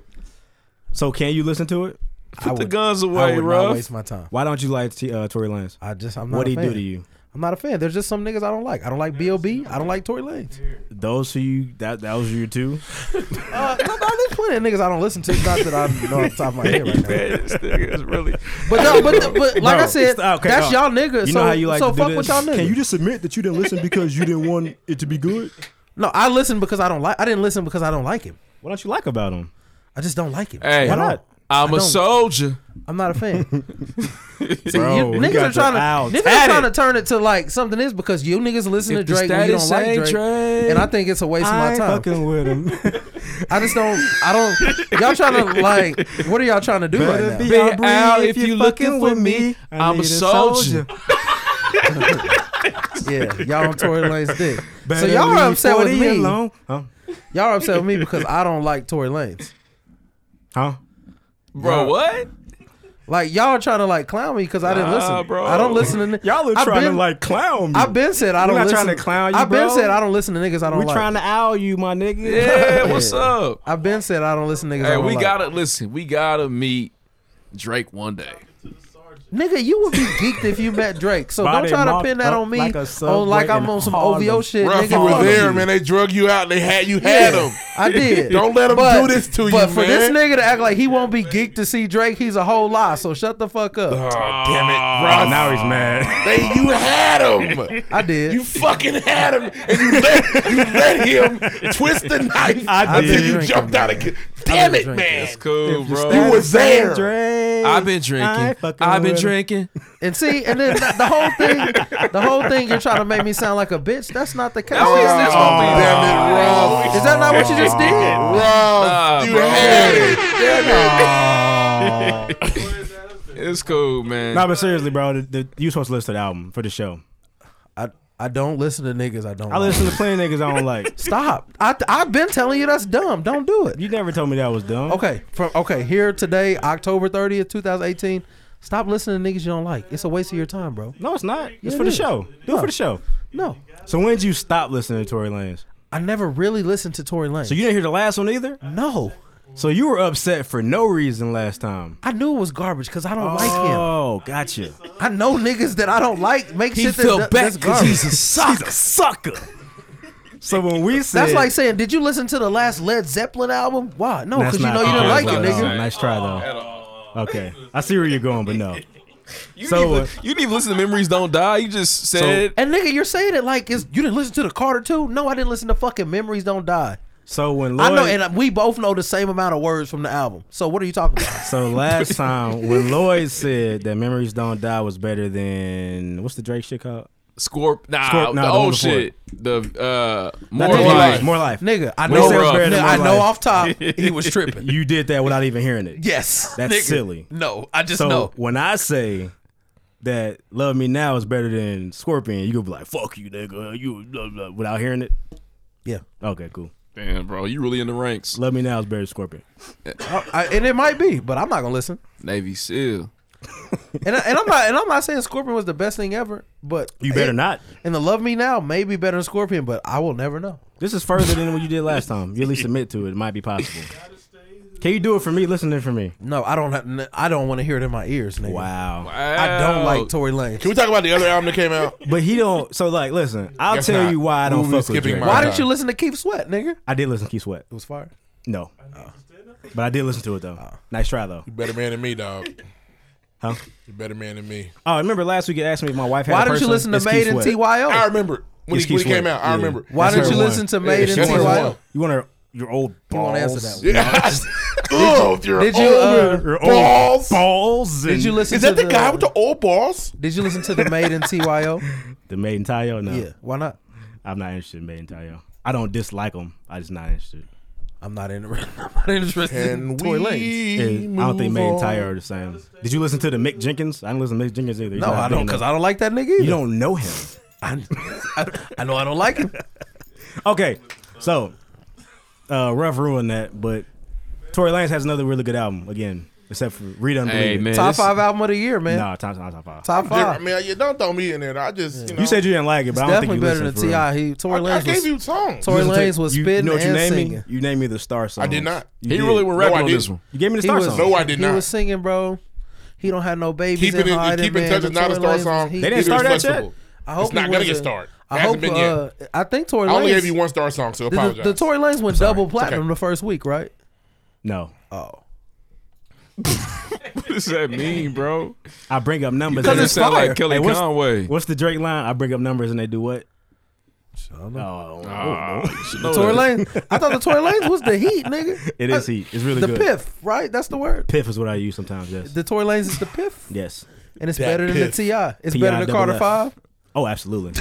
E: So can you listen to it?
B: I
F: Put the
B: would-
F: guns
B: I
F: away,
B: would not
F: bro.
B: waste my time.
E: Why don't you like T, uh, Tory Lanez?
B: I just I'm not.
E: What did
B: a
E: he
B: fan.
E: do to you?
B: I'm not a fan. There's just some niggas I don't like. I don't like Bob. I don't like Tory Lanez.
E: Those who you that that was you too.
B: Uh, no, no, there's plenty of niggas I don't listen to. Not that I know off the top of my head right now.
F: This nigga is really.
B: But no, but but like I
E: No.
B: said,
E: Okay,
B: that's
E: no.
B: y'all niggas.
E: You
B: so
E: know how you like
B: so
E: to do
B: fuck
E: this?
B: with y'all niggas.
E: Can you just admit that you didn't listen because you didn't want it to be good?
B: no, I listen because I don't like. I didn't listen because I don't like him.
E: What don't you like about him?
B: I just don't like him.
F: Hey,
B: Why not?
F: I'm
B: I
F: a
B: don't-
F: soldier.
B: I'm not a fan. See,
E: Bro,
B: you,
E: we
B: niggas
E: got
B: are trying
E: the owl
B: to niggas are
E: tatted.
B: trying to turn it to like something is because you niggas listen
F: If
B: to
F: the
B: Drake when you
F: status
B: don't like
F: ain't
B: Drake,
F: Drake,
B: and I think it's a waste of my time.
E: fucking with him.
B: I just don't. I don't. Y'all trying to like? What are y'all trying to do right now?
E: Big
F: Big Al, if you looking for me, I'm a soldier.
B: Yeah, y'all on Tory Lane's dick. so y'all are upset with me.
E: Alone. Huh?
B: Y'all are upset with me because I don't like Tory Lanez.
E: Huh?
F: Bro, what?
B: Like y'all are trying to like clown me because I didn't
F: Nah,
B: listen.
F: bro.
B: I don't listen to. ni-
E: Y'all are
B: I've
E: trying
B: been-
E: to like clown me.
B: I've been said I
E: We're
B: don't
E: not
B: listen.
E: trying to clown you,
B: I've been
E: bro.
B: said I don't listen to niggas I don't
E: we
B: like.
E: trying to owl you, my nigga.
F: Yeah, what's up?
B: I've been said I don't listen to niggas I
F: Hey,
B: don't
F: we
B: like.
F: gotta listen. We gotta meet Drake one day.
B: Nigga, you would be geeked if you met Drake. So
E: Body
B: don't try to
E: mocked
B: pin that
E: up
B: on me.
E: like a
B: on
E: subway
B: like I'm
E: in
B: on some
E: Harlem.
B: OVO shit.
C: Ruff, you
B: nigga, Fuck
C: were there,
B: you.
C: man. They drug you out. They had you
B: Yeah,
C: had him.
B: I did.
C: Don't let 'em
B: But-
C: do this to
B: But
C: you,
B: for this
C: man.
B: nigga to act like he won't be geeked to see Drake, he's a whole lie. So shut the fuck
C: Oh,
B: up.
C: damn it, Ruff.
E: Oh, now he's mad.
C: They, you had him.
B: I did.
C: You fucking had him, and you let you let him twist the knife
E: I
C: until
E: did.
C: you
B: Drinking,
C: jumped out of. ki- Damn it, man!
F: Cool, bro.
C: You was there.
E: Drake.
F: I've been drinking.
E: I fucking
F: I've been
E: with him.
F: drinking.
B: and see, and then the, the whole thing, the whole thing, you're trying to make me sound like a bitch. That's not the case.
F: that's what we-
C: Damn it, Ruff.
B: Is that not what you just did?
C: Ruff,
F: Nah,
C: you
F: bro.
C: had it. Damn it.
F: It's cool, man.
E: No, but seriously, bro, the, the, you supposed to listen to the album for the show.
B: I, I don't listen to niggas. I don't.
E: I listen to plenty of niggas I don't like.
B: Stop. I I've been telling you that's dumb. Don't do it.
E: You never told me that was dumb.
B: Okay, from okay here today, October thirtieth, two thousand eighteen. Stop listening to niggas you don't like. It's a waste of your time, bro.
E: No, it's not. It's
B: Yeah,
E: for
B: it
E: the
B: is.
E: show. Do it
B: No.
E: for the show.
B: No,
E: So when did you stop listening to Tory Lanez?
B: I never really listened to Tory Lanez.
E: So you didn't hear the last one either?
B: no,
E: So you were upset for no reason last time.
B: I knew it was garbage because I don't like
E: Oh, gotcha.
B: him. I know niggas that I don't like make
F: he
B: shit that-
F: fell
B: that,
F: back
B: that's
F: because
B: garbage.
F: he's a sucker.
E: Sucker. So when we said
B: that's like saying, did you listen to the last Led Zeppelin album? Why? No,
E: That's
B: because
E: not-
B: you know you
E: oh,
B: don't like
E: that's
B: it,
E: not-
B: nigga.
E: no, Nice try though. Okay, I see where you're going, but no.
F: You
E: So,
F: didn't
E: uh,
F: even, you didn't even listen to Memories Don't Die. You just said
B: And nigga, you're saying it like it's, you didn't listen to the Carter too? No, I didn't listen to fucking Memories Don't Die.
E: So when Lloyd,
B: I know, and we both know the same amount of words from the album. So what are you talking about?
E: so last time when Lloyd said that "Memories Don't Die" was better than what's the Drake shit called?
F: Scorp. Nah,
E: Scorp- nah,
F: the
E: the
F: old
E: one before
F: shit. The uh, more
E: Not More
B: Nigga,
F: life.
E: More life.
B: Nigga, I
F: No
B: know,
F: rough.
B: nigga,
E: No
B: I know
E: life.
B: off top he was tripping.
E: You did that without even hearing it.
B: Yes.
E: That's silly.
B: No, I just
E: So
B: know.
E: when I say that "Love Me Now" is better than Scorpion, you gonna be like "Fuck you, nigga," you blah, blah, without hearing it. Oh.
B: Yeah.
E: Okay, cool.
F: Damn, bro, you really in the ranks.
E: "Love Me Now" is better than Scorpion.
B: I, and it might be, but I'm not gonna listen.
F: Navy SEAL.
B: And, I, and I'm not and I'm not saying Scorpion was the best thing ever, but
E: You better
B: it-
E: not.
B: And the Love Me Now may be better than Scorpion, but I will never know.
E: This is further than what you did last time. You at least admit to it. It might be possible. Can you do it for me? Listen to it for me.
B: No, I don't. Have, I don't want to hear it in my ears, nigga.
E: Wow.
B: I don't
F: Ow.
B: like Tory Lanez.
C: Can we talk about the other album that came out?
E: But he don't. So like, listen. I'll
C: Guess
E: tell
C: not.
E: you why I don't
C: Movie
E: fuck with
C: skipping
E: Drake.
C: my-
B: Why didn't you listen to Keep Sweat, nigga? It
E: I did listen to Keith Sweat.
B: was fire.
E: No. But I did listen to it though.
B: Oh.
E: Nice try though.
C: You better man than me, dog.
E: Huh?
C: You better man than me.
E: Oh, remember last week you asked me if my wife had
B: Why
E: a
B: didn't you
E: person?
B: listen to
E: It's Keith
B: Made in
E: Sweat.
C: I
B: TYO?
C: remember when
E: It's
C: he, when
E: Keith
C: he came
E: Sweat.
C: out. I
E: Yeah.
C: remember.
B: Why
E: That's
B: didn't you
E: her one.
B: listen to Made in
C: that's her
B: TYO?
C: one.
E: You want her your old
B: won't answer
E: balls?
B: that one.
C: Yeah. Oh, if you're
B: Did you
C: old,
B: uh,
E: Your old
C: balls.
E: balls.
B: did you
E: and-
B: listen
C: Is that
B: to
C: the guy with the old balls?
B: Did you listen to the Made in TYO?
E: the Made in Tayo? No,
B: Yeah. Why not?
E: I'm not interested in Made in Tayo. I don't dislike them. I just not interested.
B: I'm not interested. I'm not interested in
C: And
B: Toy Lanes.
E: Yeah, I
C: we
E: don't think
C: move
E: Made in
C: on.
E: Tayo are the same. Did you listen to the Mick Jenkins? I didn't listen to Mick Jenkins either. He's
B: No,
E: not
B: I
E: big
B: don't,
E: enough.
B: because I don't like that nigga either.
E: You don't know him.
B: I, I, I know I don't like it.
E: Okay, so uh, rough ruined that, but Tory Lanez has another really good album again, except for Read Unbelievable.
F: Hey man,
B: Top
F: this-
B: five album of the year, man.
E: Nah, top, top, top five.
B: Top
C: I
B: five.
C: mean, you don't throw me in there. I just you know.
E: You said you didn't like it, but I don't think
B: Definitely
E: you
B: better than
E: listened for real.
B: Ti. He Tory
C: I, I
B: Lanez
C: gave
B: was
C: you songs.
B: Tory
E: You
B: Lanez
E: listened to-
B: was
E: you-
B: spitting
E: You know what you
B: and
E: named
B: singing.
E: me? You named me the star song.
C: I did not.
F: he really went
C: No, I
F: rapping on
C: didn't.
F: this one.
E: You gave me the
B: He
E: star
B: was
E: song.
C: No, I did
B: he
C: not.
B: was singing, bro. He don't have no babies.
C: Keep it
B: in,
C: in,
B: hiding,
C: keep in touch
B: man.
C: is not a star
B: Tory Lanez
C: song.
B: Was, he,
E: They didn't
C: Neither
E: start
C: is
E: that yet?
C: flexible.
B: I hope
C: it's not
B: he
C: gonna
B: was
C: get
B: a-
C: started.
B: I
C: Hasn't
B: hope.
C: been yet.
B: Uh, I think Tory Lanez.
C: I only gave you one star song, so
B: The,
C: apologize.
B: the, the Tory Lanez went double platinum the first week, right?
E: No,
B: Oh,
F: what does that mean, bro?
E: I bring up numbers.
F: Doesn't
E: and
B: it's
E: they-
F: sound
B: fire.
F: like Kelly
E: Hey, what's-
F: Conway.
E: What's the Drake line? I bring up numbers and they do what? Oh,
F: Ah, you should know
B: Tory
F: that.
B: Lanez. I thought the Tory Lanez was the heat, nigga.
E: it is heat. It's really
B: The
E: good.
B: piff, right? That's the word.
E: Piff is what I use sometimes. Yes.
B: The Tory Lanez is the piff,
E: yes.
B: and it's better than the
C: piff.
B: Ti. It's
E: T.I.
B: better than
E: double
B: Carter
E: F.
B: Five.
E: Oh, absolutely.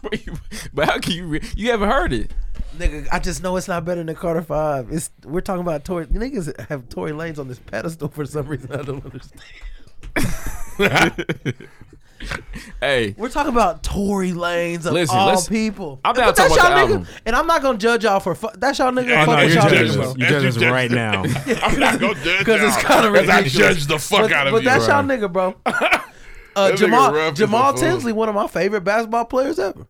F: But you- but how can you? Re- you haven't heard it.
B: Nigga, I just know it's not better than Carter Five. It's we're talking about Tory. Niggas have Tory Lanez on this pedestal for some reason. I don't understand.
F: Hey,
B: We're talking about Tory Lanez of
F: Listen,
B: all
F: let's-
B: people.
F: I'm not
B: But
F: talking
B: that's
F: about
B: y'all
F: the
B: niggas-
F: album.
B: And I'm not gonna judge y'all for fu- that's y'all niggas.
C: Yeah,
E: Oh,
B: fuck
C: Oh, no,
B: with
C: you're
B: y'all
C: judging
B: niggas.
C: us.
E: You
C: As
E: judge
C: you
E: us
C: judge
E: right
C: us.
E: now.
C: I'm not gonna judge
B: Because it's
C: y'all,
B: kind of
C: 'cause I
B: ridiculous.
C: judge the fuck
B: but,
C: out of
B: But
C: you.
B: that's y'all nigga, bro. Uh,
C: nigga rough
B: Jamal
C: as
B: Jamal
C: a fool.
B: Tinsley, one of my favorite basketball players ever.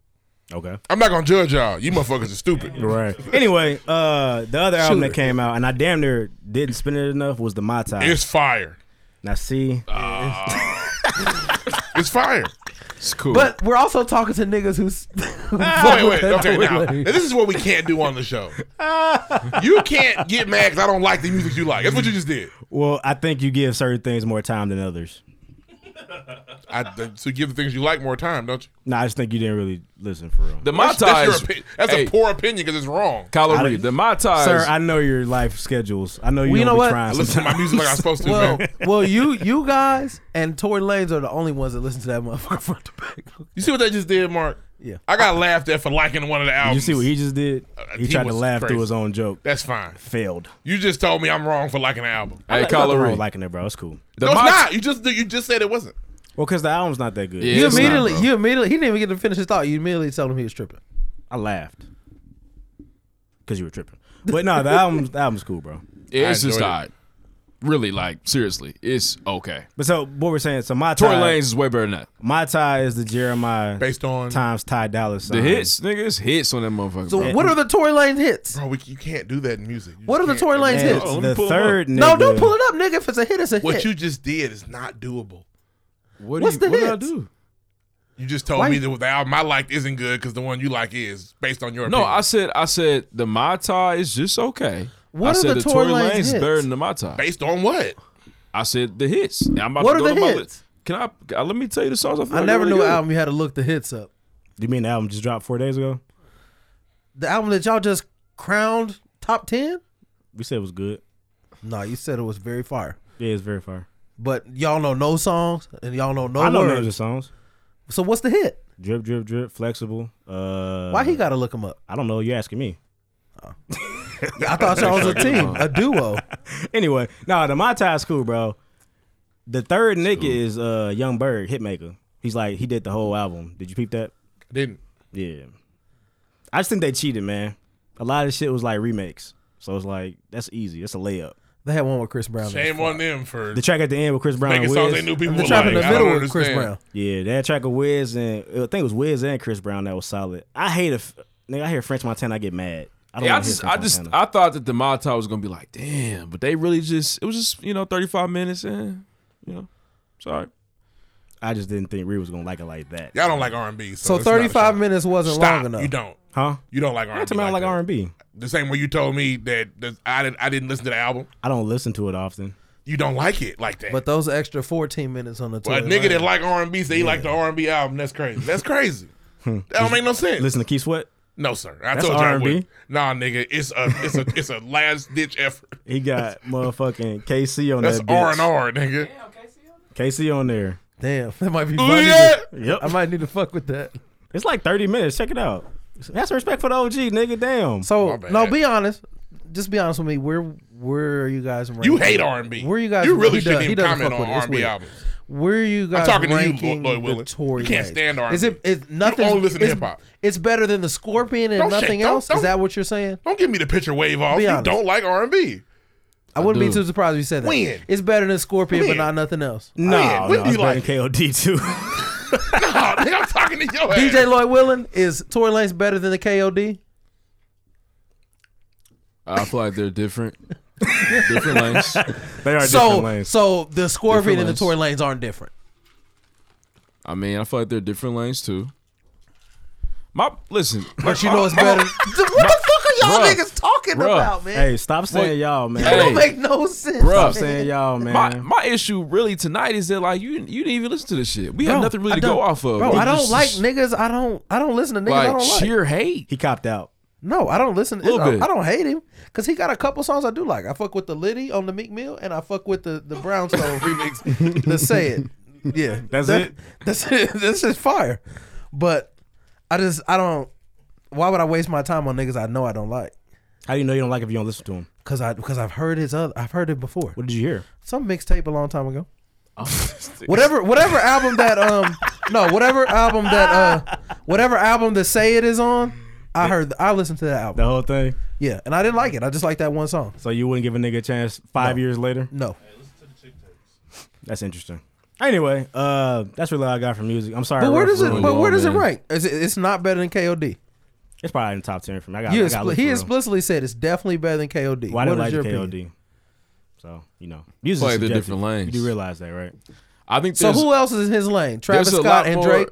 E: Okay.
C: I'm not gonna judge y'all. You motherfuckers are stupid.
E: Right. Anyway, uh, the other album
B: Shooter.
E: that came out, and I damn near didn't spin it enough, was the My Time.
C: It's Ah. fire.
E: Now, see,
F: Uh,
C: It's fire.
F: it's cool.
B: But we're also talking to niggas who's
C: wait, wait. Okay, now now this is what we can't do on the show. You can't get mad because I don't like the music you like. That's what you just did.
E: well, I think you give certain things more time than others.
C: I, th- so give the things you like more time, don't you?
E: No, I just think you didn't really listen for real.
F: the my
C: That's, that's, your
F: ties.
C: opi- that's
F: hey,
C: a poor opinion because it's wrong.
F: Kyler Reed. The my ties.
E: Sir, I know your life schedules. I know you
B: Well, you
E: don't
B: know
E: be
B: what?
E: trying
C: I listen to my
E: sometimes.
C: music like I'm supposed to.
B: Well,
C: man.
B: well, you you guys and Tory Lanez are the only ones that listen to that motherfucker front to back.
C: You see what they just did, Mark?
B: Yeah.
C: I got laughed at for liking one of the
E: Did
C: albums.
E: you see what he just did? He,
C: Uh, he
E: tried to
C: was
E: laugh
C: crazy.
E: through his own joke.
C: That's fine.
E: Failed.
C: You just told me I'm wrong for liking an album.
F: hey,
E: Nothing
F: Kyler
E: wrong with
F: Reed.
E: liking it, bro. It's cool.
F: the
C: no, it's
F: my-
C: not. You just you just said it wasn't.
E: Well, because the album's not that good.
F: Yeah,
B: You
F: it's not,
B: immediately,
F: bro.
B: you immediately, he didn't even get to finish his thought. You immediately told him he was tripping.
E: I laughed because you were tripping. But no, the album's the album's cool, bro.
F: Yeah,
C: I
F: It's just
C: enjoyed it.
F: not. Really, like seriously, it's okay.
E: But so what we're saying, so my
F: Tory
E: tie,
F: Lanez is way better than that.
E: my tie is the Jeremiah
C: Based on
E: times Ty Dolla sign.
F: The hits, nigga, it's hits on that motherfucker.
B: So,
F: bro.
B: what are the Tory Lanez hits?
C: Bro, we, you can't do that in music. You
B: What
C: just
B: are the
C: can't.
B: Tory Lanez
E: And
B: hits?
F: Oh, let me
E: the
F: pull 'em
E: third nigga,
B: No, don't pull it up, nigga. If it's a hit, it's a
C: What
B: hit.
C: you just did is not doable.
F: What, do
B: what's
F: you-
B: the
F: what did I
B: hits?
F: do?
C: You just told
B: Why
C: me
B: you-
C: that the album I liked isn't good because the one you like is based on your
F: No,
C: opinion.
F: I said I said the my tie is just okay.
B: What
F: I
B: are
F: said
B: the Tory Lanez hits?
F: is better than the my tie.
C: based on what?
F: I said the hits. Now, I'm about
B: What
F: to
B: are
F: go
B: the
F: to my
B: hits?
F: list. Can I, I let me tell you the songs I, feel
B: I
F: like
B: never
F: are really
B: knew
F: good.
B: an album you had to look the hits up.
E: You mean the album just dropped four days ago?
B: The album that y'all just crowned top ten?
E: We said it was good.
B: No, you said it was very far.
E: Yeah, it's very far.
B: But y'all know no songs and y'all know no
E: I know names
B: words.
E: of songs.
B: So what's the hit?
E: Drip, drip, drip. Flexible. Uh,
B: Why he got to look him up?
E: I don't know. You asking me?
B: I thought y'all was a team, a duo.
E: Anyway, no, the my tie is cool, bro. The third nigga is uh Young Bird Hitmaker. He's like he did the whole album. Did you peep that?
C: I didn't.
E: Yeah. I just think they cheated, man. A lot of shit was like remakes. So it's like that's easy. That's a layup.
B: They had one with Chris Brown. in it.
C: Shame on them for
E: The track at the end with Chris Brown and
C: making songs they
E: Wiz.
C: knew people
B: The
C: like.
B: trap in the
C: I don't
B: middle with Chris
C: understand.
B: Brown.
E: Yeah, that track of Wiz and uh, I think it was Wiz and Chris Brown that was solid. I hate if nigga I hear French Montana, I get mad. I don't
F: Yeah, I
E: wanna hear
F: just, I
E: French
F: just,
E: Montana.
F: I thought that the my tie was gonna be like, damn, but they really just, it was just, you know, thirty five minutes and, you know, sorry.
E: I just didn't think Reed was gonna like it like that.
C: Y'all don't like R and B.
B: So
C: it's not a
B: 35
C: show.
B: minutes wasn't
C: Stop.
B: long enough.
C: You don't.
E: Huh?
C: You don't like R&B.
E: I to like, like
C: that.
E: R&B.
C: The same way you told me that that I didn't I didn't listen to the album.
E: I don't listen to it often.
C: You don't like it like that.
B: But those extra 14 minutes on the tour.
C: Well, a nigga that like R and B, say he like the R and B album. That's crazy. That's crazy. that don't make no sense.
E: Hmm. Listen to Keith Sweat.
C: No, sir. I
E: That's
C: told you I
E: R&B.
C: would. Nah, nigga, it's a it's a it's a last ditch effort.
E: He got motherfucking KC on
C: That's
E: that. bitch.
C: R and R, nigga.
E: KC on there.
B: Damn, that might be
C: Ooh,
B: funny.
C: yeah.
E: Yep.
B: I might need to fuck with that.
E: It's like 30 minutes. Check it out. That's respect for the OG, nigga. Damn.
B: So
C: My bad.
B: no, be honest. Just be honest with me. Where where are you guys? Ranking?
C: You hate R and B.
B: Where you guys?
C: You really
B: he does-
C: shouldn't
B: he
C: even
B: doesn't
C: comment
B: fuck
C: on
B: with it. It's
C: R and B
B: weird.
C: albums.
B: Where are you guys?
C: talking to you,
B: ranking
C: Lloyd
B: the
C: Willard.
B: Tory
C: You can't
B: Lanez?
C: stand R&B.
B: Is it? Is nothing?
C: only listen to
B: it's-
C: hip-hop.
B: It's better than the Scorpion and
C: Don't shake-
B: nothing
C: don't-
B: else.
C: don't-
B: Is that what you're saying?
C: Don't give me the picture wave off.
B: Be
C: You
B: honest.
C: don't like R and B.
B: I wouldn't be
F: do.
B: too surprised if you said that.
C: When?
B: It's better than Scorpion,
C: When?
B: but not nothing else.
E: no,
C: yeah,
E: no,
C: we'd be
E: it's
C: like-
E: like KOD too.
C: Nah, nigga, I'm talking to your ass.
B: DJ Lloyd Willen is Tory Lanez better than the KOD?
F: I feel like they're different. different lanes.
E: they are
B: So
E: different lanes.
B: so the Scorpion
F: Different
B: and the Tory
F: lanes.
B: Lanez aren't different.
F: I mean, I feel like they're different lanes too. My listen,
B: But you know it's better. what the fuck are y'all
F: Bruh.
B: niggas talking
F: Bruh.
B: about, man?
E: hey, stop saying
F: Wait.
E: y'all, man.
F: Hey.
B: That don't make no sense.
F: Bruh.
E: Stop saying y'all, man.
F: my my issue really tonight is that like you you didn't even listen to this shit. We have
B: No,
F: nothing
B: I
F: really to go
B: don't.
F: off of.
B: Bro,
F: We
B: I don't
F: just-
B: like niggas. I don't. I don't listen to niggas. I
F: like
B: don't like.
F: sheer hate.
E: he copped out.
B: No, I don't listen.
F: Little
B: I,
F: bit.
B: I don't hate him because he got a couple songs I do like. I fuck with the Liddy on the Meek Mill, and I fuck with the the Brownstone remix. The Say It. Yeah,
E: That's
B: That-
E: it?
B: That's it. This is fire. But I just I don't. Why would I waste my time on niggas I know I don't like?
E: How do you know you don't like if you don't listen to him?
B: Cause I because I've heard his other I've heard it before.
E: What did you hear? Oh.
B: Some mixtape a long time ago. whatever whatever album that um no whatever album that uh whatever album that say it is on I heard I listened to that
E: The
B: album
E: whole thing.
B: yeah and I didn't like it I just liked that one song
E: So you wouldn't give a nigga a chance five years later?
B: no
E: That's interesting. Anyway, uh, that's really all I got for music. I'm sorry.
B: but where
E: Ruff
B: does it
E: ruined
B: but where
F: well,
B: does it
F: man.
B: rank Is it, it's not better than K.O.D.
E: It's probably in the top ten for me. I got.
B: You
E: I got
B: expli- he explicitly said it's definitely better than K.O.D.
E: Why didn't
B: What
E: like
B: is
E: the
B: your
E: KOD?
B: opinion?
E: So you know, music
F: Play
E: is
F: the
E: subjective.
F: different lanes.
E: You do realize that, right?
F: I think
B: so
F: there's-
B: who else is in his lane Travis
F: there's a
B: Scott
F: lot
B: and
F: more-
B: Drake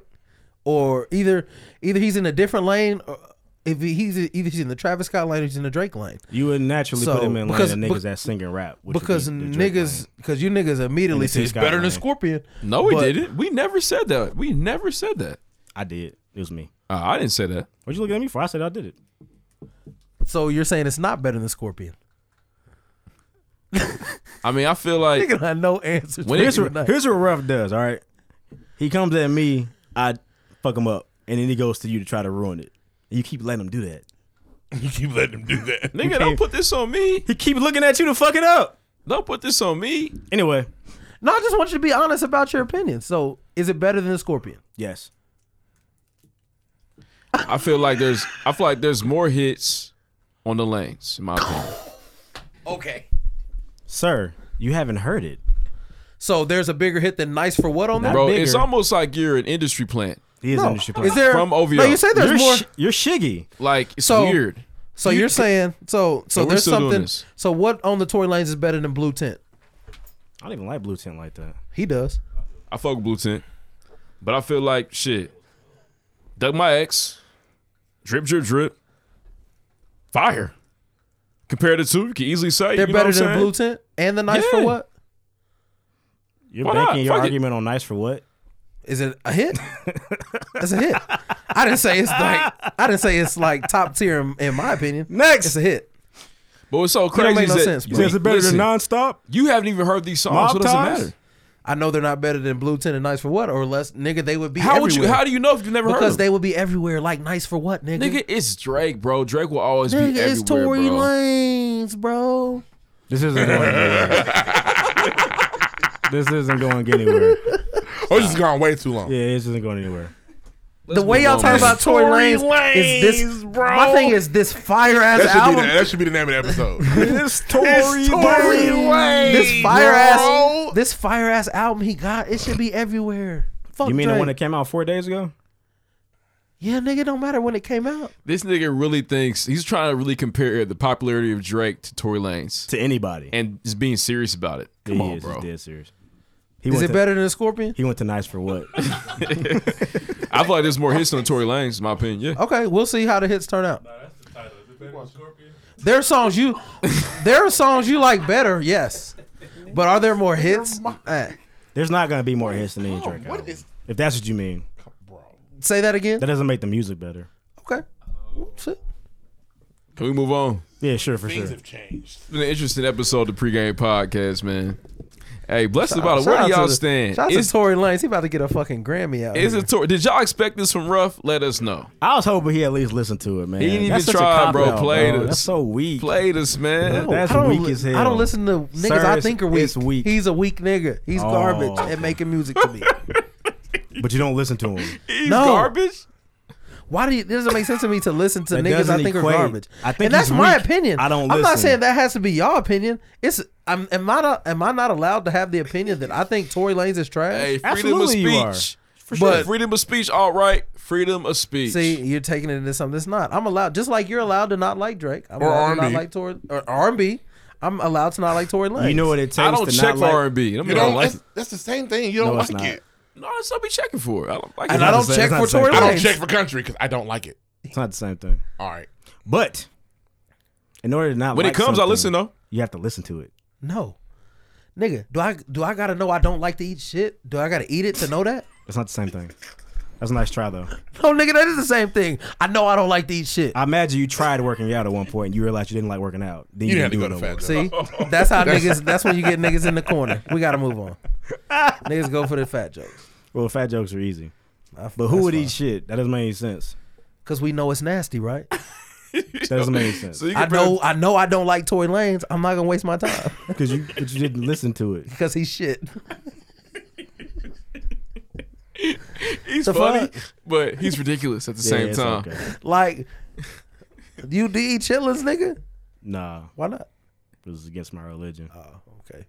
B: or either either he's in a different lane or if he- he's either he's in the Travis Scott lane or he's in the Drake lane
E: You would naturally
B: So,
E: put him in
B: because-
E: line of
B: bec-
E: niggas that sing and rap which would
B: because
E: be the Drake
B: niggas because you niggas immediately
E: And the
B: say it's
E: T-Scott
B: better than
E: lane.
B: Scorpion.
F: No, we
B: But-
F: didn't. We never said that. We never said that.
E: I did. It was me.
F: Uh, I didn't say that.
E: What you looking at me for? I said I did it.
B: So you're saying it's not better than Scorpion?
F: I mean, I feel like
B: Nigga, I had no answers.
F: When
B: for
F: it's-
E: Here's
B: you
E: what,
B: tonight.
E: here's what Ruff does. All right, he comes at me. I fuck him up, and then he goes to you to try to ruin it. And you keep letting him do that.
C: You keep letting him do that.
F: nigga, don't put this on me.
E: He keep looking at you to fuck it up.
F: Don't put this on me.
E: Anyway,
B: no, I just want you to be honest about your opinion. So is it better than Scorpion?
E: yes.
F: I feel like there's I feel like there's more hits on the lanes, in my opinion.
B: Okay.
E: Sir, you haven't heard it.
B: So there's a bigger hit than Nice for What on that?
F: Bro,
E: bigger.
F: it's almost like you're an industry plant.
E: He is
B: No.
E: industry
B: Is
E: player.
B: there
F: From OVO.
B: No, you say there's
E: you're,
B: more.
E: sh- you're shiggy.
F: Like it's
B: So-
F: weird.
B: so you're saying so so
F: Yeah, we're
B: there's
F: still doing
B: something.
F: this.
B: So what on the Tory Lanez is better than Blue Tent?
E: I don't even like blue tint like that.
B: He does.
F: I fuck with Blue Tint. But I feel like shit. Doug my ex. Drip drip drip. Fire. Compare the two, you can easily say
B: They're
F: you know
B: better
F: what I'm
B: than
F: saying?
B: Blue Tent and the Nice for
F: Yeah.
B: What.
E: You're
F: Why not?
E: banking your
F: Fuck it.
E: argument on nice for what?
B: Is it a hit? That's a hit. I didn't say it's like I didn't say it's like top tier in, in my opinion. Next, it's a hit.
F: But what's so
B: It
F: crazy
B: don't make
F: is
B: no
F: that
B: sense, bro.
F: Wait,
E: Is it better
F: listen,
E: than nonstop?
F: You haven't even heard these songs,
E: Mob
F: so it doesn't
E: Ties?
F: matter.
B: I know they're not better than Blue Tin and Nice for What or less. Nigga, they would be
F: How
B: everywhere.
F: would you? How do you know if you've never
B: because
F: heard
B: they
F: of
B: would be everywhere like Nice for What, nigga?
F: them? Nigga, it's Drake, bro. Drake will always
B: Nigga,
F: be everywhere,
B: it's Tory
F: bro.
B: Lanez, bro.
E: This isn't going anywhere. this isn't going anywhere.
F: Oh,
C: Or it's just gone way too long.
E: Yeah, this isn't going anywhere.
B: The way y'all
F: move
B: talk
F: on, man.
B: about Tory Lanez, is this. My thing is this fire ass
C: That should
B: album.
C: be the, that should be the name of the episode.
E: It's Tory,
B: this fire ass. This fire ass album he got. It should be everywhere. Fuck
E: You mean the
B: Drake.
E: one that came out four days ago?
B: Yeah, nigga, don't matter when it came out.
F: This nigga really thinks he's trying to really compare the popularity of Drake to Tory Lanez,
E: To anybody.
F: and is being serious about it. Come
E: he
F: on,
E: is.
F: bro.
E: He's dead serious. He
B: Is
E: went
B: it
E: to-
B: better than a scorpion?
E: He went to nice for what?
F: I feel like there's more hits than Tory Lanez, in my opinion. Yeah.
B: Okay, we'll see how the hits turn out. There are songs you, there are songs you like better, yes, but are there more hits? Eh.
E: There's not gonna be more hits than any Drake album. if that's what you mean.
B: Say that again.
E: That doesn't make the music better.
B: Okay. Oops.
F: Can we move on?
E: Yeah, sure, for sure.
C: Things have changed.
F: It's been an interesting episode of the pregame podcast, man. Hey, blessed about it.
B: Shout
F: Where
B: out
F: do
B: to
F: y'all
B: the-
F: stand?
B: Shout out to
F: Is,
B: Tory Lanez. He about to get a fucking Grammy out.
F: is
B: here.
F: it Tory? Did y'all expect this from Ruff? Let us know.
E: I was hoping he at least listened to it, man.
F: He didn't
E: That's such
F: even
E: a
F: try,
E: cop
F: bro.
E: out,
F: Played us.
E: That's so weak.
F: Played us, man.
E: No. That's
B: I don't
E: weak
B: li-
E: as hell.
B: I don't listen to niggas
E: Sir,
B: I
E: it's-
B: think are weak.
E: it's weak.
B: He's a weak nigga. He's
E: Oh.
B: garbage at making music to me.
E: But you don't listen to him.
F: He's
B: No.
F: garbage.
B: Why do you, it doesn't make sense to me to listen to
E: That
B: niggas I
E: doesn't
B: think are
E: equate.
B: garbage?
E: I think
B: and that's
E: he's
B: my
E: weak.
B: opinion.
E: I don't
B: I'm not
E: listen.
B: saying that has to be your opinion. It's I'm am I not am I not allowed to have the opinion that I think Tory Lanez is trash?
F: Hey, freedom
E: Absolutely you
F: of
E: are.
F: speech.
B: sure.
F: freedom of speech, all right. Freedom of speech.
B: See, you're taking it into something that's not. I'm allowed, just like you're allowed to not like Drake. I'm
C: Or
B: allowed to not
C: R&B.
B: like Tory or R&B. I'm allowed to not like Tory Lanez.
E: You know what it takes
F: I don't
E: to
F: check
E: not
F: for
E: like.
F: R and B.
C: You don't. that's, that's the same thing. You don't
E: No,
C: like
E: it's not.
C: it.
F: No, that's what I be checking for. I don't like
B: And
F: it.
E: not
B: I don't
E: the same-
B: check
E: it's not
B: for
E: the same
B: Tory
E: thing.
C: I don't
B: Lanez.
C: check for country because I don't like it.
E: It's not the same thing.
C: All right.
E: But in order to not
F: When it
E: like
F: comes, I
E: something,
F: listen, though.
E: You have to listen to it.
B: No. Nigga, do I do I gotta know I don't like to eat shit? Do I gotta eat it to know that?
E: It's not the same thing. That's a nice try though.
B: No, nigga, that is the same thing. I know I don't like to eat shit.
E: I imagine you tried working out at one point and you realized you didn't like working out. Then
C: You
E: you,
C: didn't have to
E: didn't
C: go
E: do
C: to
E: it no more.
C: fat.
B: See, that's how niggas. That's when you get niggas in the corner. We gotta move on. niggas go for the fat jokes.
E: Well, fat jokes are easy. But who would eat shit? That doesn't make any sense.
B: Because we know it's nasty, right?
E: That doesn't make any sense.
F: So you
B: I
F: can
B: know. I know. I don't like Tory Lanez. I'm not gonna waste my time
E: Because you, but you didn't listen to it.
B: because he's shit.
F: he's
B: the
F: funny,
B: fuck?
F: but he's ridiculous at the
E: Yeah,
F: same
E: it's
F: time.
E: okay.
B: Like, you do eat chitlins, nigga?
E: Nah,
B: Why not?
E: it was against my religion.
B: Oh, okay.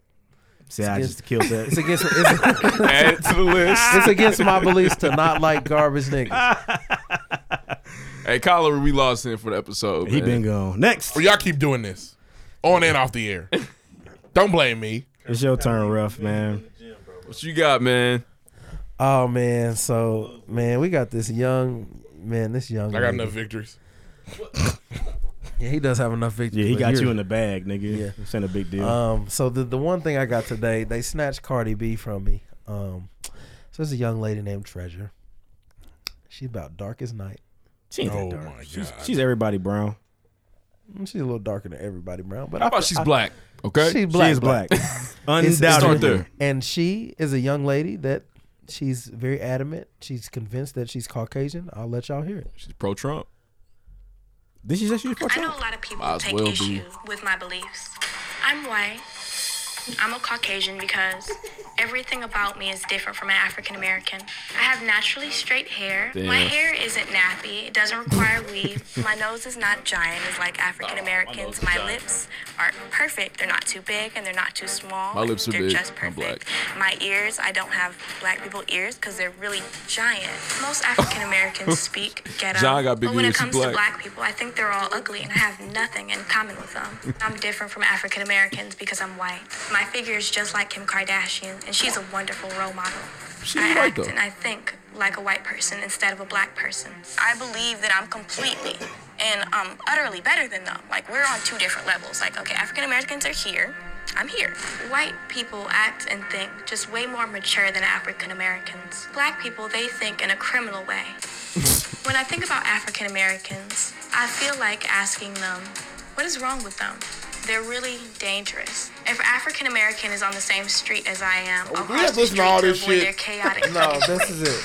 E: See, I just killed that.
B: It's against. It's,
F: Add it to the list.
B: it's against my beliefs to not like garbage niggas.
F: Hey, Collar, we lost him for the episode.
E: he
F: man.
E: been gone. Next,
C: Well, y'all keep doing this, on and off the air. Don't blame me.
E: it's your turn, rough man.
F: What you got, man?
B: Oh man, so man, we got this young man. This young.
C: I got
B: nigga.
C: enough victories.
B: Yeah, he does have enough victory.
E: Yeah, he
B: but
E: got
B: you're-
E: you in the bag, nigga.
B: Yeah.
E: Yeah, it's ain't a big deal.
B: Um, so the the one thing I got today, they snatched Cardi B from me. Um, so there's a young lady named Treasure. She's about dark as night.
E: she ain't
C: Oh
E: that dark.
C: my
E: She's,
C: God.
E: she's everybody brown.
B: Mm, She's a little darker than everybody, Brown. But
F: How
B: I
F: about
B: fe-
F: she's
B: I-
F: black? Okay.
B: She's
E: she
B: black.
E: is black.
B: It's-
E: Undoubtedly.
F: Start there.
B: And she is a young lady that she's very adamant. She's convinced that she's Caucasian. I'll let y'all hear it.
F: She's pro Trump.
E: Did she say she was pro
J: I know
E: Trump?
J: a lot of people
F: Might as
J: take
F: well be.
J: issue with my beliefs. I'm white. I'm a Caucasian because everything about me is different from an African American. I have naturally straight hair. My
F: Damn.
J: hair isn't nappy. It doesn't require weave. my nose is not giant. It's like African Americans. my lips are perfect. They're not too big and they're not too small.
F: My lips are
J: they're
F: big.
J: Just
F: I'm
J: perfect.
F: black.
J: My ears, I don't have black people ears because they're really giant. Most African Americans speak ghetto.
F: John got big
J: but when
F: ears,
J: it
F: he
J: comes
F: black.
J: to black people, I think they're all ugly and I have nothing in common with them. I'm different from African Americans because I'm white. My figure is just like Kim Kardashian, and she's a wonderful role model.
F: She's
J: I
F: white,
J: act
F: though.
J: and I think like a white person instead of a black person. I believe that I'm completely and um, utterly better than them. Like we're on two different levels. Like okay, African Americans are here. I'm here. White people act and think just way more mature than African Americans. Black people, they think in a criminal way. when I think about African Americans, I feel like asking them, what is wrong with them? They're really dangerous. If African American is on the same street as I am, I'll
C: we
J: cross
C: have to
J: the
C: listen
J: street
C: to all
J: to
C: this
J: avoid
C: shit.
J: their chaotic.
B: No, this is it.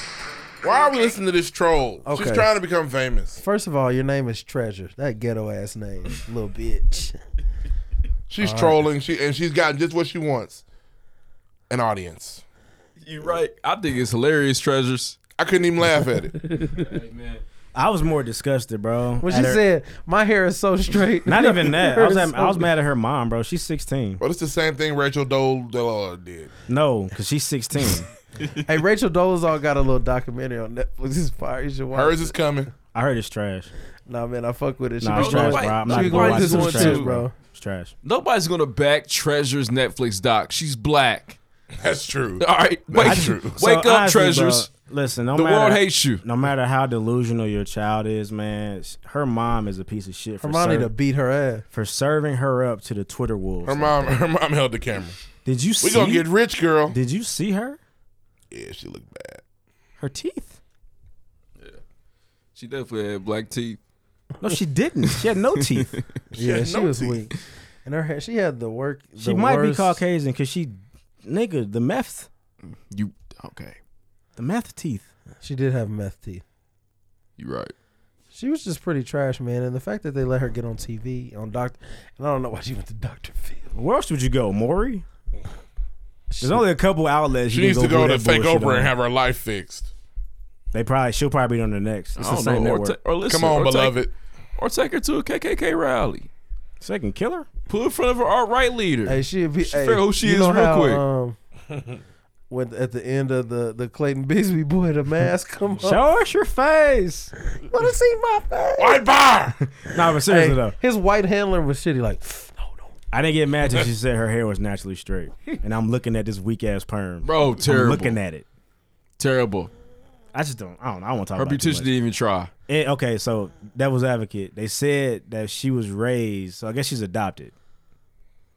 C: Why are we listening to this troll? She's
B: Okay.
C: trying to become famous.
B: First of all, your name is Treasure. That ghetto ass name, little bitch.
C: She's trolling. She and she's gotten just what she wants. An audience.
F: You right. I think it's hilarious, treasures.
C: I couldn't even laugh at it.
E: I was more disgusted, bro.
B: When
E: at
B: she
E: her-
B: said, "My hair is so straight,"
E: Not even that. I was, at, I was
B: So-
E: mad at her mom, bro. She's 16.
C: Well, it's the same thing Rachel Dole Delore did.
E: No, because she's 16.
B: Hey, Rachel Dolezal got a little documentary on Netflix. It's fire. You should watch.
C: Hers
B: it.
C: is coming.
E: I heard it's trash.
B: Nah, man, I fuck with it. She
E: Nah,
B: be
E: it's trash,
B: trying-
E: bro. I'm not
B: she be
E: gonna
B: going
E: watch
B: this
E: it.
B: one
E: It's trash,
B: too, bro.
E: It's trash.
F: Nobody's gonna back Treasure's Netflix doc. She's black.
C: That's true.
F: All right,
C: That's
F: wake,
C: true.
F: wake
C: So
F: up,
C: honestly,
F: treasures.
E: bro, listen, no
F: the
E: matter,
F: world hates you.
E: No matter how delusional your child is, man, s- her mom is a piece of shit.
B: Her mom need to
E: beat her ass for serving her up to the Twitter wolves.
C: Her
E: like
C: mom,
E: that.
C: her mom held the camera.
E: Did you?
C: We
E: see?
C: gonna get rich, girl.
E: Did you see her?
C: Yeah, she looked bad.
E: Her teeth?
F: She definitely had black teeth.
E: No, she didn't. She had no teeth.
B: Yeah, she was weak. And her hair, she had the work.
E: She
B: the
E: might be
B: worst-
E: Caucasian because she, nigga, the meth,
F: You okay?
E: the meth teeth.
B: She did have meth teeth.
F: You right.
B: She was just pretty trash, man. And the fact that they let her get on TV on Doctor, and I don't know why she went to Doctor Phil.
E: Where else would you go, Maury? There's only a couple outlets.
C: She
E: you
C: needs
E: can
C: to go
E: do
C: to
E: that
C: fake
E: bullshit
C: Oprah
E: on.
C: and have her life fixed.
E: They probably she'll probably be on the next. It's
F: I
E: the
F: don't
E: same
F: know, or
E: network.
F: ta- or listen,
C: Come on,
F: or take-
C: beloved.
F: Or take her to a KKK rally.
E: Second killer.
F: Put in front of her alt right leader.
B: Hey, she'd be.
F: She
B: hey,
F: figure who she
B: you
F: is
B: know
F: real
B: how,
F: quick.
B: Um, when at the end of the the Clayton Bisbee boy, the mask come up.
E: Show us your face.
B: Want to see my face?
C: White bar.
E: nah, but
B: Hey,
E: seriously though,
B: his white handler was shitty. Like,
E: I didn't get mad till she said her hair was naturally straight, and I'm looking at this weak ass perm.
F: Bro,
E: I'm
F: terrible.
E: looking at it.
F: terrible.
E: I just don't. I don't. I don't want to talk
F: Her
E: about it too
F: beautician
E: much.
F: didn't even try.
E: And, okay, so devil's advocate. They said that she was raised. So I guess she's adopted.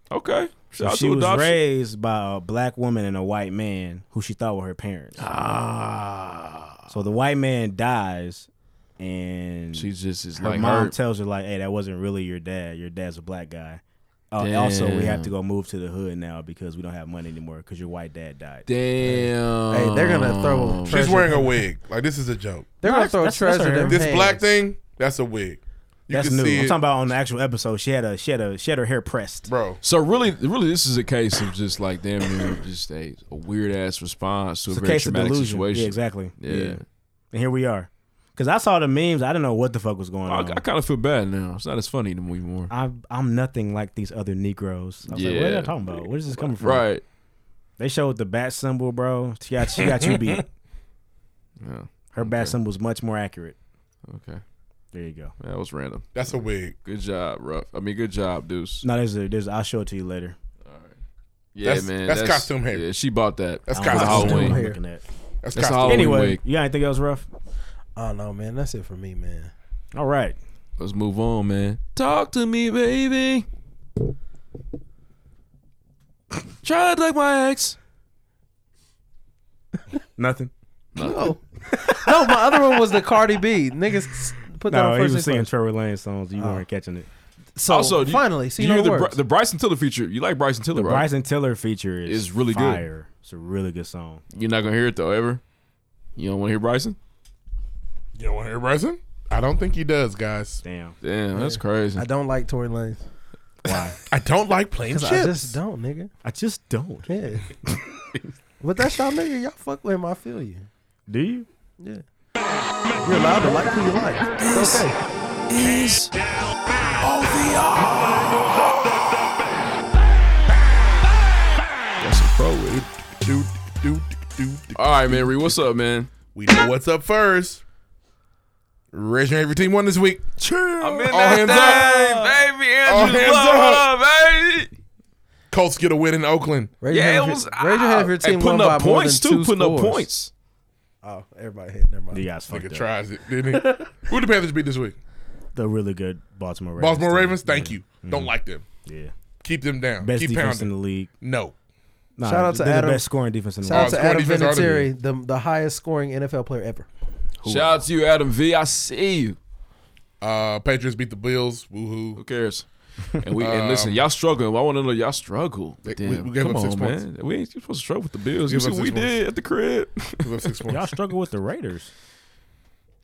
F: Okay.
E: So
F: Shout out
E: she
F: to
E: was
F: adoption.
E: raised by a black woman and a white man who she thought were her parents.
F: Ah.
E: So the white man dies, and
F: She just is
E: her
F: like
E: mom
F: her.
E: tells her like, "Hey, that wasn't really your dad. Your dad's a black guy." Uh, also, we have to
F: Damn.
E: go move to the hood now because we don't have money anymore because your white dad died.
F: Damn.
B: hey, they're gonna throw. A
C: She's
B: treasure-
C: wearing a wig. Like this is a joke.
B: They're gonna
E: That's-
B: throw a
E: that's- that's her
B: treasure.
E: hair.
B: in
C: This
B: their
C: black
B: hands.
C: thing, that's a wig. You
E: That's
C: can
E: new.
C: see
E: I'm
C: it.
E: talking about on the actual episode. She had a she had a she had her hair pressed.
C: bro.
F: So really, really, this is a case of just like damn near just a, a weird ass response to
E: It's
F: a
E: a
F: very
E: case of
F: traumatic
E: delusion.
F: situation.
E: Yeah, exactly.
F: Yeah.
E: And here we are. Cause I saw the memes. I didn't know what the fuck was going
F: I,
E: on.
F: kind of feel bad now. It's not as funny anymore.
E: I, I'm nothing like these other Negroes. I was like, what are
F: Yeah.
E: y'all talking about? Where is this coming from?
F: Right.
E: They showed the bat symbol, bro. She got she got you beat.
F: Yeah.
E: Her bat symbol was much more accurate.
F: Okay.
E: There you go.
F: That was random.
C: That's a wig.
F: Good job, Ruff. I mean, good job, Deuce.
E: No, there's a there's. I'll show it to you later.
F: Yeah,
C: That's-
F: man.
C: that's costume hair.
F: Yeah, she bought that.
C: That's
E: I don't know what
F: Halloween.
E: I'm
B: Halloween.
E: looking at.
C: That's,
F: That's
C: costume.
F: Halloween.
E: Anyway,
F: wig.
E: you got anything else, rough?
B: I don't know, man. That's it for me, man.
E: All right.
F: Let's move on, man. Talk to me, baby. Try to like my ex.
E: Nothing.
B: No, my other one was the Cardi B. Niggas s- put that
E: No,
B: on
E: he
B: first.
E: was
B: thing
E: singing
B: first.
E: Trevor Lane songs.
F: Oh.
E: You weren't catching it.
B: So
F: also, do you-
B: finally,
F: do
B: see
F: you
B: no
F: hear the,
B: words.
F: Bri- the Bryson Tiller feature. You like Bryson Tiller,
E: The
F: right?
E: Bryson Tiller feature is
F: It's really good.
E: fire. It's a really good song.
F: You're not gonna hear it though, ever. You don't want to hear Bryson?
C: You don't want to hear Bryson? I don't think he does, guys.
E: Damn.
F: Damn, that's crazy.
B: I don't like Tory Lanez
E: Why?
C: I don't like plain
B: because
C: chips.
B: I just don't, nigga.
E: I just don't.
B: Yeah. but that's y'all, nigga. Y'all fuck with him. I feel you.
E: Do you?
B: Yeah. You're allowed to like who you like. It's okay.
F: That's a pro with it.
C: Do, do, do, do.
F: All right, man. Ree, what's up, man?
C: We know what's up first. Raise your hand if your team won this week. Chill.
F: I'm
C: All hands up.
F: baby.
C: All hands up.
F: up, baby.
C: Colts get a win in Oakland.
B: Raise
F: Yeah,
B: your
F: it
B: hand
F: was.
B: if your, raise your hand if your
F: Hey,
B: team
F: putting
B: won
F: up
B: by more than
F: points
B: two
F: too. Putting up
B: scores.
F: points.
B: Oh, everybody hit. Never mind.
E: You guys fucked
C: Nigga
E: up.
C: tries it, didn't he? Who the Panthers beat this week?
E: The really good Baltimore Ravens.
C: Baltimore
E: team. Mm-hmm.
C: Ravens. Thank you.
B: Mm-hmm.
C: Don't like them.
E: Yeah. Yeah.
C: Keep them down.
E: Best
C: Keep
E: defense
C: pounding.
E: in the league.
C: No.
E: Nah,
B: Shout out to
E: they're
B: Adam-
E: The best scoring defense in the league.
B: Shout out
C: Oh,
B: to
C: Corey
B: Adam
C: defense oughta be.
B: Vinatieri, the the highest scoring NFL player ever.
F: Shout out to you, Adam V. I see you.
C: Uh, Patriots beat the Bills. Woohoo. Um,
F: Who cares? And we and listen, y'all struggling. I want to know y'all struggle.
C: We-
F: But damn,
C: we gave
F: come
C: up
F: on,
C: six points.
F: man. We ain't supposed to struggle with the Bills. You
C: Give
F: see
C: up
F: what we
C: six points.
F: did at the crib.
C: Give up six points.
E: Y'all struggle with the Raiders.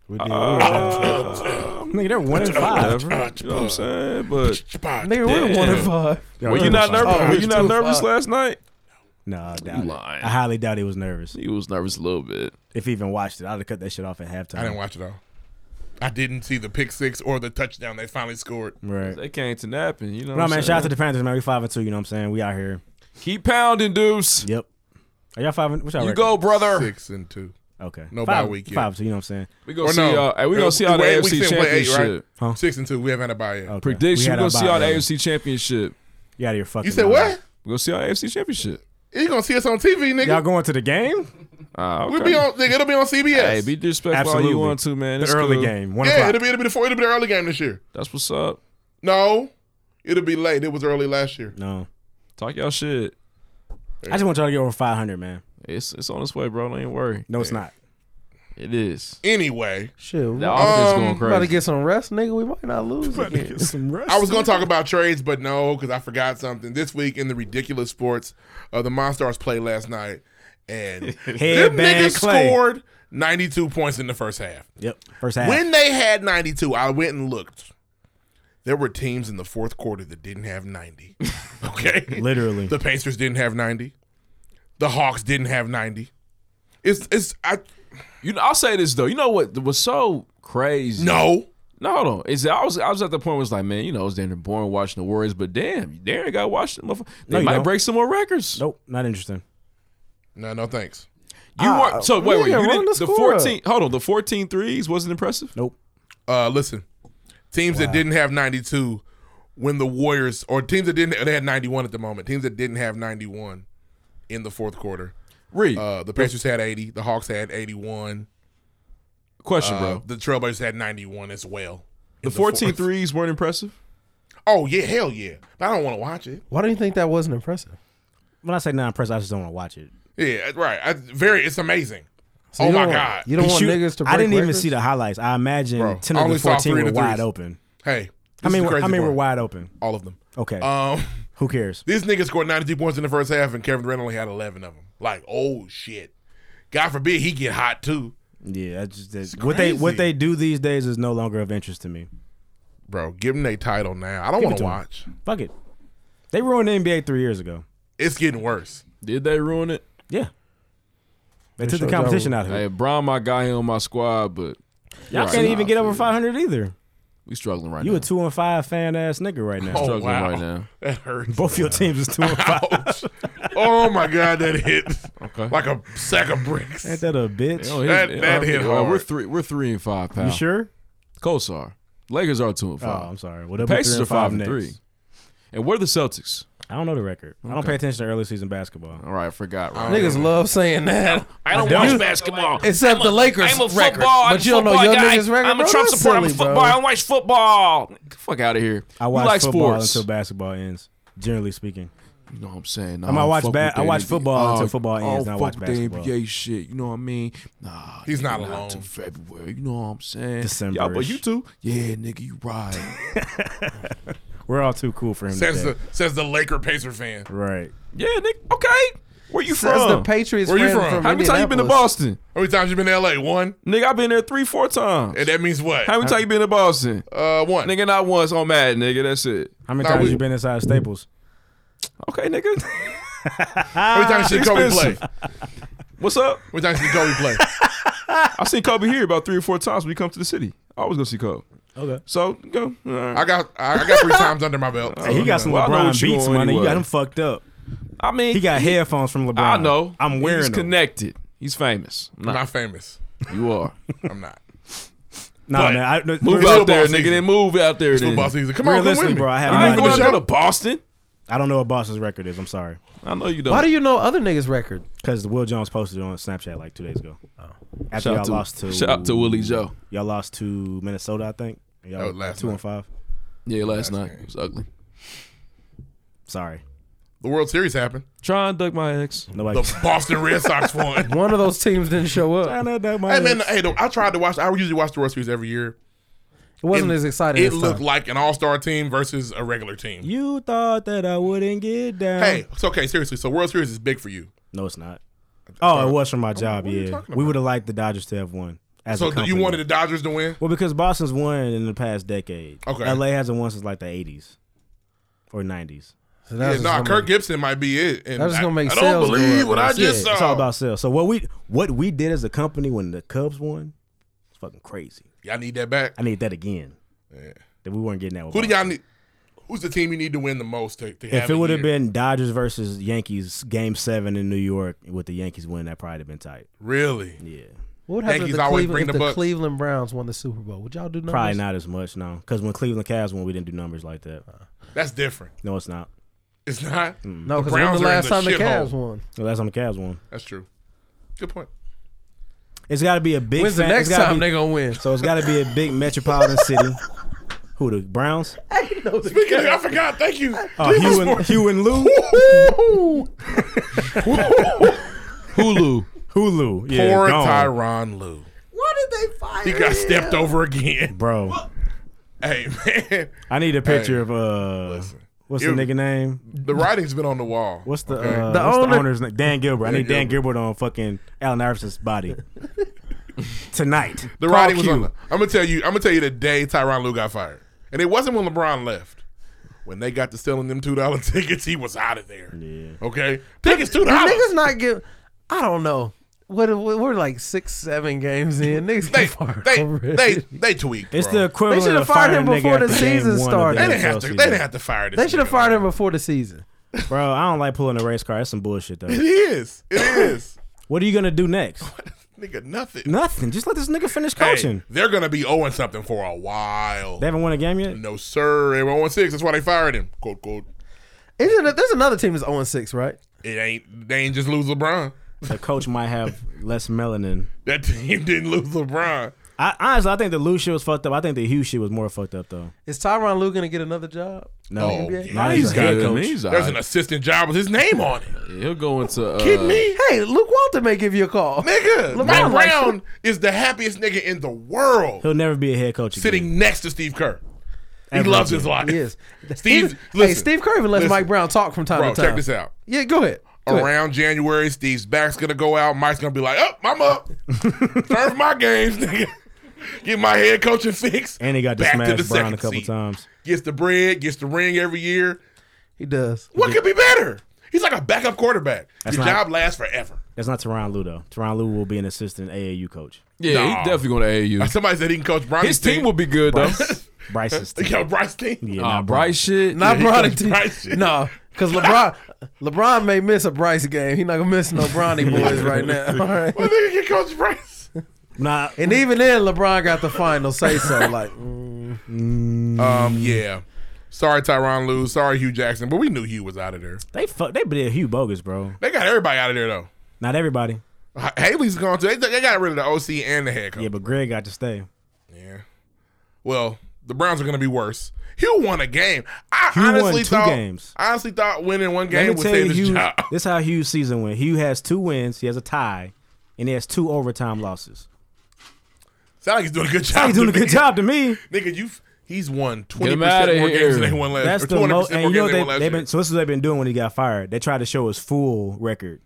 E: We did. Nigga, they're one and five.
F: Oh. Whatever. You know what I'm saying? But
B: Nigga, we're one and five.
F: were you not nervous?
B: Oh,
F: were
B: it's
F: you not
B: two
F: nervous
B: o'clock.
F: last night?
E: No, I doubt it.
F: lying.
E: I highly doubt he was nervous.
F: He was nervous a little bit.
E: If he even watched it, I'd have cut that shit off at halftime.
C: I didn't watch it all. I didn't see the pick six or the touchdown they finally scored.
E: Right.
F: They came to napping. You know.
E: No,
F: what
E: man,
F: I'm
E: shout out to
F: saying?
E: the Panthers, man. We 5 and 2, you know what I'm saying? We out here.
F: keep pounding, Deuce.
E: Yep. Are y'all 5 and What's y'all
F: You
E: record?
F: go, brother.
C: Six and two.
E: Okay.
C: No
E: five,
C: bye week yet.
E: 5 and 2, you know what I'm saying?
F: We gonna
C: Or
F: see.
C: no.
F: Uh, hey, we gonna see how the
C: Wait, we
F: AFC
C: still play eight, right?
F: championship
E: Huh?
C: Six and two. We haven't had a bye yet.
E: Okay. We
F: prediction. We
E: had
F: are gonna
E: our
F: see
E: bye,
F: how the
E: man.
F: AFC championship.
E: You out of your fucking
C: You said
E: mind.
C: what?
F: We are gonna see how the AFC championship.
C: You gonna see us on TV, nigga?
E: Y'all going to the game?
F: Ah,
C: We'll be on. Nigga, it'll be on CBS.
F: Hey, be disrespectful all you want to, man.
E: The
F: It's
E: early
F: cool.
E: game, one
C: yeah,
E: o'clock.
C: it'll be it'll be the four, it'll be the early game this year.
F: That's what's up.
C: No, it'll be late. It was early last year.
E: No,
F: Talk y'all shit.
E: I just want y'all to get over 500, man.
F: It's it's on its way, bro. Don't even worry.
E: No, it's not.
F: It is.
C: Anyway,
B: Shit, we
F: The offense
C: Um,
F: going
B: about to
F: crazy.
B: get some rest, nigga. We might not lose. again.
C: I was gonna talk about trades, but no, because I forgot something. This week in the ridiculous sports, uh, the Monstars played last night, and them
E: Headband
C: niggas
E: Clay.
C: scored ninety two points in the first half.
E: Yep. First half.
C: When they had 92, I went and looked. There were teams in the fourth quarter that didn't have 90. Okay?
E: Literally.
C: The Pacers didn't have 90. The Hawks didn't have 90. It's it's I
F: You know, I'll say this though. You know what was so crazy?
C: no.
F: No, hold on. Is I was I was at the point where it's like, man, you know, it's damn near boring watching the Warriors, but damn, Darren got watched. They
E: you
F: might
E: don't.
F: break some more records.
E: Nope, not interesting. Ah,
C: No, no thanks.
F: You weren't. So wait, wait.
B: yeah,
F: You
B: run
F: didn't,
B: the
F: the
B: score up.
F: fourteen. Hold on. The 14 threes wasn't impressive.
E: Nope.
C: Uh listen. Teams that didn't have 92 when the Warriors or teams that didn't they had 91 at the moment. Teams that didn't have 91 in the fourth quarter.
F: Reed,
C: Uh the Pacers had 80, the Hawks had 81.
F: question,
C: Uh,
F: bro.
C: The Trailblazers had 91 as well. in
F: The 14
C: fourth.
F: threes weren't impressive.
C: Oh yeah, hell yeah. But I don't want to watch it.
B: Why do you think that wasn't impressive?
E: When I say non press, I just don't want to watch it.
C: Yeah, uh, right. I, very, it's amazing.
B: So
C: oh
B: you
C: my
B: don't-
C: god.
B: You don't
E: He
B: want
E: shoot-
B: niggas to break
E: I didn't even
B: records?
E: see the highlights. I imagine
C: Bro,
E: 10
C: I
E: of
C: only
E: the
C: saw
E: 14
C: three of
E: were
C: the
E: wide
C: threes.
E: open.
C: hey,
E: How
C: this is
E: many,
C: the
E: were,
C: crazy
E: how many were
C: part.
E: wide open?
C: All of them.
E: Okay.
C: Um,
E: Who cares?
C: this nigga scored 92 points in the first half, and Kevin Durant only had 11 of them. Like, oh shit. God forbid he get hot too,
E: Yeah, I just that, what they what
C: crazy.
E: they do these days is no longer of interest to me.
C: bro. Give him their title now. I don't
E: Give it
C: want
E: to
C: to
E: 'em.
C: watch.
E: Fuck it. They ruined the NBA three years ago.
C: It's getting worse.
F: Did they ruin it?
E: Yeah. They took the
B: showed
E: competition
B: y'all-
E: out of it.
F: Hey, Brown, my guy here on my squad, but
E: Y'all
F: Right.
E: can't
F: Nah,
E: even get over
F: dude.
E: 500 either.
F: we struggling right
E: You
F: now.
E: a two and five fan ass nigga right now.
C: Oh
F: struggling
C: wow,
F: right now.
C: that hurts.
E: Both your teams is two and five.
C: Ouch. oh my god, that hit
F: Okay.
C: like a sack of bricks.
E: Ain't that a bitch?
F: Oh,
C: That-
F: here's-
C: that
F: uh,
C: hit
F: uh, We're
C: hard.
F: three. We're three and five. Pal.
E: you sure?
F: Kosar. Lakers are two and
E: Oh,
F: five.
E: I'm sorry. Whatever.
F: Pacers
E: three
F: are
E: and five
F: five and
E: next.
F: three. And we're the Celtics.
E: I don't know the record. I don't pay attention to early season basketball.
F: All right, I forgot. Right?
B: Niggas love saying that.
F: I don't
B: watch
F: basketball.
B: Except the Lakers record. but you don't know your niggas record. bro. That's silly, bro.
F: watch football. Get the fuck out of here.
E: I
F: You
E: watch
F: like
E: football
F: sports.
E: until basketball ends. Generally speaking,
F: You know what I'm saying? No,
E: I'm gonna
F: don't
E: watch
F: fuck
E: ba-
F: with
E: I
F: the
E: watch
F: NBA.
E: football until
F: Oh,
E: football
F: I don't
E: ends, and I
F: fuck
E: watch
F: with the
E: basketball.
F: NBA shit. You know what I mean? Nah,
C: He's not
F: nigga,
C: alone.
F: Till February. You know what I'm saying? Yeah,
E: December-ish.
F: but you too. Yeah, nigga, you right.
E: we're all too cool for him.
C: Says
E: Today.
C: the says the Laker Pacer fan.
E: right.
F: yeah, nigga. Okay. Where you
B: Says
F: from?
B: the Patriots.
C: Where you
B: friend
C: from?
B: from
F: How many times you been to
B: Indianapolis.
F: Boston?
C: How many times you been to LA? One,
F: Nigga, I've been there three, four times.
C: and that means what?
F: How many times you been to Boston?
C: Uh, one.
F: Nigga, not once on Mad, nigga. That's it.
E: How many
C: Nah,
E: times
C: we-
E: you been inside Staples?
F: Okay, nigga.
C: How many times you
E: Ah,
C: seen Kobe play?
F: expensive. What's up?
C: How many times you seen Kobe play?
F: I seen Kobe here about three or four times when we come to the city. I always gonna see Kobe.
E: Okay.
F: So go. all right.
C: I got I I got three times under my belt.
E: Hey, he got some
F: Well, I know
E: LeBron
F: what you
E: beats
F: want
E: money. You
F: anyway.
E: got him fucked up.
F: I mean,
E: He got headphones from LeBron.
F: I know.
E: I'm wearing
F: He's
E: them.
F: connected. He's famous.
C: I'm
F: Nah,
C: not famous.
F: you are.
C: I'm not.
E: Nah,
C: But
E: man. I, no,
F: Move
C: Football
F: out there,
C: season.
F: nigga. Then move out there.
C: It's
F: Then.
C: football season. Come on, come with
E: Realistically,
C: me.
E: bro, I have
F: You
E: no
F: ain't
E: idea.
F: going to go to Boston.
E: I don't know what Boston's record is. I'm sorry,
F: I know you don't.
B: Why do you know other niggas' record?
E: because Will Jones posted it on Snapchat like two days ago. Oh. After
F: Shout
E: y'all
F: out to-
E: lost to
F: shout out to Willie Joe.
E: Y'all lost to Minnesota, I think. Y'all
C: That was last
E: two
C: night.
E: and five.
F: yeah, last night it was ugly.
E: Sorry,
C: The World Series happened.
F: Try and duck my ex.
E: nobody.
C: The Boston Red Sox won.
B: One of those teams didn't show up.
C: Hey
E: hey
C: man, hey, the- I tried to watch. I usually watch the World Series every year.
B: It wasn't
C: It-
B: as exciting.
C: It
B: this
C: looked
B: time.
C: like an All Star team versus a regular team.
E: You thought that I wouldn't get down.
C: Hey, it's okay. Seriously, so World Series is big for you.
E: No, it's not. Oh, it was from my job.
C: uh, what are you
E: Yeah,
C: talking
E: we
C: about?
E: would have liked the Dodgers to have won. As
C: So
E: a
C: do you
E: company.
C: wanted the Dodgers to win?
E: Well, because Boston's won in the past decade.
C: Okay.
E: LA hasn't won since like the '80s or '90s.
B: So
C: Yeah,
B: that's
C: no,
B: just
C: nah,
B: gonna
C: Kirk
B: make-
C: Gibson might be it. And
B: That's just gonna make
C: I, I don't
B: sales go
C: believe
B: up,
C: what I
B: man.
C: just
B: Yeah,
C: saw.
E: It's all about sales. So what we what we did as a company when the Cubs won, it's fucking crazy.
C: Y'all need that back.
E: I need that again.
C: Yeah.
E: That we weren't getting that. With
C: Who do
E: Boston.
C: y'all need? Who's the team you need to win the most to, to have?
E: If it
C: a
E: would have
C: year?
E: been Dodgers versus Yankees Game Seven in New York with the Yankees win, that probably have been tight.
C: really,
E: Yeah,
B: What would happen if
C: Yankees
B: the,
C: always
B: Cleveland,
C: bring
B: if
C: the
B: the
C: buck.
B: Cleveland Browns won the Super Bowl? Would y'all do numbers?
E: probably not as much no. Because when Cleveland Cavs won, we didn't do numbers like that.
C: that's different.
E: No, it's not.
C: It's not.
B: No, because when the last time the Cavs won?
E: The last time the Cavs won.
C: That's true. Good point.
E: It's got to be a big.
B: When's the
E: fan- it's
B: next
E: gotta
B: time
E: be-
B: they gonna win?
E: So it's got to be a big metropolitan city. Who the Browns?
C: Speaking of, I forgot. Thank you.
E: Oh, Hugh and, Hugh and Lou.
F: Hulu.
E: Hulu. Yeah,
C: Poor
E: gone.
C: Tyron Lou.
K: Why did they fire
C: He got
K: him?
C: stepped over again.
E: Bro,
C: Hey man,
E: I need a picture of
C: Hey,
E: uh, what's
C: You-
E: the nigga name?
C: the writing's been on the wall.
E: What's the
C: Okay.
E: uh,
B: The
E: what's
B: owner-
E: the owner's name? Dan Gilbert. I
C: Dan
E: need Dan Gilbert on fucking Allen Iverson's body tonight.
C: The
E: Call
C: writing was
E: Q.
C: on. The, I'm gonna tell you. I'm gonna tell you the day Tyron Lue got fired, and it wasn't when LeBron left. When they got to selling them two dollar tickets, he was out of there. Yeah. Okay. Tickets two
B: The
C: dollars.
B: niggas not give. I don't know. What we're like six, seven games in. Niggas
C: They
B: get fired over
C: they
B: it.
C: they they tweaked.
E: It's the
C: bro.
E: equivalent.
B: They should've
E: of
B: fired
E: firing
B: him
E: a nigga
B: before
E: after
B: the
E: game
B: season
E: one of the
B: started.
C: They
E: NFL
C: didn't have to. They
E: season.
C: didn't have to fire this.
B: They should have
C: nigga.
B: fired him before the season.
E: Bro, I don't like pulling a race car. That's some bullshit though.
C: It is. It is.
E: What are you gonna do next?
C: Nigga, nothing.
E: Nothing. Just let this nigga finish
C: Hey,
E: coaching.
C: they're gonna be owing something for a while.
E: They haven't won a game yet.
C: no sir, they were on six. That's why they fired him. Quote quote.
B: Isn't it, there's another team that's 0 6, right?
C: It ain't. They ain't just lose LeBron.
E: The coach might have less melanin.
C: That team didn't lose LeBron.
E: I honestly, I think the Lou shit was fucked up. I think the Hugh shit was more fucked up though.
B: Is Tyron Lue going to get another job?
E: No,
C: Oh, yeah.
E: Not
F: He's
E: as a head
F: good.
E: coach.
F: He's all
C: There's an
F: right.
C: assistant job with his name on it.
F: He'll go into. Uh,
C: Kidding me?
B: Hey, Luke Walton may give you a call.
C: Nigga,
B: LeBron
C: Mike
B: likes
C: Brown
B: him.
C: is the happiest nigga in the world
E: He'll never be a head coach again.
C: sitting next to Steve Kerr. He
E: Ever
C: loves
E: again.
C: his life.
B: Yes.
C: Steve,
B: Even- hey,
C: listen.
B: Steve Kerr even lets
C: Listen.
B: Mike Brown talk from time
C: Bro,
B: to time.
C: check this out.
B: Yeah, go ahead. Go ahead.
C: Around January, Steve's back's gonna go out. Mike's gonna be like, "Up, oh, I'm up. Turn for my games, nigga. Get my head coaching fixed."
E: And he got to
C: Back
E: smash Brown
C: second
E: a couple
C: seat.
E: times.
C: Gets the bread, gets the ring every year.
B: He does.
C: What could be better? He's like a backup quarterback.
E: That's
C: Your
E: not-
C: job lasts forever.
E: That's not Teron Lou though. Teron Lou will be an assistant AAU coach.
F: Yeah, he's
C: Nah.
F: definitely going to AU.
C: Somebody said he can coach Bronny's
F: His team will be good though.
E: Bryce's team.
C: Yo, Bryce team.
E: Yeah,
F: Nah,
E: not
F: Bryce shit.
B: Not
C: Yeah,
B: Bronny.
C: he does Bryce
B: T-
C: shit.
B: no, because LeBron, LeBron may miss a Bryce game. He not gonna miss no Bronny boys right now. All right.
C: Well, nigga, get coach Bryce.
E: Nah,
B: And even then, LeBron got the final say so. Like,
C: Um,
F: Mm.
E: Mm-hmm.
C: yeah. Sorry, Tyron Lue. Sorry, Hugh Jackson. But we knew Hugh was out of there.
E: they fuck. They did Hugh bogus, bro.
C: They got everybody out of there though.
E: Not everybody.
C: Ha- Haley's gone too. They, they got rid of the OC and the head coach.
E: Yeah, but Greg got to stay.
C: Yeah. Well, the Browns are going to be worse. Hugh won a game. I
E: Hugh won
C: honestly
E: two
C: thought.
E: games.
C: I honestly thought winning one
E: Let
C: game
E: me
C: would
E: tell you,
C: save his
E: Hugh,
C: job.
E: this is how Hugh's season went. Hugh has two wins. He has a tie, and he has two overtime losses.
C: Sound like he's doing a good job.
E: He's doing a
C: to
E: good
C: me.
E: job to me.
C: nigga. You. He's won
F: him
C: twenty
F: outta
C: percent more
F: here.
C: games than they won last.
E: That's
C: or
E: the
C: 20%
E: most. And
C: more
E: you know
C: games than
E: they,
C: won last
E: they've
C: year.
E: been. So this is what they've been doing when he got fired. They tried to show his full record.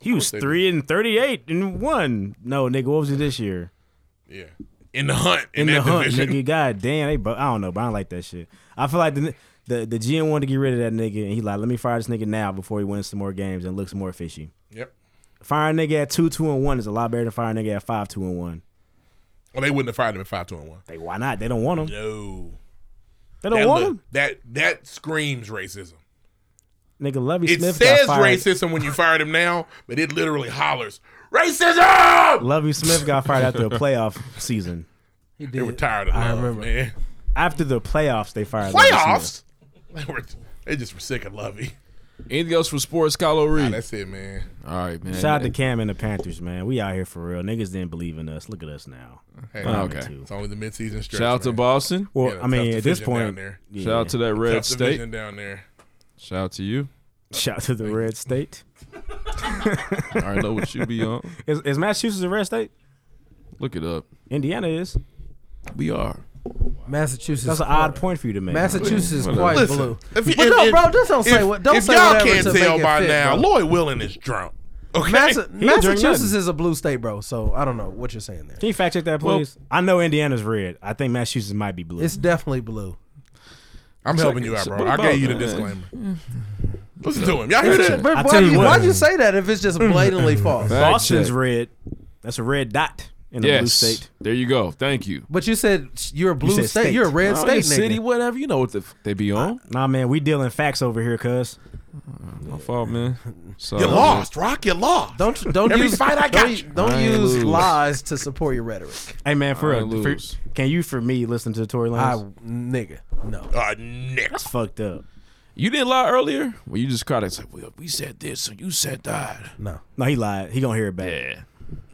E: He was
C: they
E: three and thirty-eight and one. No, nigga, what was it this year?
C: Yeah. In the hunt.
E: in
C: In,
E: the
C: that
E: hunt,
C: division.
E: nigga. God damn, they. bu- I don't know, but I don't like that shit. I feel like the the the GM wanted to get rid of that nigga, and he like, let me fire this nigga now before he wins some more games and looks more fishy.
C: Yep.
E: Firing nigga at two two and one is a lot better than firing nigga at five two and one.
C: Well, they wouldn't have fired him at five two and one.
E: Like why not? They don't want him.
C: No.
E: They
C: That,
E: don't want
C: look-
E: him.
C: that that screams racism.
E: Nigga, Lovey
C: It
E: Smith
C: says
E: got fired.
C: racism when you fired him now, but it literally hollers racism.
E: Lovey Smith got fired after a playoff season.
B: he did.
C: They were tired of
B: I
C: love,
B: remember.
C: man.
E: After the playoffs, they fired Lovie Smith.
C: Playoffs. They were. They just were sick of Lovey.
F: Anything else for sports, Kylo Reed?
C: That's it, man.
F: All right, man.
E: Shout out to Cam and the Panthers, man. We out here for real. Niggas didn't believe in us. Look at us now.
C: Hey,
E: Five and
F: okay.
E: two.
C: It's only the midseason stretch.
F: Shout out to
C: man.
F: Boston.
E: Well,
C: Yeah,
E: I mean,
C: tough
E: at this
C: division down
E: point,
C: there.
E: yeah.
F: Shout out to that Red
C: Tough
F: State.
C: division down there.
F: Shout out to you.
E: shout out to the Red State.
F: All right, know what you be on.
E: Is, is Massachusetts a red state?
F: Look it up.
E: Indiana is.
F: We are.
B: Massachusetts.
E: That's an odd point for you to make.
B: Massachusetts is
F: Whatever.
B: quite
C: Listen,
B: blue.
C: if you-
B: but
C: if-
B: no,
C: if-
B: bro, just don't say
C: if-
B: what. Don't
C: if
B: say
C: y'all
B: whatever
C: can't
B: to
C: tell
B: make it
C: by
B: fit,
C: now,
B: bro.
C: Lloyd Willing is drunk. Okay,
B: Massa-
E: drink
B: Massachusetts
E: nothing.
B: is a blue state, bro. So I don't know what you're saying there.
E: Can you fact check that, please? I know Indiana's red. I think Massachusetts might be blue.
B: It's definitely blue.
C: I'm helping you out, bro. I gave you the disclaimer.
B: Mm.
C: Listen to him. Y'all hear
B: But
C: that?
E: I
B: why
E: tell
B: do
E: you
B: you,
E: what.
B: why'd you say that if it's just blatantly false?
E: Boston's red. That's a red dot in a
F: Yes.
E: blue state.
F: There you go. Thank you.
B: But you said you're a blue
E: said
B: state.
E: state.
B: You're a red
F: Oh,
B: state nigga.
F: your city, whatever. You know what the f- they be on.
E: Nah, man, we dealing facts over here, cuz.
F: My fault, man. So,
C: You lost, Rock. You lost.
B: Don't don't
C: Every
B: use
C: fight I got you.
B: don't, don't
F: I ain't
B: use
F: lose.
B: lies to support your rhetoric.
E: Hey, man, for
F: I
E: real. for-
F: lose.
E: can you, for me, listen to Tory Lanez?
B: I nigga no.
C: Uh, Nick.
E: That's fucked up.
F: You didn't lie earlier? Well, you just cried. It's like, well, we said this and you said that.
B: No.
E: No, he lied. He gonna hear it back.
F: Yeah.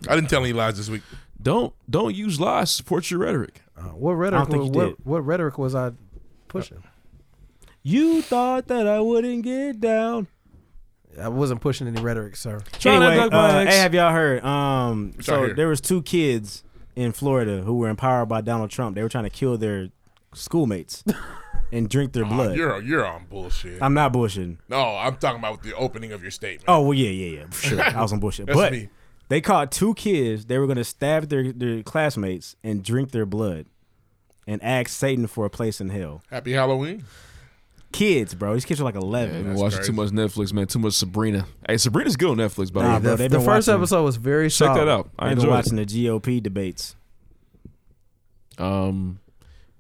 C: I didn't tell any lies this week. Oh.
F: Don't don't use lies. to Support your rhetoric.
B: Uh, what rhetoric?
E: think
B: was-
E: you did.
B: what, what rhetoric was I pushing?
E: You thought that I wouldn't get down.
B: I wasn't pushing any rhetoric, sir.
F: Trying to
E: anyway,
F: duck my
E: uh,
F: ex.
E: hey, have y'all heard? Um,
C: y'all
E: so
C: hear?
E: there was two kids in Florida who were empowered by Donald Trump. They were trying to kill their schoolmates and drink their blood.
C: Oh, You're you're on bullshit.
E: I'm not bushing.
C: no, I'm talking about the opening of your statement.
E: Oh well, yeah, yeah, yeah, for sure. I was on bullshit,
C: That's
E: but
C: me.
E: they caught two kids. They were gonna stab their their classmates and drink their blood, and ask Satan for a place in hell.
C: Happy Halloween.
E: Kids, bro, these kids are like
F: I've
E: eleven.
F: been watching too much Netflix, man. Too much Sabrina. Hey, Sabrina's good on Netflix, by the
E: Nah,
F: way.
E: bro,
B: the
E: they've
B: the
E: been
B: first
E: watching-
B: episode was very
F: Check
B: solid.
F: that out. I
E: I've been
F: enjoyed
E: watching the GOP debates.
F: it. Um,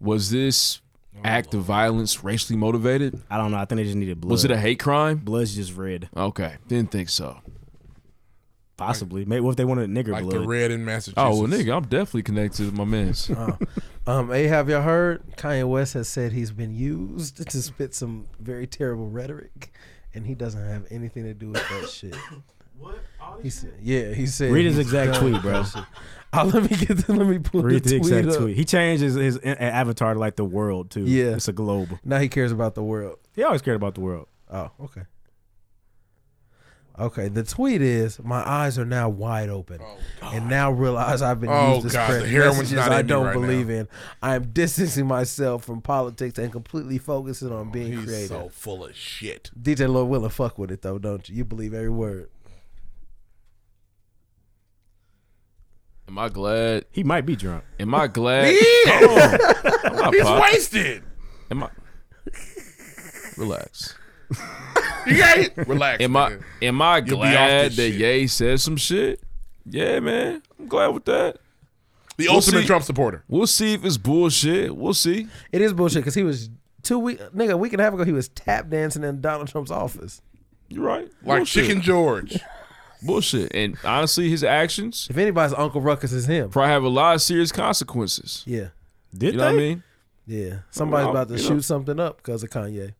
F: was this act of violence racially motivated?
E: I don't know. I think they just needed blood.
F: Was it a hate crime?
E: blood's just red?
F: Okay, didn't think so.
E: Possibly. Maybe what if they wanted nigger
C: Like the
E: blood?
C: red in Massachusetts.
F: Oh well, nigga, I'm definitely connected with my man's.
E: Uh,
B: Um, hey, have y'all heard? Kanye West has said he's been used to spit some very terrible rhetoric, and he doesn't have anything to do with that shit. What? He said, yeah, he said.
E: Read his
B: he's
E: exact
B: done with
E: tweet, bro.
B: that shit. Oh, let me get. The, let me pull
E: Read
B: the,
E: the
B: tweet
E: exact
B: up.
E: tweet. He changed his, his a- avatar to like the world too.
B: Yeah.
E: it's a globe.
B: Now he cares about the world.
E: He always cared about the world.
B: Oh, okay. Okay, the tweet is: My eyes are now wide open, and now realize I've been
C: Oh,
B: used to
C: God,
B: spread
C: the heroin's
B: messages
C: not
B: I
C: in you
B: don't
C: right now.
B: believe in. I am distancing myself from politics and completely focusing on being
C: He's
B: creative.
C: so full of shit.
B: DJ Lord Willing, fuck with it though, don't you? You believe every word.
F: Am I glad?
E: He might be drunk.
F: Am I glad? I'm not
C: He's
F: pop-
C: wasted.
F: Am I? Relax.
C: You got it? Relax.
F: Am I?
C: nigga.
F: Am I
C: You'll be off
F: glad
C: this
F: that
C: shit.
F: Ye said some shit? Yeah, man. I'm glad with that.
C: the
F: We'll
C: ultimate
F: see.
C: Trump supporter?
F: We'll see if it's bullshit. We'll see.
B: It is bullshit because he was two week nigga a week and a half ago he was tap dancing in Donald Trump's office.
F: You're right.
C: Like
F: bullshit.
C: Chicken George.
F: bullshit. And honestly, his actions
B: If anybody's Uncle Ruckus is him.
F: probably have a lot of serious consequences.
B: Yeah,
E: Did
F: You know what I
E: they?
F: mean?
B: yeah. Somebody's
F: Well,
B: about to
F: you know.
B: shoot something up because of Kanye.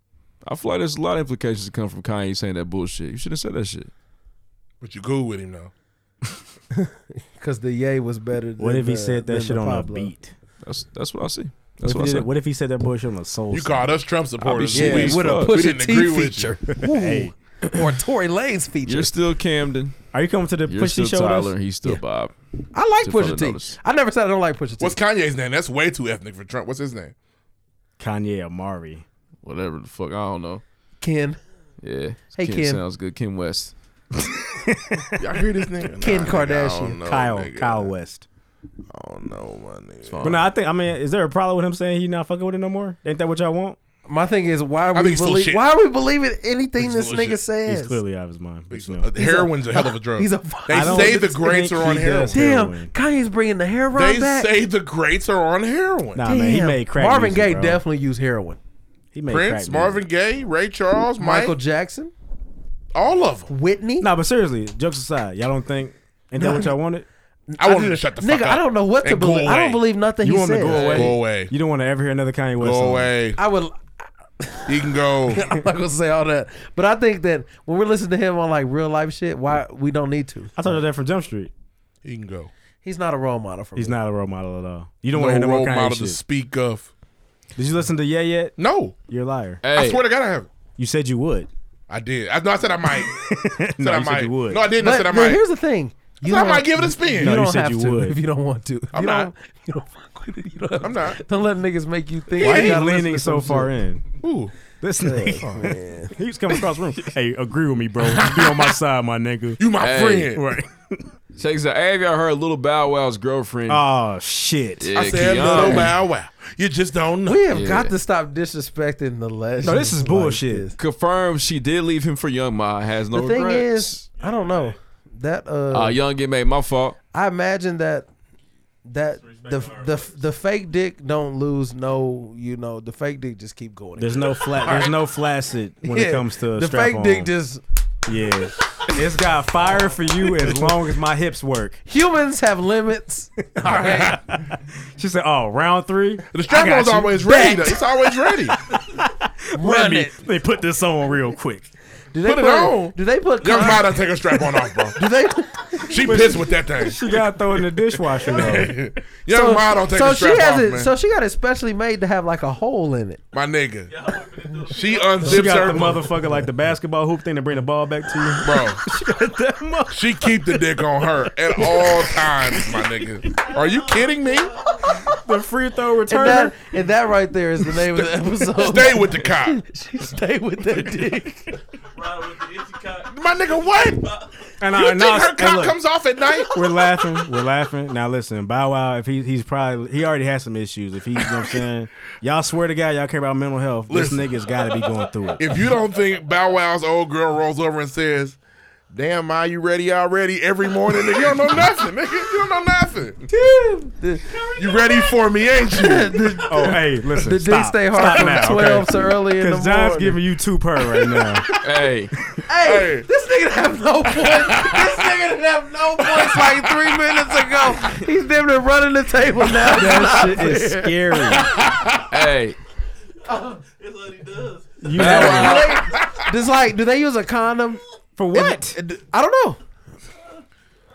F: I feel like there's a lot of implications that come from Kanye saying that bullshit. You should have said that shit.
C: But you cool with him though.
B: Because the yay was better. Than
E: What if he
B: the-
E: said
B: than
E: that shit
B: the
E: on a
B: Pablo.
E: beat?
F: That's that's what I see.
E: What
F: That's
E: if,
F: what I
E: he
F: see.
E: did, what if he said that bullshit on a soul?
C: You
E: song?
C: called us Trump supporters.
F: I'll be
B: Yeah,
C: We-
F: Sweet
B: with a
F: fuck.
B: push
C: We didn't agree
B: T
C: with
B: feature or Tory Lane's feature.
F: You're still Camden.
E: Are you coming to the
F: You're
E: pushy
F: still
E: show? with us?
F: Tyler. He's still
B: Yeah.
F: Bob.
B: I like
F: Still
B: Pusha
F: further
B: T. I
F: notice.
B: never said I don't like Pusha T.
C: What's Kanye's name? That's way too ethnic for Trump. What's his name?
E: Kanye Amari.
F: Whatever the fuck. I don't know.
B: Ken?
F: Yeah.
B: Hey,
F: Kim
B: Kim.
F: sounds good. Kim West.
C: Y'all hear this name?
B: Kim
C: nigga, I
B: Kardashian.
C: don't know,
E: Kyle
C: nigga.
E: Kyle West.
C: I don't know, my nigga.
E: But no, I think I mean, is there a problem with him saying he not fucking with it no more? Ain't that what y'all want?
B: My thing is why are
C: think
B: we
C: he's full of
B: believe
C: shit.
B: why are we believing anything
C: He's
B: this
C: full of
B: nigga
C: shit.
B: says?
E: He's clearly out of his mind. but, you know.
C: Uh, Heroin's a hell of a drug.
B: he's a-
C: they
B: I
E: don't
C: say the
E: think
C: greats are on
E: he
C: heroin.
E: does.
B: Damn,
E: Heroin.
B: Kanye's bringing the hair
C: They
B: back.
C: say the greats are on heroin.
E: Nah, man, he
B: Damn.
E: made crack.
B: Marvin
E: music,
B: Gaye
E: bro.
B: definitely used heroin.
E: He made
C: Prince,
E: crack
C: Marvin
E: music.
C: Gaye, Ray Charles,
B: Michael
C: Michael,
B: Jackson,
C: all of them.
B: Whitney.
E: Nah, but seriously, jokes aside, y'all don't think ain't that what y'all wanted?
C: I, want him to shut the
B: Nigga,
C: fuck up.
B: I don't know what to
C: and go
B: believe. I don't
C: away.
B: believe nothing
E: You
B: he
E: want me
B: said.
E: to go away?
C: Go away.
E: You don't want to ever hear another Kanye West
C: Go
E: song.
C: away.
B: I would.
C: He can go.
B: I'm not gonna say all that, but I think that when we're listening to him on like real life shit, why we don't need to.
E: I told you that from Jump Street.
C: He can go.
B: He's not a role model for
E: He's
B: me.
E: not a role model at all. You don't
C: No
E: want to hear no
C: role
E: more Kanye
C: model to
E: shit.
C: speak of.
E: Did you listen to Yeah yet?
C: No,
E: You're a liar.
F: Hey,
C: I swear to God, I have.
E: You said you would.
C: I did. I, no, I said I might. Said
E: No,
C: I
E: you said
C: might.
E: you would.
C: No, I didn't. I
B: But
C: said I
B: now
C: might.
B: here's the thing. You
C: I said I
B: don't-
C: might give it a spin.
E: No,
B: you
E: you
B: don't
E: said
B: have
E: you
B: to
E: would.
B: if you don't want to. If
C: I'm
B: you don't,
C: not.
B: You don't fuck with it. You don't
C: I'm not.
B: Don't let niggas make you think.
E: Why are
B: you
E: you
B: gotta listen
E: leaning
B: to
E: so
B: some
E: far
B: shit.
E: in?
C: Ooh,
E: This nigga. He's coming across the room. Hey, agree with me, bro. Just Be on my side, my nigga.
C: you my
F: Hey.
C: friend.
E: Right.
F: check this out. Hey, have y'all heard Little Bow Wow's girlfriend?
E: Oh shit.
F: Yeah,
C: I said
F: Kiana.
C: little bow wow. You just don't know.
B: We have
F: Yeah.
B: got to stop disrespecting the legend.
E: No, this is bullshit.
F: Confirmed she did leave him for Young Ma. Has no
B: the thing
F: regrets.
B: is, I don't know that. Uh,
F: uh,
E: Ah,
F: Young get made. My fault.
B: I imagine that that the the the fake dick don't lose no. You know, the fake dick just keep going.
E: There's no flat. There's no flaccid when
B: Yeah,
E: it comes to
B: the
E: strap
B: fake
E: on.
B: dick, just
E: yeah, it's got fire for you as long as my hips work.
B: humans have limits. All right,
E: She said, "Oh, round three.
C: The strap
E: I got
C: on's
E: you.
C: always ready. Though. It's always ready.
E: Run it. Let me put this on real quick.
B: Do
C: Put it on.
B: Do they put?
C: Young
B: con-
C: Mada take her strap on off, bro.
B: Do they?
C: She pissed with that thing.
E: She got thrown in the dishwasher though.
C: Young so, Ma don't take
B: so
C: her strap
B: she has
C: off,
B: it.
C: man.
B: So she got it specially made to have like a hole in it.
C: My nigga. She
E: She
C: unzips
E: got
C: her
E: the motherfucker like the basketball hoop thing to bring the ball back to you.
C: Bro,
E: She got that motherfucker.
C: she keep the dick on her at all times, my nigga. Are you kidding me?
E: The free throw
B: And
E: returner.
B: that, and that right there is the name of the episode.
C: Stay with the cop.
B: she stay with that dick.
C: My nigga, what?
E: And
C: You
E: I
C: think
E: and I-
C: her
E: and
C: cock
E: look,
C: comes off at night?
E: We're laughing. We're laughing. Now listen, Bow Wow. If he, he's probably he already has some issues. If he, you know what I'm saying, y'all swear to God, y'all care about mental health.
C: Listen.
E: This nigga's got to be going through it.
C: If you don't think Bow Wow's old girl rolls over and says, Damn, Ma, you ready already every morning? Nigga, you don't know nothing, nigga. You don't know nothing. You ready for me, ain't you?
E: Oh hey, listen.
B: The dick
E: stop.
B: stay hard
E: Stop
B: from
E: now,
B: twelve
E: okay?
B: to early in the
E: Because
B: morning.
E: John's giving you two per right now.
F: Hey,
B: hey,
C: Hey.
B: this nigga have no points. this nigga didn't have no points like three minutes ago. He's damn near running the table now.
E: that shit is scary.
F: hey,
E: You know,
B: Just like, do they use a condom?
E: for what?
B: I don't know.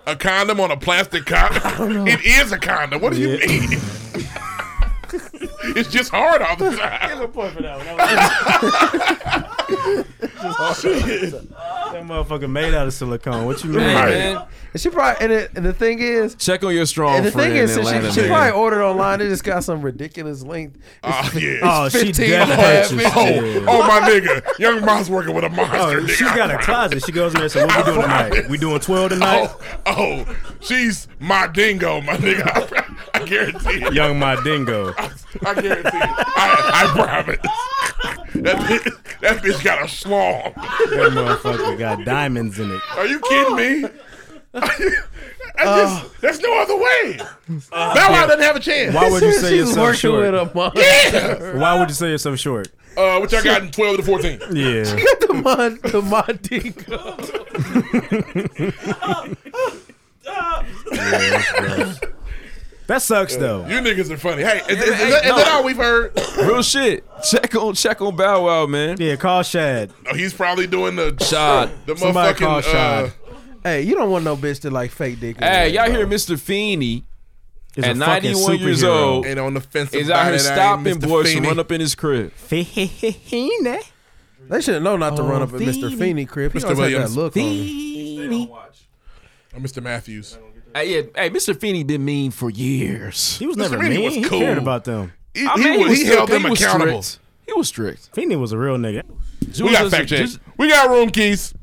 C: A condom on a plastic cock? It is a condom. What do you
E: Yeah.
C: mean? it's just hard all the time.
E: That motherfucker made out of silicone. What you mean?
F: hey
C: Right.
F: man,
B: And she probably and, it, and the thing is,
F: check on your strong
B: and the
F: friend
B: thing is,
F: in
B: since
F: Atlanta.
B: she, she
F: nigga.
B: probably ordered online. They just got some ridiculous length.
C: Oh, yeah.
E: Oh, she
B: 15
E: dead
B: and a half
E: purchased.
C: Oh,
E: yeah.
C: oh my nigga, Young Ma's working with a monster.
E: Oh,
C: nigga.
E: she got a closet. She goes in there. So what we doing tonight? We doing twelve tonight?
C: Oh, oh, she's my dingo, my nigga. I, guarantee it.
E: Young my dingo.
C: I guarantee it. I, I promise. That bitch, that bitch got a schlong.
E: That motherfucker got diamonds in it.
C: Are you kidding me? I
B: Uh,
C: just, there's no other way. Bow Wow doesn't have a chance.
E: uh, Why would you
B: She's
E: say yourself
B: working
E: short?
B: with a monster.
C: Yeah.
E: Why would you say yourself short?
C: Uh, what y'all got in 12 to 14?
E: Yeah.
B: the mon, the Mondego.
E: uh, That sucks though.
C: You niggas are funny. Hey, is, is, is that, is that all we've heard?
F: real shit. Check on check on Bow Wow, man.
E: Yeah, call Shad.
C: Oh, he's probably doing the
F: Shot.
C: the
E: Somebody call
C: motherfucking. Uh,
E: Shad.
B: Hey, you don't want no bitch to like fake dick.
F: Hey, y'all hear Mr. Feeney
E: Is
F: At
E: a fucking
F: 91 years
E: superhero.
F: old.
C: ain't on the fence.
F: is
C: about
F: out here
C: it. I ain't
F: stopping
C: Mr.
F: boys from
C: Feeney.
F: run up in his crib.
E: Feeney. Oh,
B: They should have known not to run up at Mr.
E: Feeney.
B: Feeney crib. He
C: Mr.
B: always had that
C: Williams.
B: look on him.
E: Feeney.
C: Oh, Mr. Matthews.
F: Hey, yeah, hey, Mr. Feeney been mean for years.
E: He was
C: Mr.
E: never
C: Feeney
E: mean.
C: was
E: He
C: cool.
E: cared about them.
C: He,
F: I
C: he
F: mean,
C: was- he
F: still-
C: held them
F: was
C: accountable.
F: strict. He was strict.
E: Feeney was a real nigga.
C: We got fact check. We got room keys.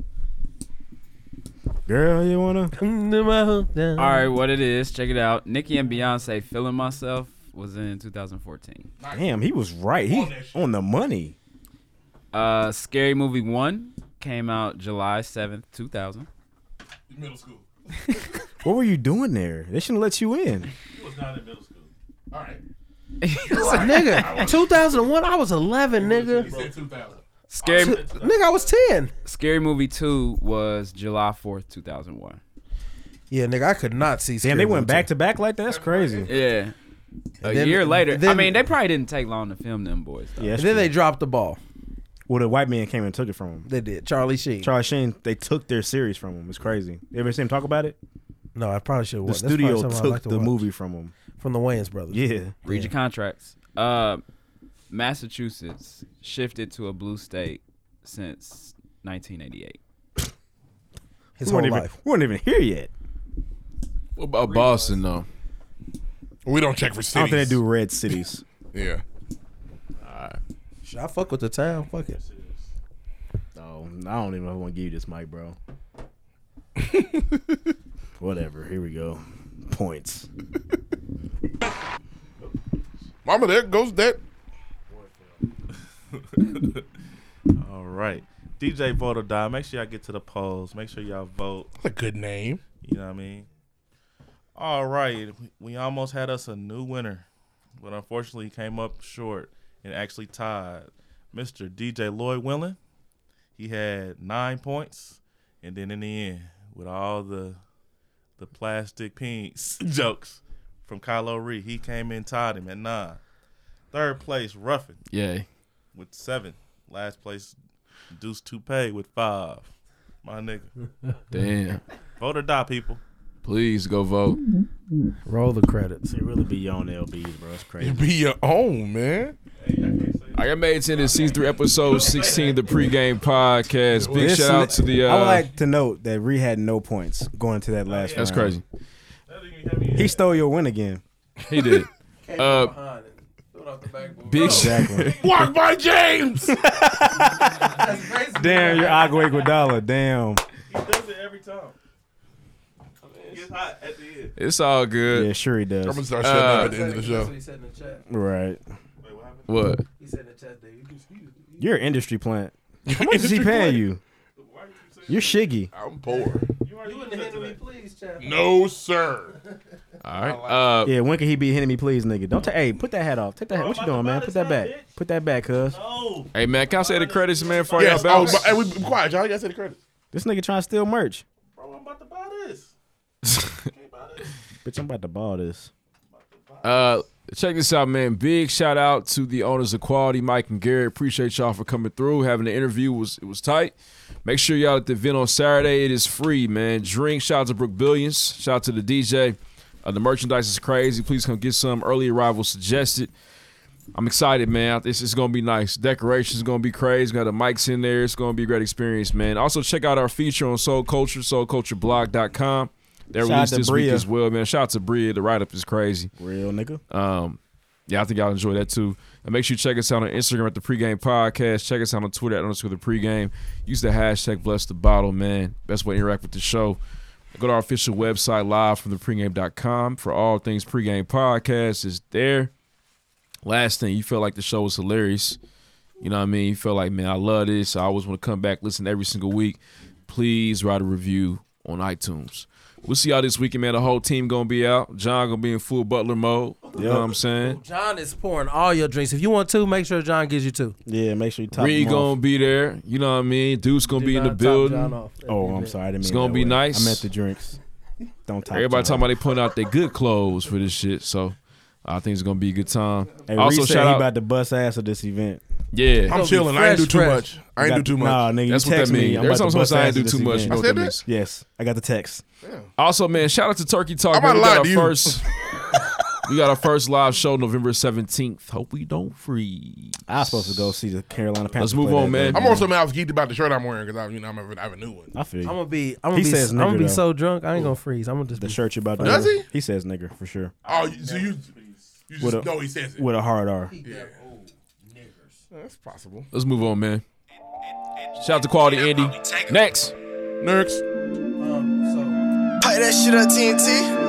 E: Girl, you wanna?
F: Mm.
K: All right, what it is? Check it out. Nicki and Beyonce feeling myself was in 2014.
E: Damn, he was right. He on the money.
K: Uh, Scary Movie One came out July 7th, 2000.
C: Middle school.
E: What were you doing there? They shouldn't let you in.
C: All right.
B: Nigga, 2001, I was 11, nigga.
C: said 2000.
K: Scary
B: Nigga, I was 10.
K: Scary Movie Two was July 4th, 2001.
B: Yeah, nigga, I could not see.
E: Damn, they
B: Scary
E: went
B: Movie
E: back to back like that. That's crazy.
K: Yeah. A
B: Then-
K: year later, I
B: then-
K: mean, they probably didn't take long to film them boys. Though.
E: Yeah.
B: And
E: that's
B: then
E: true.
B: they dropped the ball.
E: well, the white man came and took it from him.
B: They did. Charlie Sheen.
E: Charlie Sheen, they took their series from him. It's crazy. You ever seen him talk about it?
B: no, I probably should have
E: The studio took the movie from him.
B: From the Wayans brothers.
E: Yeah.
K: Read your contracts. Uh, Massachusetts shifted to a blue state since 1988.
B: His
E: we,
B: whole
E: weren't even,
B: life.
E: we weren't even here yet.
F: What about Boston though?
C: We don't check for cities.
E: I don't think they do red cities.
C: Yeah.
B: Should I fuck with the town? Fuck it.
E: oh, I don't even know if I want to give you this mic, bro. Whatever. Here we go. Points.
C: Mama, there goes that.
L: All right. DJ Vote or Die. Make sure y'all get to the polls. Make sure y'all vote.
C: That's a good name.
L: You know what I mean? All right. We, we almost had us a new winner, but unfortunately he came up short and actually tied Mr. DJ Lloyd Willing. He had nine points, and then in the end, with all the the plastic penis jokes from Kylo Ree, he came in tied him at nine. Third place, Ruffin
F: Yeah.
L: with seven. Last place, Deuce Toupee with five. My nigga.
F: Damn.
L: Vote or die, people.
F: Please go vote.
B: Roll the credits.
E: It really be your own LBs, bro. It's crazy.
F: It
C: be your own, man.
F: I got made to season three, episode sixteen, of the pregame podcast. Big
E: This
F: shout
E: li-
F: out to the. Uh, Oh,
E: I would like to note that Ree had no points going to that last.
F: That's
E: round. He stole your win again.
F: He did. Uh, big
E: Exactly.
C: Walk by James.
E: Damn, you're Agua Iguodala. Damn.
F: It's all good. Uh,
E: Yeah, sure he does.
C: I'm gonna start shutting up at the end of the show.
E: Right.
F: What?
E: You're an industry plant. How much is he paying you? You're shiggy.
C: I'm poor. No, sir.
F: All right. Uh,
E: yeah, when can he be hitting me, please, nigga? Don't take. Hey, put that hat off. Take that. hat. What you doing, man? Put that back. Put that back, cuz.
F: Hey man, can I say the credits, man? For
C: Yes,
F: y'all
C: oh,
F: bounce?
C: but, hey, we be quiet, y'all. You gotta say the credits.
E: This nigga trying to steal merch. Bitch, I'm about to ball this.
F: Uh, check this out, man. Big shout out to the owners of Quality, Mike and Gary. Appreciate y'all for coming through. Having the interview was it was tight. Make sure y'all at the event on Saturday. It is free, man. Drink. Shout out to Brooke Billions. Shout out to the DJ. Uh, the merchandise is crazy. Please come get some. Early arrival suggested. I'm excited, man. This is gonna be nice. Decorations gonna be crazy. Got the mics in there. It's gonna be a great experience, man. Also check out our feature on Soul Culture, soulcultureblog.com. That
E: Shout out
F: released
E: to
F: this week
E: Bria.
F: as well, man. Shout out to Bria. The write up is crazy.
E: Real nigga.
F: Um, yeah, I think y'all enjoy that too. And make sure you check us out on Instagram at the pregame podcast. Check us out on Twitter at underscore the pregame. Use the hashtag bless the bottle, man. Best way to interact with the show. Go to our official website live from the pregame.com for all things pregame podcast is there. Last thing, you felt like the show was hilarious. You know what I mean? You felt like, man, I love this. I always want to come back, listen every single week. Please write a review on iTunes. We'll see y'all this weekend, man. The whole team gonna be out. John gonna be in full butler mode. You know what I'm saying?
B: John is pouring all your drinks. If you want two, make sure John gives you two.
E: Yeah, make sure you top
F: Reed
E: him off.
F: gonna be there. You know what I mean? Duke's gonna be in the
B: not top
F: building.
B: John off.
E: Oh, I'm sorry. I didn't
F: It's
E: mean it
F: gonna
E: that
F: be
E: way.
F: nice.
E: I meant the drinks. Don't talk.
F: Everybody talking about they putting out their good clothes for this shit. So uh, I think it's gonna be a good time.
E: Hey, also,
F: also,
E: said
F: shout
E: he
F: out.
E: about to bust ass at this event.
F: yeah,
C: I'm chilling. I ain't do too
E: fresh.
C: much. I ain't
E: Got-
C: do too much.
E: Nah, nigga,
F: That's
E: you
F: what
E: text
F: that mean.
E: me. I'm
F: There's
E: about to
F: something
E: bust
F: I
E: ass
F: ain't do
E: at
F: too
E: this
F: much. You
E: event.
F: know what that means?
E: Yes, I got the text.
F: Also, man, shout out to Turkey Talk.
C: I'm not
F: man. We got
C: lying
F: our
C: to you.
F: first. we got our first live show November 17th. Hope we don't freeze.
E: I was supposed to go see the Carolina Panthers.
F: Let's move
E: play
F: on,
E: that
F: man.
E: day,
C: I'm also mad. I was geeked about the shirt I'm wearing because I, you know, I'm having- I have a new one.
E: I feel you.
B: I'm gonna be. I'm
E: He
B: gonna be.
E: says
B: I'm gonna
E: nigga,
B: be
E: though.
B: so drunk. I ain't gonna freeze. I'm gonna just
E: the
B: be
E: shirt you about to
C: Does
E: wear.
C: he?
E: He says nigga for sure.
C: Oh, so you, you
E: With a-
C: just know he says it.
E: With a hard R.
C: That's possible.
F: Let's move on, man. Shout out to Quality Andy. Next.
C: Nerds.
M: Pipe that shit up, TNT.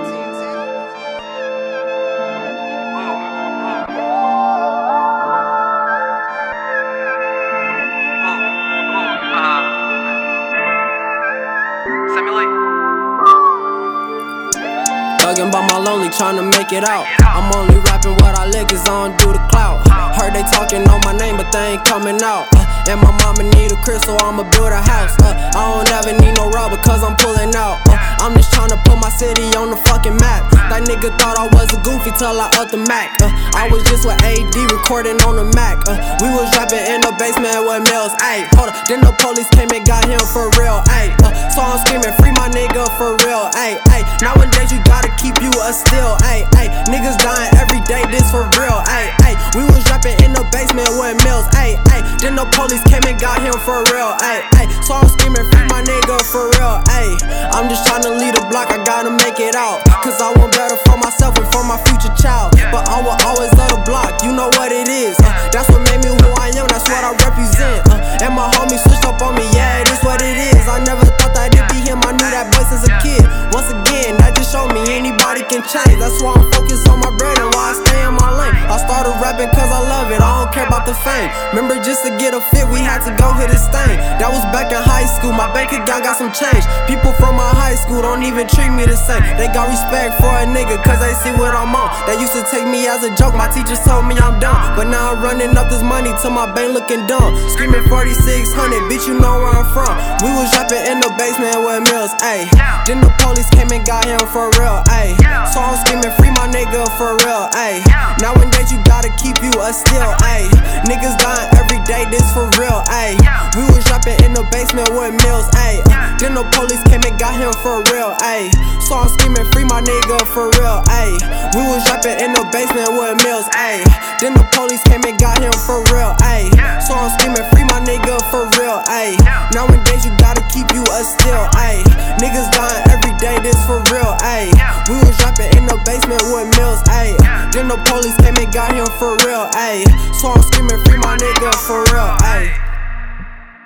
N: Thuggin' by my lonely, tryna make it out. I'm only rapping what I lick, cause I don't do the clout. Heard they talking on my name, but they ain't coming out. Uh, and my mama need a crystal, I'ma build a house. Uh, I don't ever need no rubber, cause I'm pulling out. Uh, I'm just tryna put my city on the fucking map. That nigga thought I was a goofy till I upped the Mac. Uh, I was just with AD recording on the Mac. Uh, we was rapping in the basement with Mills, ayy. Hold up, then the police came and got him for real, ayy. Uh, so I'm screaming, free my nigga for real, ayy, ayy. Nowadays you gotta keep you a still, ayy, ayy. Niggas dying every day, this for real, ayy, ayy. We was rapping in the basement with Mills, ayy, ayy. Then the police came and got him for real, ayy, ayy. So I'm screaming, free my nigga for real, ayy. I'm just tryna lead the block, I gotta make it out. Cause I want better for myself and for my future child. But I will always love the block, you know what it is. Uh, that's what made me who I am, that's what I represent. Uh, and my homies switched up on me, yeah, it is what it is. I never thought that it'd be him, I knew that boy since a kid. Once again, that just showed me anybody can change. That's why I'm focused on my bread and why I stay in my lane. I started rapping cause I love it, I don't care about the fame. Remember just to get a fit, we had to go hit a stain. That was back in high school. school. My bank account got some change. People from my high school don't even treat me the same. They got respect for a nigga cause they see what I'm on. They used to take me as a joke. My teachers told me I'm dumb. But now I'm running up this money to my bank looking dumb. Screaming 4600, bitch, you know where I'm from. We was rapping in the basement with Mills, ayy. Then the police came and got him for real, ayy. So I'm screaming free my nigga for real, ayy. Nowadays you gotta keep you a still, ayy. Niggas dying every day, this for real, ayy. We was rapping in the basement with Mills, ayy. Then the police came and got him for real, ayy. So I'm screaming free my nigga for real, ayy. We was rapping in the basement with Mills, ayy. Then the police came and got him for real, ayy. So I'm screaming free my nigga for real, ayy. Nowadays you gotta keep you a still, ayy. Niggas dying every day, this for real, ayy. We was rapping in the basement with Mills, ayy. Then the police came and got him for real, ayy. So I'm screaming free my nigga for real, ayy.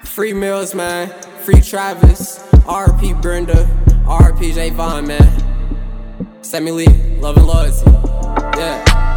N: Free Mills, man. Free Travis. RP Brenda. RP Javon, man. Sammy Lee. Love and loyalty. Yeah.